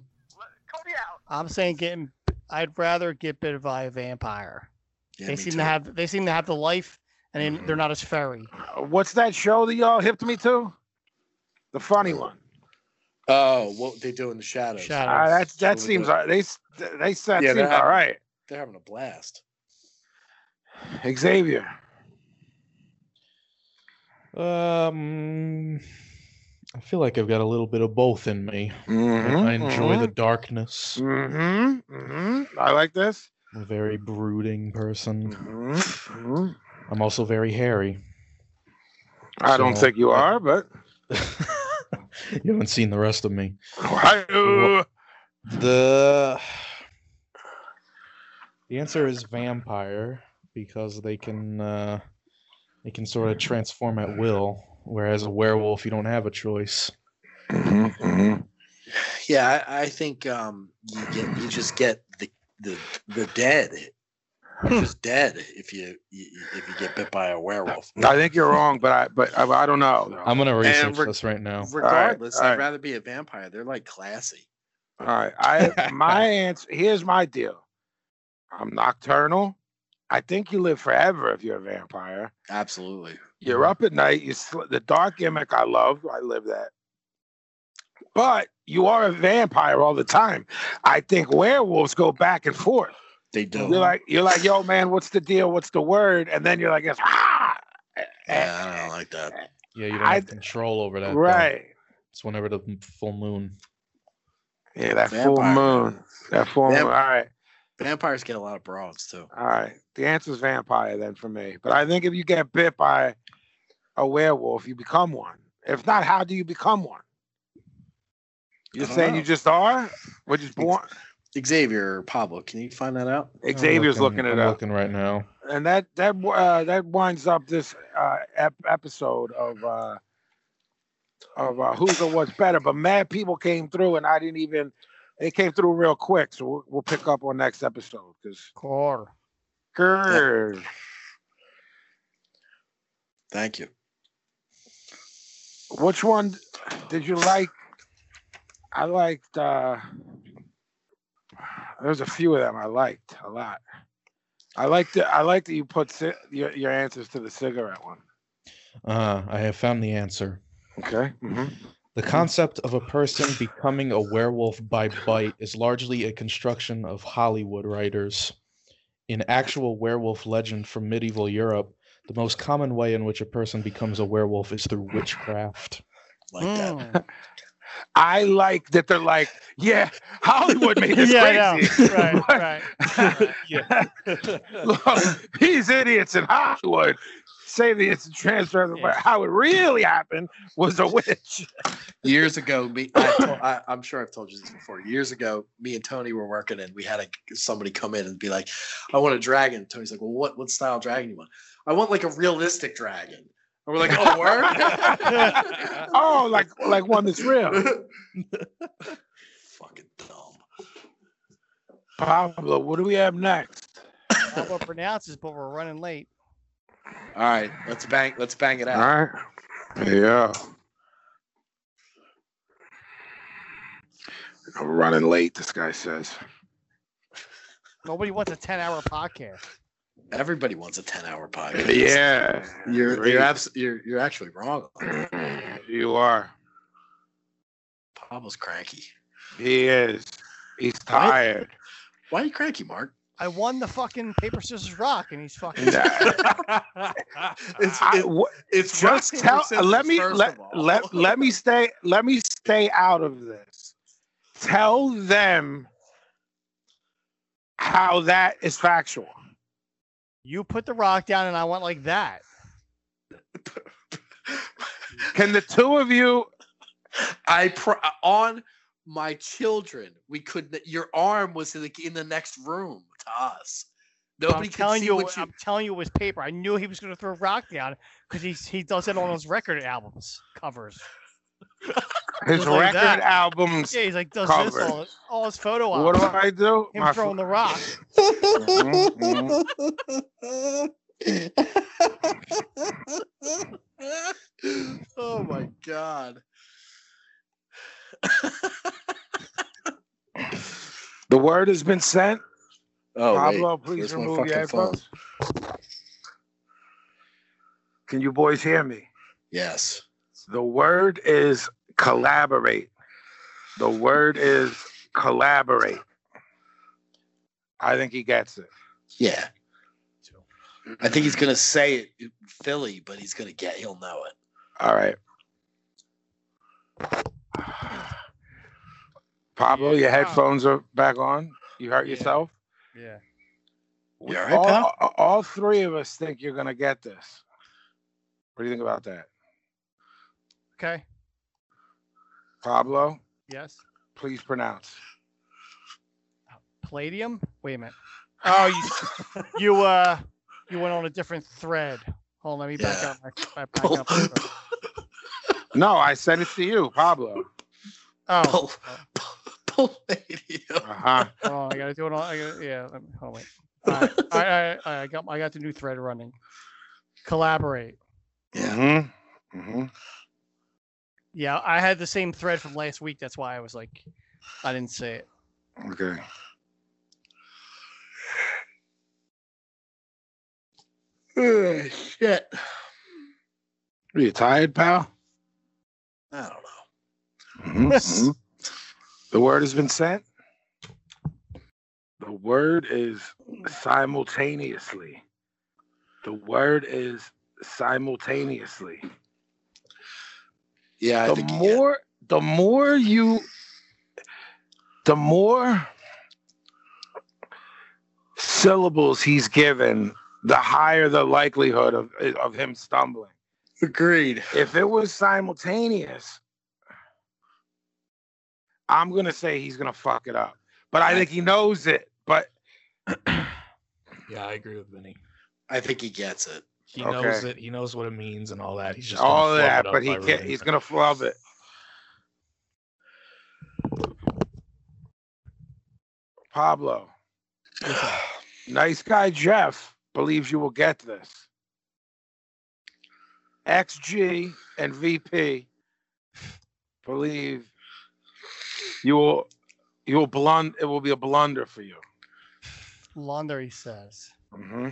F: I'm saying getting. I'd rather get bit by a vampire.
G: Yeah,
F: they
G: me
F: seem
G: too.
F: to have. They seem to have the life, and then they're not as furry.
G: Uh, What's that show that y'all hipped me to? The funny one.
E: Oh, what they do in the shadows?
G: Uh, that that seems all right. they s- they s- that
E: Yeah,
G: seems
E: they're
G: all
E: having-
G: right.
E: They're having a blast.
G: Xavier.
J: Um, I feel like I've got a little bit of both in me.
E: Mm-hmm,
J: I enjoy the
G: mhm.
J: darkness.
G: Mm-hmm. Mm-hmm. I like this.
J: I'm a very brooding person.
E: Mm-hmm.
G: Mhm.
J: I'm also very hairy.
G: I don't
J: So-
G: think you are, but
J: You haven't seen the rest of me.
G: Why-
J: The the answer is vampire because they can uh, they can sort of transform at will, whereas a werewolf you don't have a choice.
G: Mm-hmm,
E: Yeah, I, I think um, you get you just get the the, the dead. You're just dead if you, you if you get bit by a werewolf.
G: I think you're wrong, but I but I, I don't know.
J: I'm gonna
E: And
J: research
E: reg-
J: this right now.
E: Regardless,
G: all
E: I'd
G: right.
E: rather be a vampire. They're like classy.
G: All right. I my answer here's my deal. I'm nocturnal. I think you live forever if you're a vampire.
E: Absolutely.
G: You're up at night. You sl- the dark gimmick. I love. I live that. But you are a vampire all the time. I think werewolves go back and forth.
E: They do.
G: You're like you're like yo man. What's the deal? What's the word? And then you're like it's ah
E: Yeah, I don't like that.
J: Yeah, you don't have control over that. though.
G: right.
J: It's whenever the m- full moon.
G: Yeah, that full moon. That full
E: Vamp-
G: moon. All right.
E: Vampires get a lot of broads too.
G: All right. The answer is vampire then for me. But I think if you get bit by a werewolf, you become one. If not, how do you become one? You're
E: don't
G: saying
E: know.
G: you just are? We're just born.
E: Xavier or Pablo, can you find that out?
G: I'm Xavier's looking- looking it
J: I'm
G: up.
J: looking right now.
G: And that that uh, that winds up this uh, ep- episode of uh, of uh, who's or what's better. But mad people came through, and I didn't even. They came through real quick, so we'll, we'll pick up on next episode because.
F: Core.
G: Grr.
E: Thank you.
G: Which one did you like? I liked. uh There's a few of them I liked a lot. I liked it. I liked that you put ci- your your answers to the cigarette one.
J: Uh, I have found the answer.
G: Okay.
J: The
I: Hmm.
J: concept of a person becoming a werewolf by bite is largely a construction of Hollywood writers. In actual werewolf legend from medieval Europe, the most common way in which a person becomes a werewolf is through witchcraft.
E: Like
F: Mm.
G: that. I like that they're like, yeah, Hollywood made this
I: Yeah, I know.
G: crazy.
I: Right,
G: But-
I: right,
G: Look, these idiots in Hollywood.
I: say that it's a transfer, of the but how it really happened was a witch.
E: years ago me I told, I, i'm sure i've told you this before years ago me and tony were working and we had a, somebody come in and be like i want a dragon tony's like well what, what style dragon you want i want like a realistic dragon and we're like oh word
I: oh like like one that's real Pablo, what do we have next?
F: I will pronounce this, but we're running late.
E: all right let's bang let's bang it out
G: All right. Yeah. I'm running late, this guy says.
F: Nobody wants a ten-hour podcast.
E: everybody wants a 10 hour podcast
I: Yeah.
E: you're
I: Agreed.
E: you're, abs- you're you're actually wrong
I: you are
E: pablo's cranky
I: he is he's tired
E: why, are you cranky mark
F: I won the fucking paper scissors rock, and he's fucking.
E: it's,
I: I- wha-
E: it's
I: just
F: rock, paper,
I: tell.
F: scissors,
I: let me
F: first
I: let,
F: of all.
I: let let me stay. Let me stay out of this. Tell them how that is factual.
F: You put the rock down, and I went like that.
I: Can the two of you?
E: I pro on my children. We couldn't. Your arm was in the, in the next room to us. Nobody
F: I'm
E: could
F: telling
E: see
F: you,
E: what you-
F: I'm telling you, it was paper. I knew he was going to throw rock down because he he does it on his record albums covers.
I: His
F: It was like
I: record
F: that.
I: albums.
F: Yeah, he's like does
I: cover.
F: this all, all his photo
I: What do
F: ops.
I: I do?
F: Him
I: My
F: throwing the rock.
E: oh my god!
I: The word has been sent.
E: Oh, wait.
I: Pablo, please
E: Where's my
I: remove your
E: fucking phone?
I: headphones. Can you boys hear me?
E: Yes.
I: The word is collaborate. The word is collaborate. I think he gets it.
E: Yeah. I think he's gonna say it in Philly, but he's gonna get. He'll know it.
I: All right. Pablo, your headphones are back on. You hurt yourself?
F: Yeah.
I: We,
E: all right,
I: all,
E: pal?
I: all- all three of us think you're going to get this. What do you think about that?
F: Okay.
I: Pablo,
F: Yes.
I: please pronounce.
F: Palladium. Wait a minute. Oh, you you uh you went on a different thread. Hold on, let me back
I: Yeah.
F: up. my- my- back up. my thread.
I: No, I sent it to you, Pablo.
F: Oh.
I: Uh-huh.
F: Oh, I gotta do it. All, I gotta, yeah. Let me, hold on. Wait. All right. All right, all right, all right, I got I got the new thread running. Collaborate.
I: Yeah.
E: Mm-hmm.
I: hmm hmm
F: Yeah, I had the same thread from last week. That's why I was like, I didn't say it.
I: Okay. Ugh, shit. Are you tired, pal?
E: I don't know. Mm-hmm.
I: Mhm, mhm. the word has been sent. The word is simultaneously. The word is simultaneously.
E: Yeah. I
I: the
E: think he-
I: more the more you the more syllables he's given, the higher the likelihood of of him stumbling.
E: Agreed.
I: If it was simultaneous, I'm gonna say he's gonna fuck it up. But I think he knows it. But
J: Yeah, I agree with Vinny.
E: I think he gets it.
J: He
I: Okay.
J: knows it. He knows what it means and all that. He's just gonna
I: all
J: flub
I: that,
J: it up
I: Oh, but he
J: by
I: can't,
J: ruining
I: he's
J: it.
I: gonna flub it. Pablo, nice guy Jeff believes you will get this. XG and VP believe you will you will blunt it will be a blunder for you.
F: Launder, he says.
I: Mm-hmm.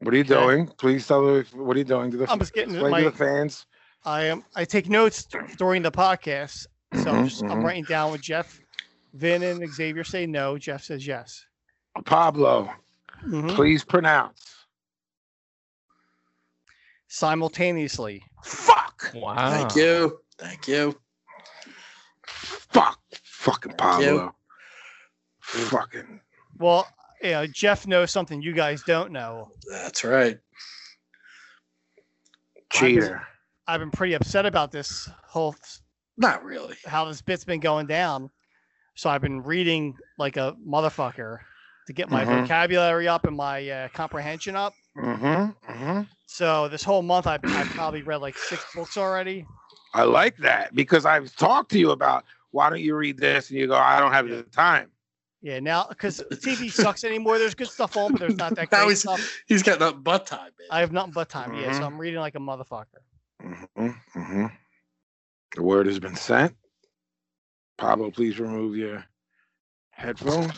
I: What are
F: Okay.
I: you doing? Please tell me what are you doing to the
F: I'm just getting
I: explain
F: my-
I: to the fans.
F: I am. I take notes during the podcast, so I'm,
I: Mhm,
F: just, I'm
I: mhm.
F: writing down what Jeff, Vin, and Xavier say. No, Jeff says yes.
I: Pablo,
F: Mhm.
I: please pronounce.
F: Simultaneously.
I: Fuck.
J: Wow.
E: Thank you. Thank you.
J: Mm.
I: Fuck. Fucking Pablo. Fucking.
F: Well, you know, Jeff knows something you guys don't know.
E: That's right.
F: Cheater. I've been pretty upset about this whole.
E: Not really.
F: How this bit's been going down. So I've been reading like a motherfucker to get my
G: Mhm.
F: vocabulary up and my uh, comprehension up.
I: Mm-hmm. Mm-hmm.
F: So this whole month, I've, I've probably read like six books already.
I: I like that because I've talked to you about why don't you read this and you go, I don't have the time.
F: Yeah, now because TV sucks anymore. There's good stuff on, but there's not that
I: Now
F: great
I: he's-
F: stuff.
E: He's got nothing but time.
F: I have nothing but time. Yeah, so
I: Mhm.
F: I'm reading like a motherfucker.
I: Mm-hmm. The word has been sent. Pablo, please remove your headphones.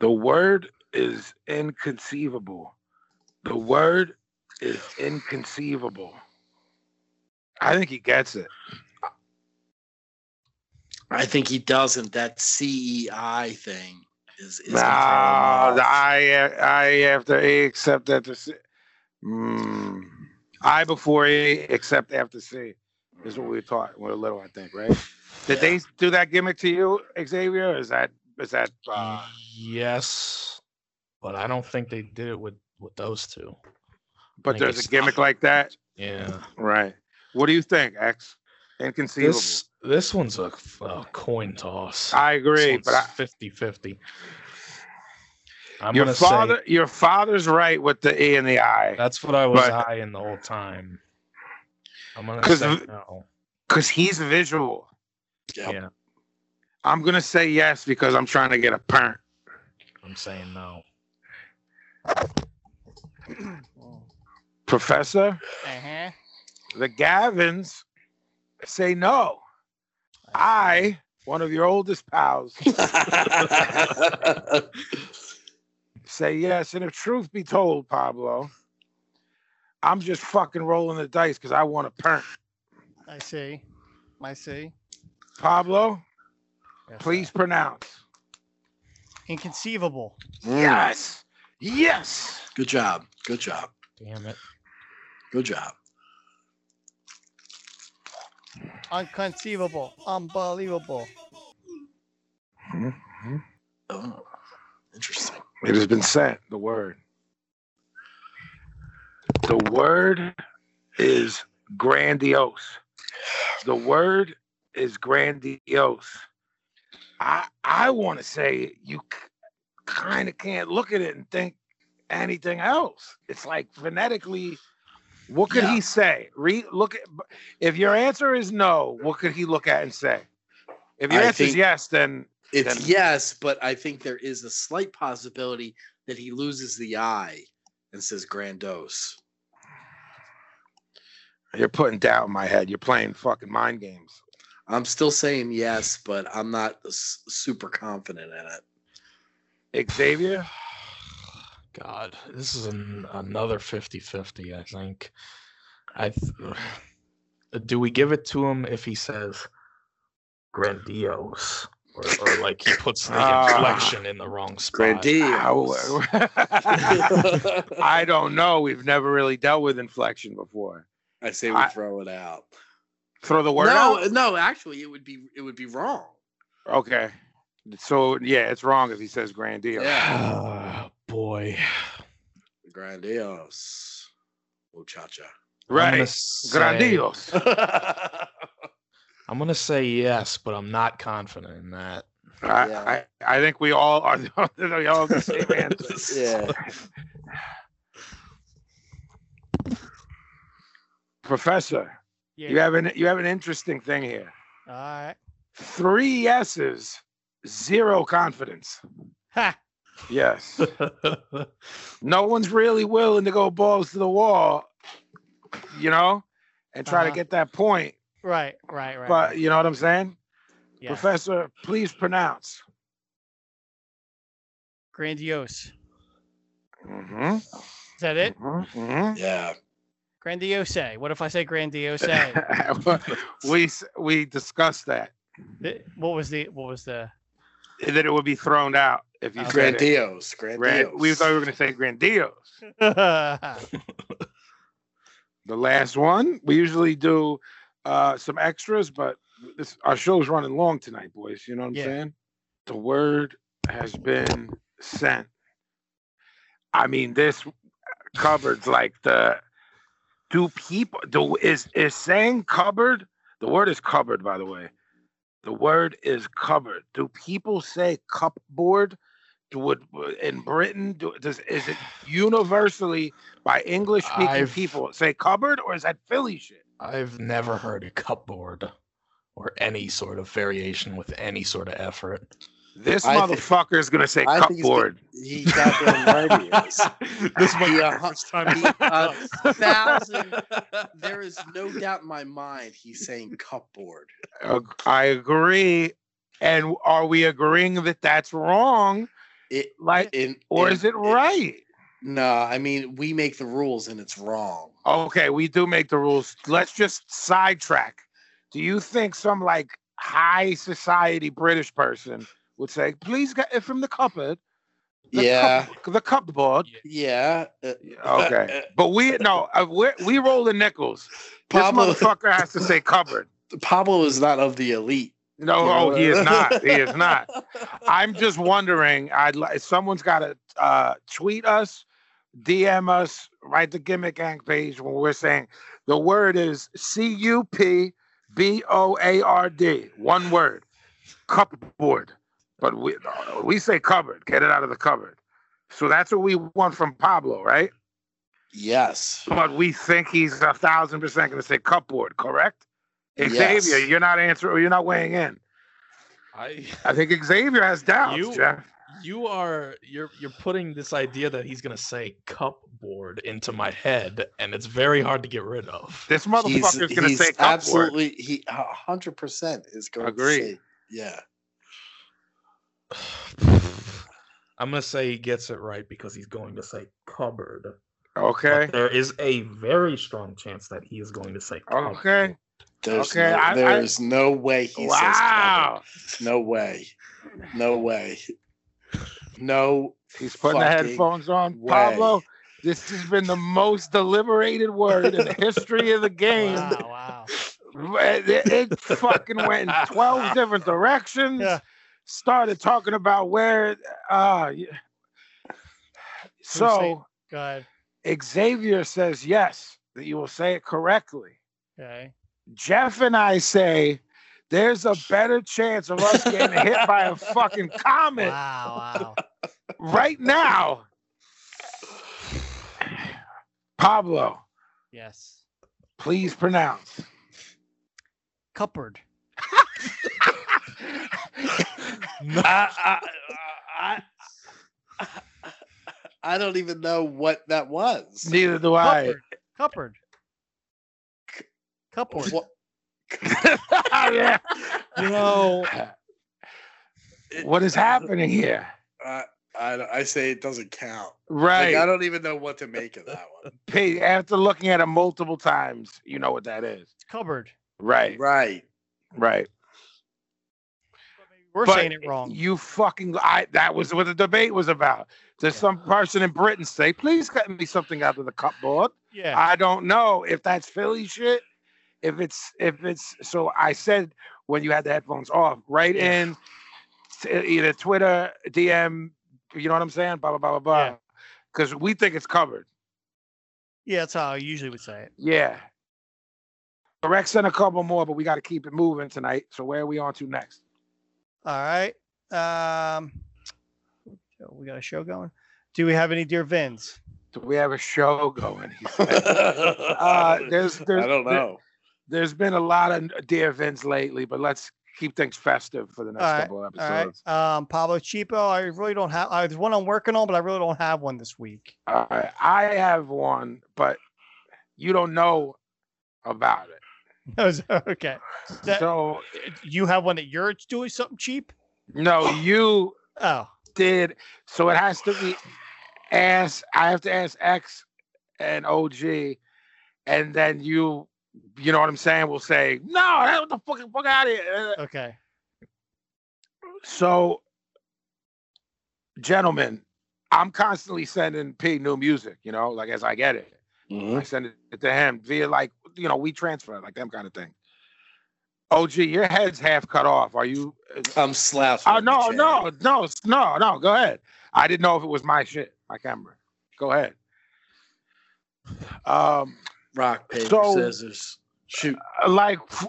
I: The word is inconceivable. The word is inconceivable. I think he gets it.
E: I think he doesn't. That CEI thing is. is
I: No, I, I after A, except after C. Mm. I before A, except after C. Is what we were taught when we were little, I think, right? Did they do that gimmick to you, Xavier? or Is that is that uh,
J: Yes, but I don't think they did it with with those two.
I: but
J: think
I: there's
J: it's-
I: a gimmick like that?
J: Yeah.
I: Right. What do you think, X? Inconceivable.
J: This this one's a, f- a coin toss.
I: I agree, but I-
J: 50 50. I'm
I: your
J: gonna
I: father
J: say
I: your father's right with the E and the I.
J: that's what I was
I: but-
J: eyeing the whole time. I'm gonna
I: 'Cause
J: say
I: of-
J: no.
I: because he's visual.
J: Yeah,
I: I'm gonna say yes because I'm trying to get a parent.
J: I'm saying no.
I: Professor?
F: Uh-huh.
I: The Gavins say no. I, one of your oldest pals, say yes. And if truth be told, Pablo, I'm just fucking rolling the dice because I want a parent.
F: I see. I see.
I: Pablo,
F: Yes,
I: please pronounce.
F: Inconceivable.
I: Mm. Yes. Yes.
E: Good job. Good job.
J: Damn it.
E: Good job.
F: Unconceivable. Unbelievable.
E: Oh, interesting.
I: It has been sent, the word. The word is grandiose. The word is grandiose. I I want to say you kind of can't look at it and think anything else. It's like phonetically what could he say? Read look at if your answer is no, what could he look at and say? If your
E: I
I: answer is
E: think
I: yes, then
E: It's
I: then-
E: yes, but I think there is a slight possibility that he loses the eye and says grandiose.
I: You're putting doubt in my head. You're playing fucking mind games.
E: I'm still saying yes, but I'm not s- super confident in it.
I: Xavier?
J: God, this is an, another 50 50, I think. I th- do we give it to him if he says grandiose or, or like he puts the
I: Ah,
J: inflection in the wrong spot?
I: Ow. I don't know. We've never really dealt with inflection before.
E: I say we throw it out.
I: Throw the word
E: no,
I: out?
E: no, actually, it would be it would be wrong.
I: Okay. So, yeah, it's wrong if he says grandiose.
J: Yeah. Boy.
E: Grandiose. Muchacha.
I: Right.
J: say-
I: Grandiose.
J: I'm going to say yes, but I'm not confident in that.
I: I, I, I think we all are. we all have the same answer.
E: Yeah.
I: Professor,
F: Yeah.
I: you have an you have an interesting thing here.
F: All right.
I: Three yeses, zero confidence.
F: Ha.
I: Yes. no one's really willing to go balls to the wall, you know, and try
F: Uh-huh.
I: to get that point.
F: Right. Right. Right.
I: But you know what I'm saying?
F: Yeah.
I: Professor, please pronounce.
F: Grandiose.
I: Mm-hmm.
F: Is that it?
I: Mm-hmm.
E: Yeah.
F: Grandiose. What if I say grandiose?
I: we s- we discussed that
F: Th- what was the what was the
I: that it would be thrown out if you
F: Okay.
I: said it.
E: Grandiose,
I: Grand- we thought we were going to say grandiose. The last one. We usually do uh, some extras, but this, our show's running long tonight, boys. You know what I'm
F: Yeah.
I: saying? The word
G: has been sent. I mean, this covered like the do people do is is saying cupboard. The word is cupboard, by the way. The word is cupboard. Do people say cupboard? Do would in Britain? Do, does is it universally by English speaking
J: I've-
G: people say cupboard, or is that Philly shit?
J: I've never heard a cupboard or any sort of variation with any sort of effort.
G: This motherfucker is gonna say cupboard.
E: He goddamn right he is.
J: This might
E: He uh, a
J: be the
E: hun-
J: first time
E: he
J: he's
E: a
J: done it.
E: thousand. There is no doubt in my mind he's saying cupboard.
G: Ag- I agree. And are we agreeing that that's wrong?
E: It
G: like or is it right?
E: No, I mean we make the rules and it's wrong.
G: Okay, we do make the rules. Let's just sidetrack. Do you think some like high society British person would say, "Please get it from the cupboard"? The
E: Yeah.
G: cup- the cupboard.
E: Yeah. uh,
G: Okay, but we no, uh, we we roll the nickels.
E: Pablo-
G: This motherfucker has to say cupboard.
E: Pablo is not of the elite.
G: No,
E: You
G: oh,
E: know?
G: he is not. He is not. I'm just wondering. I'd like someone's got to uh, tweet us, DM us, write the gimmick gang page when we're saying the word is C U P B O A R D. One word, cupboard. But we we say cupboard. Get it out of the cupboard. So that's what we want from Pablo, right?
E: Yes.
G: But we think he's a thousand percent going to say cupboard, correct? Xavier,
J: Yes.
G: you're not answering. You're not weighing in.
J: I
G: I think Xavier has doubts.
J: You-
G: Jeff.
J: you are you're you're putting this idea that he's gonna say cupboard into my head, and it's very hard to get rid of.
G: This
E: He's- he's absolutely. He a hundred percent is going
J: Agreed.
E: to say. Yeah.
J: I'm gonna say he gets it right because he's going to say cupboard.
G: Okay.
J: But there is a very strong chance that he is going to say cupboard.
G: Okay.
E: There's
J: Okay,
E: no,
J: I- I-
E: there's no way he says
G: Wow.
E: No way. No way. No.
G: He's putting the headphones on. Pablo, this has been the most deliberated word in the history of the game.
F: Wow,
G: It, it fucking went in 12 different directions. Started talking about where. Uh, y- so
F: Go ahead.
G: Xavier says yes, that you will say it correctly.
F: Okay.
G: Jeff and I say there's a better chance of us getting hit by a fucking comet.
F: Wow,
G: Right now. Pablo,
F: Yes.
G: please pronounce.
F: Cupboard.
E: I, I, I, I don't even know what that was.
G: Neither do I.
F: Cupboard. Cupboard.
G: yeah.
J: You know
G: what is happening here?
E: I, I, I say it doesn't count.
G: Right.
E: Like, I don't even know what to make of that one.
G: P- After looking at it multiple times, you know what that is.
F: Cupboard.
G: Right.
E: Right.
G: Right.
F: We're saying it wrong.
G: You fucking I that was what the debate was about. Does some person in Britain say, please get me something out of the cupboard?
F: Yeah.
G: I don't know if that's Philly shit. If it's if it's so I said when you had the headphones off, right in t- either Twitter, DM, you know what I'm saying? Blah blah blah blah blah. Because we think it's covered.
F: Yeah, that's how I usually would say it.
G: Yeah. Correct sent a couple more, but we gotta keep it moving tonight. So where are we on to next?
F: All right. Um, so we got a show going. Do we have any dear Vins?
G: Do we have a show going? He said. uh, there's, there's,
F: I don't know.
G: There, has been a lot of dear events lately, but let's keep things festive for the next couple of episodes.
F: All right. Um, Pablo Chipo, I really don't have. I, there's one I'm working on, but I really don't have one this week.
G: All right. I have one, but you don't know about it.
F: No, it's- okay. That-
G: so
F: you have one that you're doing something cheap?
G: No, you
F: oh.
G: did. So it has to be ask. I have to ask X and OG, and then you, you know what I'm saying? We'll say no. that- What the fucking fuck out of here?
F: Okay.
G: So, gentlemen, I'm constantly sending P new music, you know, like as I get Mm-hmm. it. I send it to him via like, you know, we transfer, like them kind of thing. OG, your head's half cut off. Are you?
D: I'm slouched.
G: Oh no, no, no, s- no, no. Go ahead. I didn't know if it was my shit, my camera. Go ahead. Um,
D: rock paper
G: so-
D: scissors. Shoot.
G: Like f-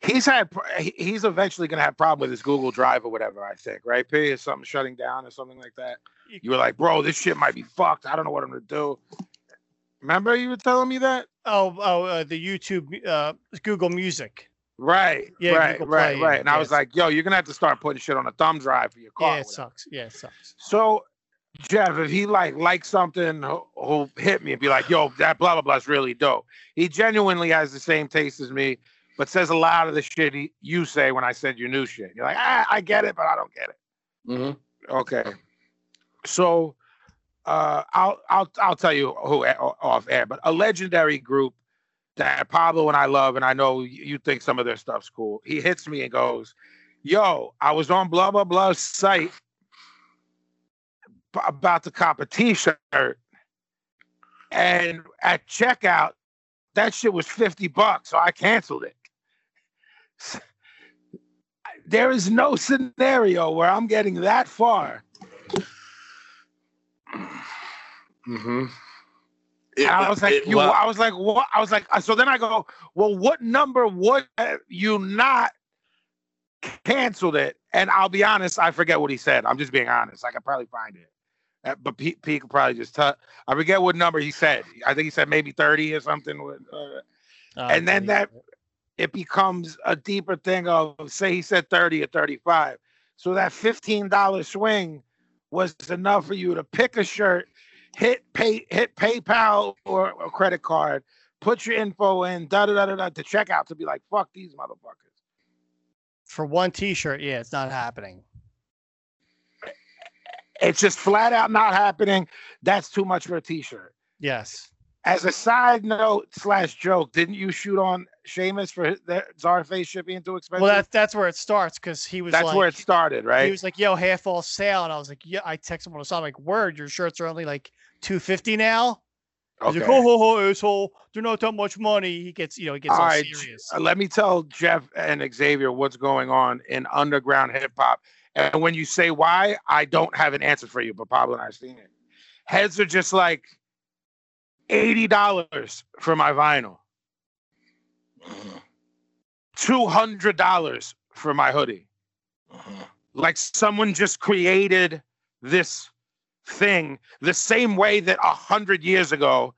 G: he's had, pr- he- he's eventually gonna have problem with his Google Drive or whatever. I think, right? P is something shutting down or something like that. You were like, bro, this shit might be fucked. I don't know what I'm gonna do. Remember you were telling me that?
F: Oh, oh, uh, the YouTube, uh, Google Music.
G: Right.
F: Yeah,
G: right.
F: Google
G: Right.
F: Play,
G: Right. And I was
F: yes.
G: like, yo, you're gonna have to start putting shit on a thumb drive for your car.
F: yeah, it sucks. Yeah, it sucks.
G: So, Jeff, if he like likes something, he'll, he'll hit me and be like, "Yo, that blah blah blah's really dope." He genuinely has the same taste as me, but says a lot of the shit he, you say when I send you new shit. You're like, ah, "I get it, but I don't get it." Okay. So, uh, I'll I'll I'll tell you who a- off air, but a legendary group that Pablo and I love, and I know y- you think some of their stuff's cool. He hits me and goes, "Yo, I was on blah blah blah's site." b- about to cop a t-shirt and at checkout that shit was 50 bucks so i canceled it there is no scenario where i'm getting that far
D: Mm-hmm.
G: and i was like
D: it
G: you
D: wa-
G: i was like what i was like uh, so then i go well what number would uh, you not canceled it and i'll be honest i forget what he said i'm just being honest i could probably find it Uh, but Pete, Pete could probably just tell. I forget what number he said. I think he said maybe 30 or something. with, uh, and then that it becomes a deeper thing of say he said 30 or 35. So that $15 swing was enough for you to pick a shirt, hit pay hit PayPal or a credit card, put your info in, da da da da da to check out to be like, fuck these motherfuckers.
F: For one T-shirt, yeah, it's not happening.
G: It's just flat out not happening. That's too much for a t-shirt.
F: Yes.
G: As a side note slash joke, didn't you shoot on Seamus for his- the Zarface shit being too expensive?
F: Well, that's that's where it starts because he was.
G: That's
F: like,
G: where it started, right?
F: He was like, "Yo, half off sale," and I was like, "Yeah." I texted him on the side, I'm like, "Word, your shirts are only like two fifty now." He's like,
G: Okay.
F: "Ho ho ho, asshole! They're not that much money." He gets, you know, he gets all,
G: All right,
F: serious.
G: J- Uh, let me tell Jeff and Xavier what's going on in underground hip hop. And when you say why, I don't have an answer for you, but Pablo and I've seen it. Heads are just like eighty dollars for my vinyl, two hundred dollars for my hoodie. Like someone just created this thing the same way that a hundred years ago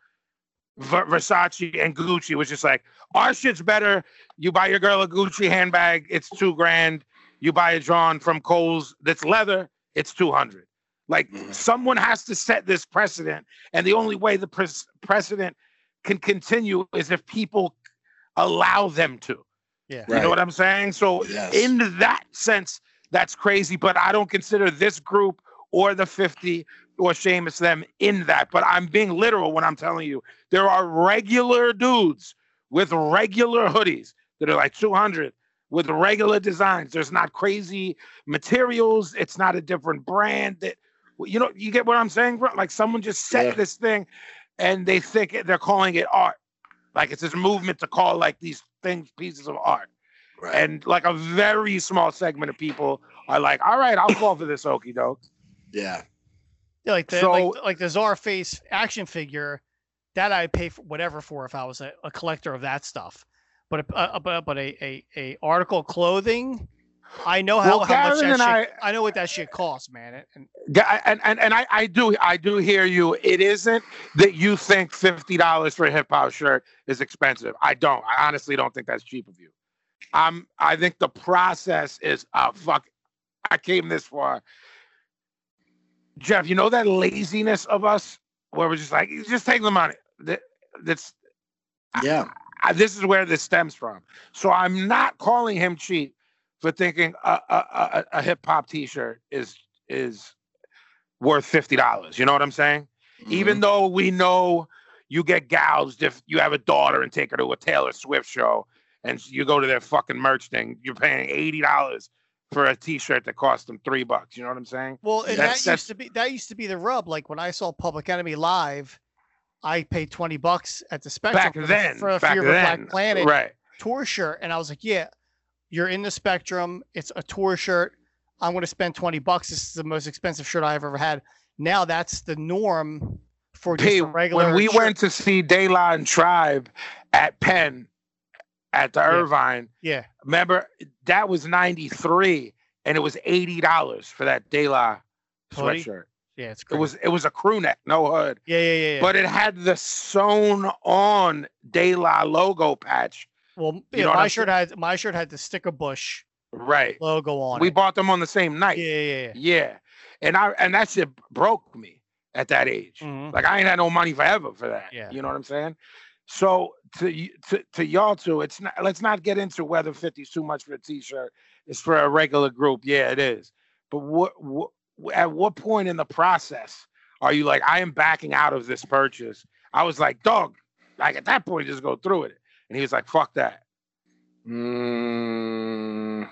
G: Ver- Versace and Gucci was just like, our shit's better. You buy your girl a Gucci handbag, it's two grand. You buy a John from Kohl's that's leather, it's 200. Like
E: Mm-hmm.
G: someone has to set this precedent. And the only way the pres- precedent can continue is if people allow them to.
F: Yeah.
G: You know what I'm saying? So, in that sense, that's crazy. But I don't consider this group or the 50 or Seamus them in that. But I'm being literal when I'm telling you there are regular dudes with regular hoodies that are like 200 with regular designs. There's not crazy materials. It's not a different brand that, you know, you get what I'm saying, bro? Like someone just set this thing and they think it, they're calling it art. Like it's this movement to call like these things pieces of art. And like a very small segment of people are like, all right, I'll fall for this okie doke.
D: Yeah.
F: Yeah, like the
G: So-
F: like, like the czar face action figure, that I'd pay for whatever for if I was a, a collector of that stuff. But a, uh, but but a, a a article of clothing, I know how,
G: Well,
F: how much that
G: Gavin
F: shit,
G: and
F: I, know what that shit costs, man. It- and
G: Yeah, and and, and I, I do I do hear you. It isn't that you think fifty dollars for a hip hop shirt is expensive. I don't. I honestly don't think that's cheap of you. I'm I think the process is uh fuck I came this far. Jeff, you know that laziness of us where we're just like, just take the money. That, that's
D: yeah.
G: I, this is where this stems from. So I'm not calling him cheap for thinking a a, a, a hip hop T-shirt is is worth fifty dollars. You know what I'm saying?
F: Mm-hmm.
G: Even though we know you get gouged if you have a daughter and take her to a Taylor Swift show, and you go to their fucking merch thing, you're paying eighty dollars for a T-shirt that cost them three bucks. You know what I'm saying?
F: well, and
G: That's-
F: that used
G: that's-
F: to be that used to be the rub. Like when I saw Public Enemy live, I paid twenty bucks at the Spectrum
G: Back
F: for the-
G: then,
F: for a
G: back
F: Fear of a
G: then,
F: Black Planet
G: right.
F: tour shirt, and I was like, yeah, you're in the spectrum. It's a tour shirt. I'm going to spend 20 bucks. This is the most expensive shirt I've ever had. Now that's the norm for just
G: Pete,
F: regular.
G: when we
F: shirt.
G: went to see Dayline Tribe at Penn at the Irvine,
F: yeah,
G: remember that was 93 and it was $80 for that Dayline
F: Hoodie?
G: sweatshirt.
F: Yeah, it's
G: It
F: great.
G: was it was a crew neck, no hood.
F: Yeah, yeah, yeah. yeah.
G: But it had the sewn on De La logo patch.
F: well,
G: you
F: yeah,
G: know what
F: my
G: I'm
F: shirt had my shirt had the sticker bush
G: Right.
F: logo on
G: we
F: it.
G: bought them on the same night.
F: Yeah, yeah, yeah.
G: And I and that shit broke me at that age.
F: Mhm.
G: Like I ain't had no money forever for that.
F: Yeah.
G: You know what I'm saying? So to y- to to y'all two, it's not. Let's not get into whether 50's too much for a t-shirt. It's for a regular group. Yeah, it is. But what, what at what point in the process are you like, I am backing out of this purchase? I was like, dog. Like at that point, just go through with it. And he was like, fuck that. Mm,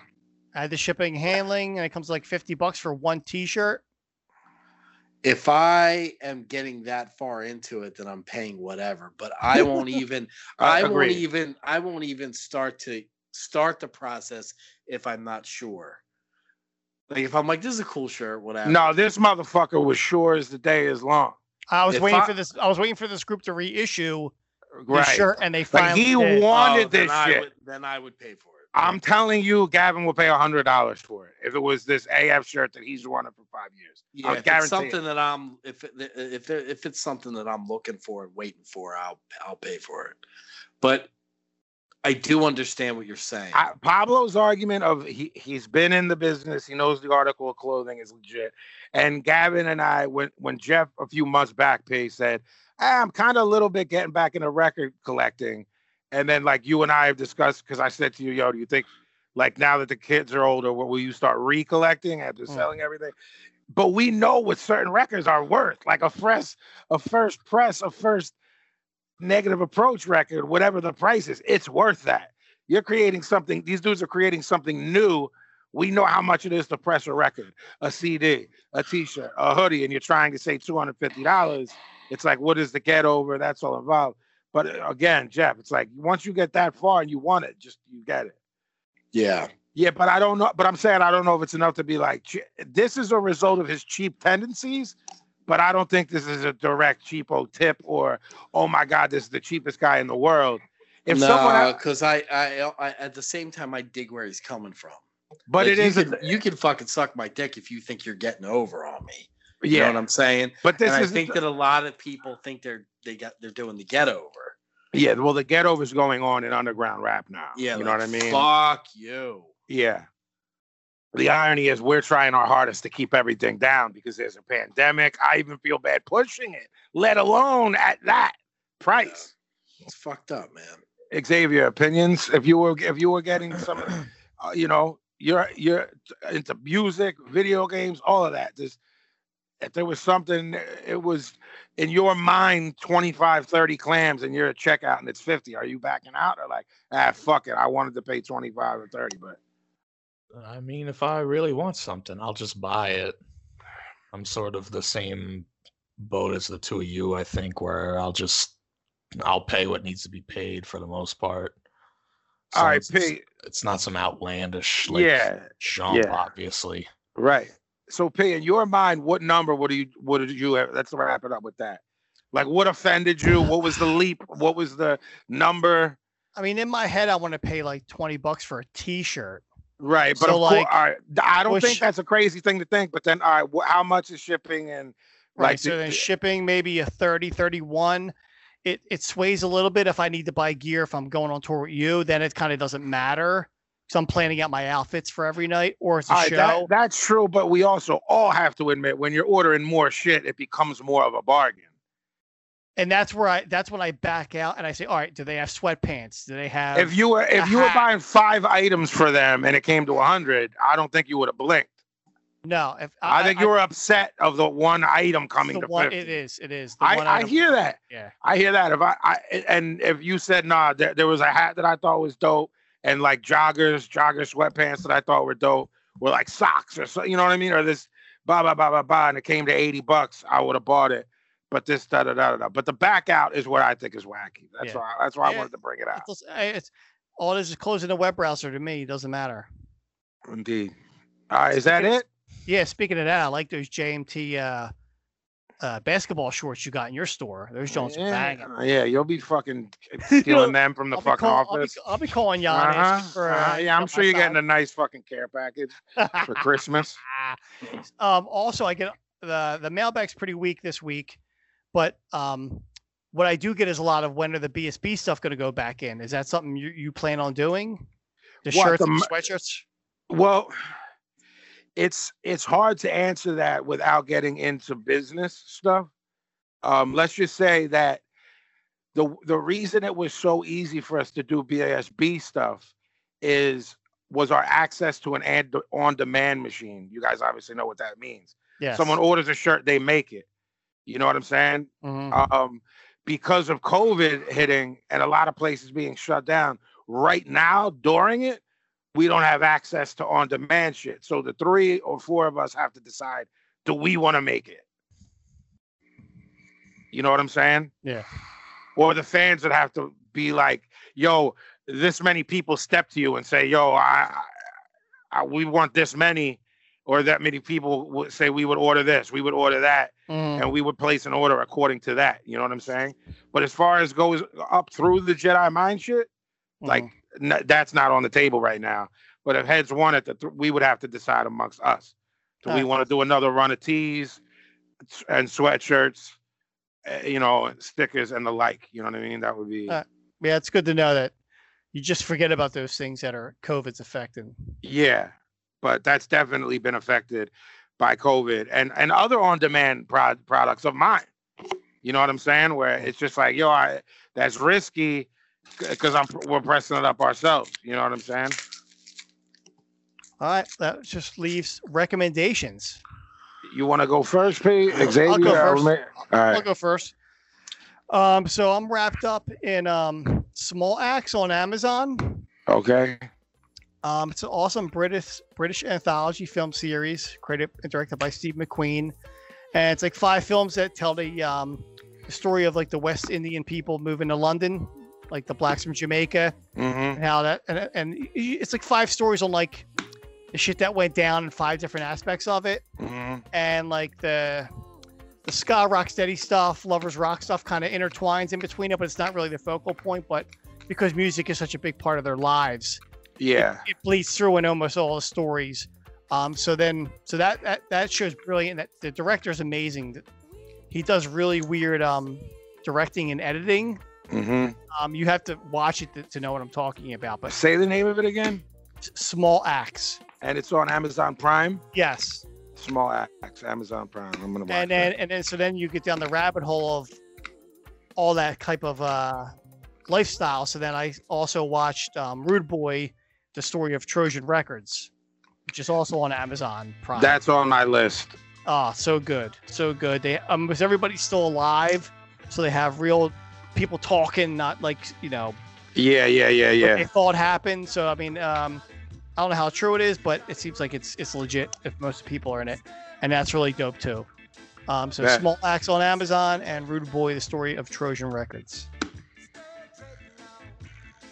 F: I had the shipping and handling, and it comes like 50 bucks for one T-shirt.
E: if I am getting that far into it, then I'm paying whatever. But I won't even
U: I
G: Uh,
E: I won't
U: agree.
E: even I won't even start to start the process if I'm not sure. Like if I'm like, this is a cool shirt, whatever.
G: No, this motherfucker was sure as the day is long.
F: I was
G: If
F: waiting
G: I-
F: for this. I was waiting for this group to reissue the
G: Right.
F: shirt, and they
G: Like
F: finally
G: he
F: did.
G: wanted
E: uh, Oh, then
G: this
E: I
G: shit.
E: would- then I would pay for it.
G: I'm telling you, Gavin will pay hundred dollars for it if it was this AF shirt that he's wanted for five years.
E: Yeah,
G: I
E: if it's
G: guarantee.
E: something
G: it.
E: that I'm if it- if it- if it's something that I'm looking for and waiting for, I'll I'll pay for it. But I do understand what you're saying.
G: I, Pablo's argument of he he's been in the business, he knows the article of clothing is legit. And Gavin and I, when when Jeff a few months back, Pay said, "Ah, I'm kind of a little bit getting back into record collecting, and then like you and I have discussed because I said to you, yo, do you think like now that the kids are older, what will you start recollecting
E: Hmm.
G: after
I: Mm.
G: selling everything? But we know what certain records are worth, like a fresh, a first press, a first negative approach record, whatever the price is, it's worth that. You're creating something, these dudes are creating something new. We know how much it is to press a record, a CD, a t shirt, a hoodie, and you're trying to say $250. It's like, what is the get over? That's all involved. But uh, again, Jeff, it's like once you get that far and you want it, just you get it.
E: yeah.
G: Yeah, but I don't know. But I'm saying I don't know if it's enough to be like "Che- this is a result of his cheap tendencies. But I don't think this is a direct cheapo tip or oh my god, this is the cheapest guy in the world. If someone, el-
E: because I, I, I, at the same time, I dig where he's coming from.
G: but
E: Like,
G: it is,
E: you
G: a-
E: can, you can fucking suck my dick if you think you're getting over on me. You
G: Yeah.
E: know what I'm saying?
G: But this
E: and I
G: isn't
E: think
G: the-
E: that a lot of people think they're they got they're doing the get over.
G: yeah. Well, the get over is going on in underground rap now.
E: Yeah,
G: you know
E: like,
G: what I mean.
E: Fuck you.
G: Yeah. The irony is we're trying our hardest to keep everything down because there's a pandemic. I even feel bad pushing it, let alone at that price.
E: It's fucked up, man.
G: Xavier, opinions. If you were if you were getting some, uh, you know, you're you're into music, video games, all of that. Just if there was something, it was in your mind 25, 30 clams, and you're at checkout and it's 50. Are you backing out or like, ah, fuck it? I wanted to pay 25 or 30, but
J: I mean, if I really want something, I'll just buy it. I'm sort of the same boat as the two of you, I think, where I'll just I'll pay what needs to be paid for the most part. As
G: All
J: long
G: right,
J: as it's-
G: Pete.
J: It's not some outlandish like
G: Yeah,
J: jump,
G: yeah.
J: obviously.
G: Right. So, P, in your mind, what number? What do you? What did you have? Let's wrap it up with that. Like, what offended you? What was the leap? What was the number?
F: I mean, in my head, I want to pay like 20 bucks for a T-shirt.
G: Right. But
F: So,
G: of course,
F: like,
G: all right, I don't
F: push-
G: think that's a crazy thing to think. But then, all right, wh- how much is shipping and
F: Right.
G: like?
F: so
G: the-
F: then shipping maybe a 30, 31. It it sways a little bit if I need to buy gear if I'm going on tour with you, then it kind of doesn't matter. So I'm planning out my outfits for every night or it's a
G: all right,
F: show.
G: that, that's true. But we also all have to admit when you're ordering more shit, it becomes more of a bargain.
F: and that's where I that's when I back out and I say, all right, do they have sweatpants? Do they have
G: if you were
F: a
G: if you were
F: hat?"
G: buying five items for them and it came to a hundred, I don't think you would have blinked.
F: No, if
G: I, think you were upset of the one item coming
F: the
G: to
F: one,
G: 50.
F: it is, it is. The
G: I,
F: one
G: I
F: item-
G: hear that.
F: Yeah.
G: I hear that. If I, I and if you said nah, there, there was a hat that I thought was dope, and like joggers, jogger sweatpants that I thought were dope, were like socks or so, you know what I mean, or this blah blah blah blah blah, and it came to eighty bucks, I would have bought it. But this da da da da da. But the back out is what I think is wacky. That's
F: Yeah.
G: why that's why I
F: Yeah.
G: wanted to bring it out.
F: It's, it's, all it is is closing the web browser to me. It doesn't matter.
G: Indeed. All right, is that it?
F: Yeah. Speaking of that, I like those JMT uh, uh, basketball shorts you got in your store. Those joints are banging.
G: Uh, yeah, you'll be fucking stealing them from the
F: I'll be
G: fucking
F: call- I'll be-
G: office.
F: I'll be calling y'all.
G: Uh-huh,
F: uh,
G: uh-huh. Yeah, I'm sure you're getting a nice fucking care package for Christmas.
F: Um, also, I get the the mailbag's pretty weak this week, but um, what I do get is a lot of when are the BSB stuff going to go back in? Is that something you, you plan on doing? The
G: What,
F: shirts,
G: the
F: and
G: m-
F: sweatshirts.
G: Well, it's it's hard to answer that without getting into business stuff. Um, let's just say that the the reason it was so easy for us to do BASB stuff is was our access to an ad, on-demand machine. You guys obviously know what that means.
I: Yes.
G: Someone orders a shirt, they make it. You know what I'm saying?
F: Mm-hmm.
G: Um, because of COVID hitting and a lot of places being shut down right now during it, we don't have access to on demand shit. So the three or four of us have to decide do we want to make it? You know what I'm saying?
F: Yeah.
G: Or the fans would have to be like, yo, this many people step to you and say, yo, I, I we want this many, or that many people would say we would order this, we would order that and we would place an order according to that. You know what I'm saying? But as far as goes up through the Jedi mind shit, like n- that's not on the table right now. But if heads wanted to, th- we would have to decide amongst us. Do we
F: Uh.
G: want to do another run of tees s- and sweatshirts, eh, you know, stickers and the like? You know what I mean? That would be.
F: Uh, yeah, it's good to know that you just forget about those things that are COVID's affecting.
G: Yeah, but that's definitely been affected by COVID and and other on-demand pro- products of mine. You know what I'm saying? Where it's just like, yo, I, that's risky because I'm we're pressing it up ourselves. You know what I'm saying?
F: All right, that just leaves recommendations.
G: You want to go first, Pete? Xavier?
F: I'll go
G: or
F: first.
G: Ma- All
F: I'll
G: right.
F: go first. Um, so I'm wrapped up in um, Small Axe on Amazon.
G: Okay.
F: Um, it's an awesome British British anthology film series created and directed by Steve McQueen, and it's like five films that tell the, um, the story of like the West Indian people moving to London, like the blacks from Jamaica,
G: Mm-hmm.
F: and how that and, and y- it's like five stories on like the shit that went down and five different aspects of it
G: mm-hmm.
F: and like the the ska rocksteady stuff lovers rock stuff kind of intertwines in between it but it's not really the focal point but because music is such a big part of their lives
G: Yeah.
F: it bleeds through in almost all the stories um so then so that that, that show's brilliant that the director's amazing he does really weird um directing and editing
G: Mm-hmm.
F: um, you have to watch it to, to know what I'm talking about. But
G: Say the name of it again.
F: Small Axe.
G: And it's on Amazon Prime.
F: Yes.
G: Small Axe, Amazon Prime. I'm gonna. Watch
F: and then and then so then you get down the rabbit hole of all that type of uh, lifestyle. So then I also watched um, Rude Boy, the story of Trojan Records, which is also on Amazon Prime.
G: That's on my list.
F: Ah, so good, so good. They um, because everybody's still alive, so they have real people talking, not like you know
G: Yeah, yeah, yeah,
F: what they
G: yeah.
F: thought happened. So I mean, um, I don't know how true it is, but it seems like it's it's legit if most people are in it, and that's really dope too. Um, so
G: Bet.
F: Small Axe on Amazon and Rude Boy: The Story of Trojan Records.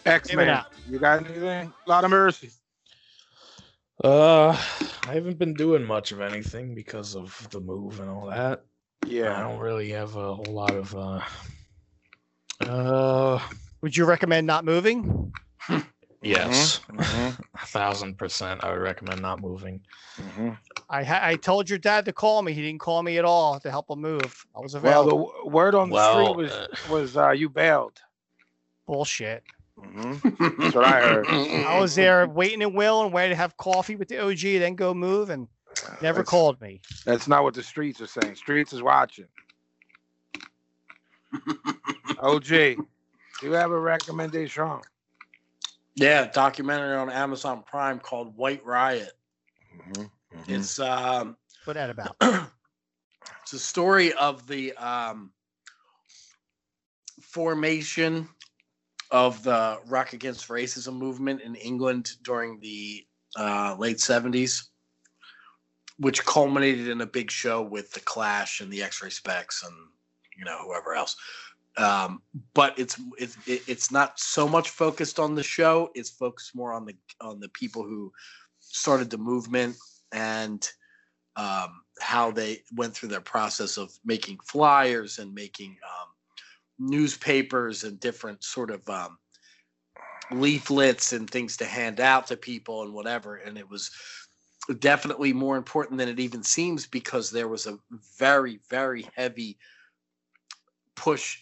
G: X Men.
F: out.
G: You got anything? A lot of mercy.
P: Uh, I haven't been doing much of anything because of the move and all that.
G: Yeah,
P: I don't really have a whole lot of. Uh, uh
F: Would you recommend not moving?
G: Mm-hmm,
P: yes, a thousand percent. I would recommend not moving.
G: mm-hmm.
F: I ha- I told your dad to call me. He didn't call me at all to help him move. I was
G: Well, the
F: available.
G: w- word on the
P: Well,
G: street was was uh, you bailed.
F: Bullshit.
G: That's what I heard.
F: I was there waiting and will and ready to have coffee with the OG, then go move and never
G: that's-
F: called me.
G: That's not what the streets are saying. Streets is watching. OG, do you have a recommendation?
D: Yeah, documentary on Amazon Prime called White Riot.
G: Mm.
D: It's um,
F: What that about?
D: it's a story of the um, formation of the Rock Against Racism movement in England during the uh, late seventies, which culminated in a big show with the Clash and the X Ray Specs and you know whoever else.
E: um, but it's it's it- it's not so much focused on the show. It's focused more on the on the people who started the movement and um, how they went through their process of making flyers and making um, newspapers and different sort of um, leaflets and things to hand out to people and whatever. And it was definitely more important than it even seems because there was a very very heavy push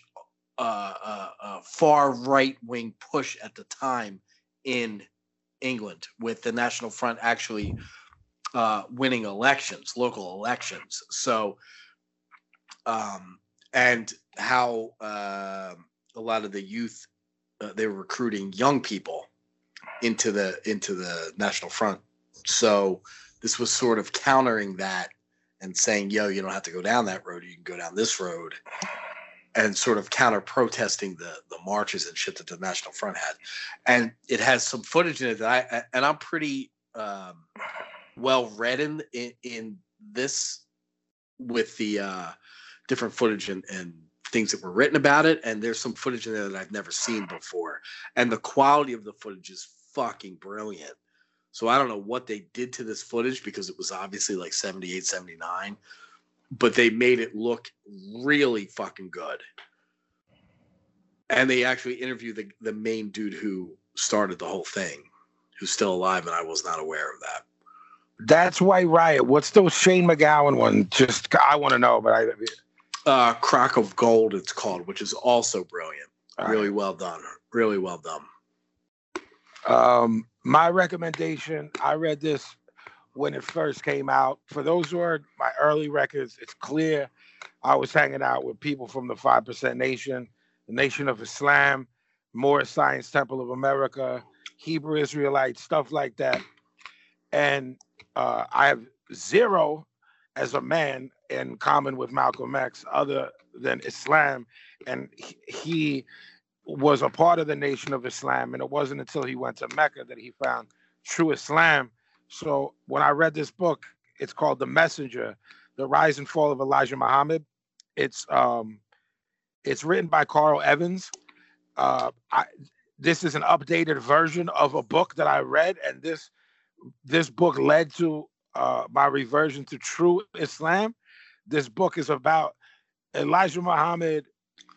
E: uh, uh, uh, far right wing push at the time in England, with the National Front actually uh, winning elections, local elections. So, um, and how uh, a lot of the youth uh, they were recruiting young people into the into the National Front. So this was sort of countering that and saying, "Yo, you don't have to go down that road. You can go down this road." and sort of counter protesting the the marches and shit that the National Front had, and it has some footage in it that I and I'm pretty um, well read in, in in this with the uh, different footage and, and things that were written about it, and there's some footage in there that I've never seen before, and the quality of the footage is fucking brilliant. So I don't know what they did to this footage because it was obviously like 78, 79 but they made it look really fucking good. And they actually interviewed the, the main dude who started the whole thing, who's still alive, and I was not aware of that.
I: That's White Riot. What's the Shane McGowan one? Just I want to know, but I
E: Uh, Crock of Gold, it's called, which is also brilliant. really well done. Really well done.
I: Um, my recommendation, I read this when it first came out. For those who heard my early records, it's clear I was hanging out with people from the 5% Nation, the Nation of Islam, Morris Science Temple of America, Hebrew Israelites, stuff like that. And uh, I have zero as a man in common with Malcolm X other than Islam. And he, he was a part of the Nation of Islam, and it wasn't until he went to Mecca that he found true Islam. So when I read this book, it's called The Messenger: The Rise and Fall of Elijah Muhammad. It's um, it's written by Carl Evans. Uh, I, this is an updated version of a book that I read, and this this book led to uh, my reversion to true Islam. This book is about Elijah Muhammad,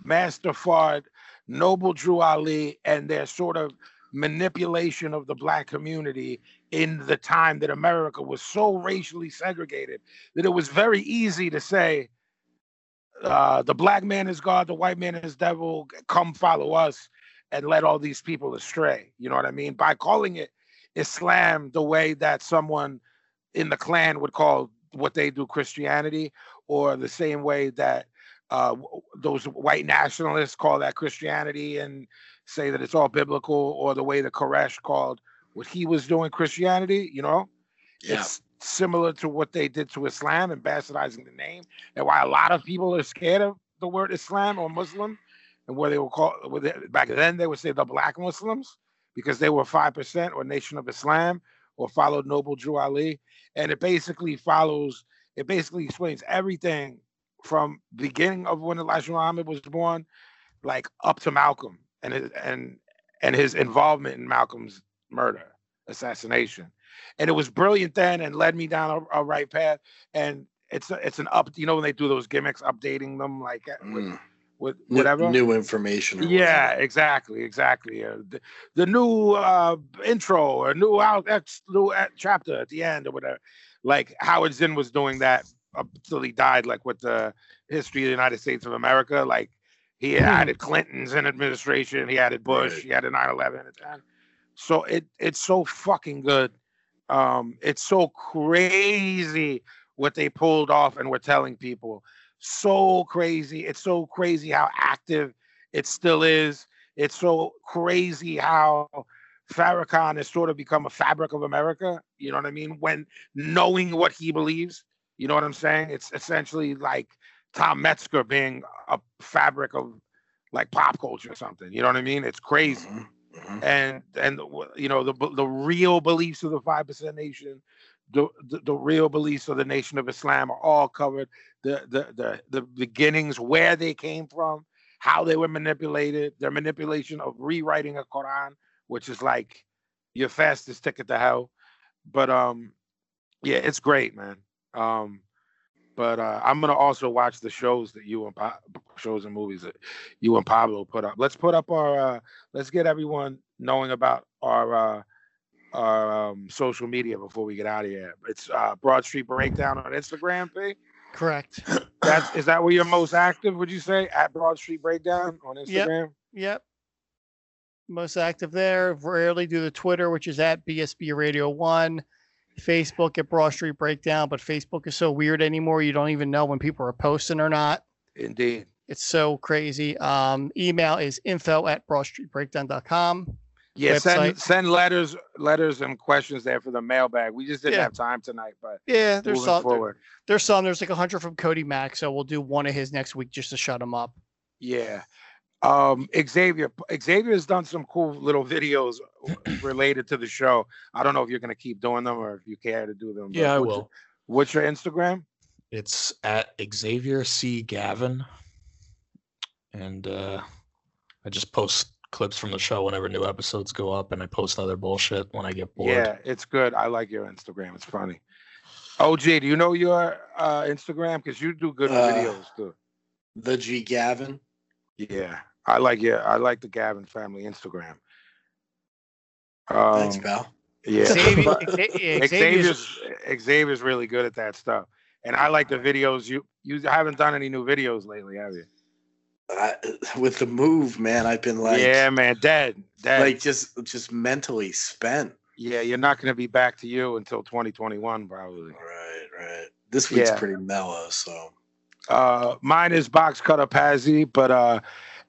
I: Master Fard, Noble Drew Ali, and their sort of manipulation of the black community in the time that America was so racially segregated that it was very easy to say, uh, the black man is God, the white man is devil, come follow us and let all these people astray. You know what I mean? By calling it Islam the way that someone in the Klan would call what they do Christianity, or the same way that uh, w- those white nationalists call that Christianity and say that it's all biblical, or the way that Koresh called what he was doing Christianity, you know?
E: Yeah.
I: It's similar to what they did to Islam and bastardizing the name, and why a lot of people are scared of the word Islam or Muslim, and where they were called where they- back then they would say the black Muslims because they were 5% or Nation of Islam or followed Noble Drew Ali. And it basically follows, it basically explains everything from beginning of when Elijah Muhammad was born, like up to Malcolm and his, and and his involvement in Malcolm's murder, assassination. And it was brilliant then and led me down a, a right path. And it's a, it's an up, you know, when they do those gimmicks, updating them like uh, with, with
E: Mm. New-
I: whatever
E: New, information. or
I: yeah, exactly, exactly. Uh, the, the new uh, intro or new out ex, new uh, chapter at the end or whatever. Like Howard Zinn was doing that Uh, up till he died, like with the history of the United States of America. Like he added Clinton's in administration, he added Bush, he added 9/11. at the time. So it it's so fucking good. Um, it's so crazy what they pulled off and were telling people. So crazy. It's so crazy how active it still is. It's so crazy how Farrakhan has sort of become a fabric of America. You know what I mean? When knowing what he believes, you know what I'm saying? It's essentially like Tom Metzger being a fabric of like pop culture or something. You know what I mean? It's crazy.
E: Mm-hmm.
I: And and you know the the real beliefs of the five percent nation, the, the the real beliefs of the Nation of Islam are all covered. The the the the beginnings, where they came from, how they were manipulated, their manipulation of rewriting a Quran, which is like your fastest ticket to hell. But um, yeah, it's great, man. Um, but uh, I'm gonna also watch the shows that you and pa- shows and movies that you and Pablo put up. Let's put up our. Uh, let's get everyone knowing about our uh, our um, social media before we get out of here. It's uh, Broad Street Breakdown on Instagram. P.
F: Correct.
I: That's is that where you're most active? Would you say at Broad Street Breakdown on
F: Yep.
I: Instagram?
F: Yep. Most active there. Rarely do the Twitter, which is at BSB Radio One. Facebook at Broad Street Breakdown, but Facebook is so weird anymore. You don't even know when people are posting or not.
I: Indeed.
F: It's so crazy. Um, email is info at broadstreetbreakdown.com.
I: Yeah,
F: Website-
I: send send letters letters and questions there for the mailbag. We just didn't
F: Yeah.
I: have time tonight, but
F: Yeah, there's
I: moving
F: some- there-
I: forward.
F: There's some. There's like a hundred from Cody Mack, so we'll do one of his next week just to shut him up.
I: Yeah. Um, Xavier Xavier has done some cool little videos related to the show. I don't know if you're gonna keep doing them or if you care to do them. but
G: Yeah, I
I: what's your-
G: will.
I: What's your Instagram?
G: It's at Xavier C. Gavin. And uh, I just post clips from the show whenever new episodes go up, and I post other bullshit when I get bored.
I: Yeah, it's good. I like your Instagram. It's funny. OG, do you know your uh, Instagram? Because you do good
E: Uh,
I: videos too.
E: The G Gavin.
I: Yeah, I like yeah, I like the Gavin family Instagram. Um,
E: Thanks, pal.
I: Yeah,
E: Xavier-
I: but-
E: Xavier-
I: Xavier's Xavier's really good at that stuff, and I like the videos. You you haven't done any new videos lately, have you?
E: I, with the move, man, I've been like,
I: yeah, man, dead, dead.
E: like just just mentally spent.
I: Yeah, you're not going to be back to you until 2021 probably.
E: Right, right. This week's
I: Yeah.
E: pretty mellow, so
I: Uh, mine is box cutter Pazzi, but uh,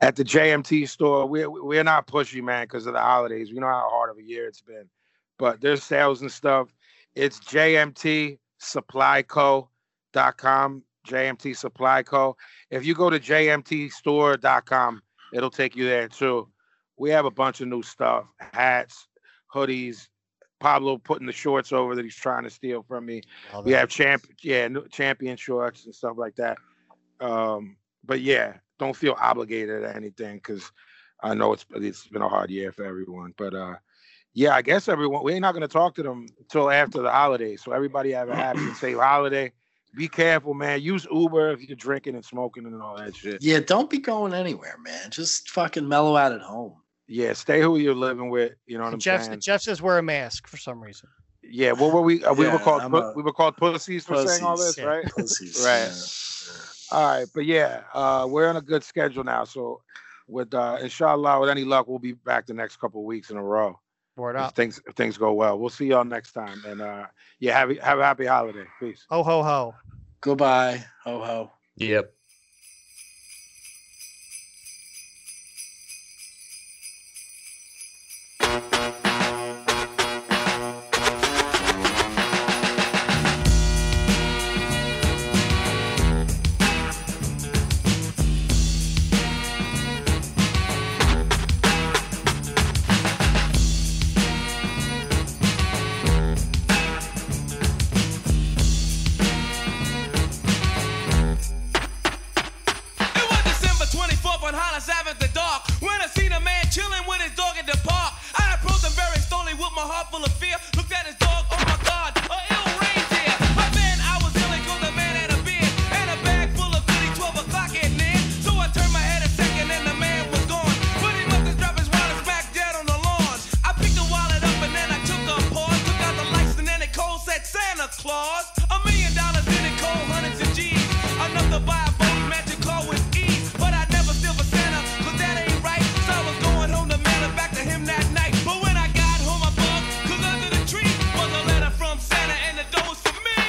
I: at the JMT store, we're we're not pushy, man, because of the holidays. We know how hard of a year it's been, but there's sales and stuff. It's JMT Supply Co. dot com. JMT Supply Co. If you go to jmtstore.com, it'll take you there too. We have a bunch of new stuff: hats, hoodies. Pablo putting the shorts over that he's trying to steal from me.
F: Love
I: We
F: it.
I: have champ, yeah, new- champion shorts and stuff like that. Um, but yeah, don't feel obligated or anything because I know it's it's been a hard year for everyone. But uh, yeah, I guess everyone we're not gonna talk to them until after the holiday. So everybody have a happy and safe holiday. Be careful, man. Use Uber if you're drinking and smoking and all that shit.
E: yeah, don't be going anywhere, man. Just fucking mellow out at home.
I: Yeah, stay who you're living with. You know what I'm
F: Jeff,
I: saying?
F: Jeff says wear a mask for some reason.
I: Yeah, what were we? Uh, we were
F: Yeah,
I: called
F: I'm
I: pu-
F: a-
I: we were called pussies for saying all
F: Pussies,
I: this,
F: yeah,
I: right?
E: pussies,
I: right.
E: uh,
I: All right, but yeah, uh, we're on a good schedule now. So, with uh, inshallah, with any luck, we'll be back the next couple of weeks in a row.
F: Word
I: If
F: up.
I: things if things go well, we'll see y'all next time. And uh, yeah, have a- have a happy holiday. Peace.
F: Ho ho ho.
E: Goodbye. Ho ho.
G: Yep.
C: It was December 24th on Hollis Avenue, the dark. When I seen a man chilling with his dog in the park, I approached him very slowly with my heart full of fear. Looked at his dog, oh my God, a ill reindeer. But then I was ill and the man had a beard and a bag full of goodies, 12 o'clock at night. So I turned my head a second and the man was gone. But he must have dropped his wallet back dead on the lawn. I picked the wallet up and then I took a pause, took out the lights and then it cold said Santa Claus. A million dollars in it, cold hundreds of G's. Enough to buy a boat, magic car with ease. But I never steal for Santa, cause that ain't right. So I was going home to mail it back to him that night. But when I got home, I bugged, cause under the tree was a letter from Santa and the door was for me.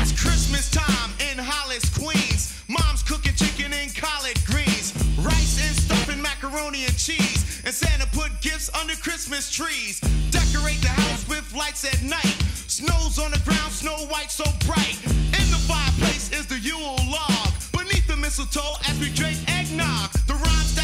J: It's Christmas time in Hollis, Queens. Mom's cooking chicken and collard greens, rice and stuffing macaroni and cheese. And Santa put gifts under Christmas trees. Decorate the house with lights at night. Snow's on the ground, snow white so bright. In the fireplace is the Yule log. Beneath the mistletoe as we drink eggnog. The rhymes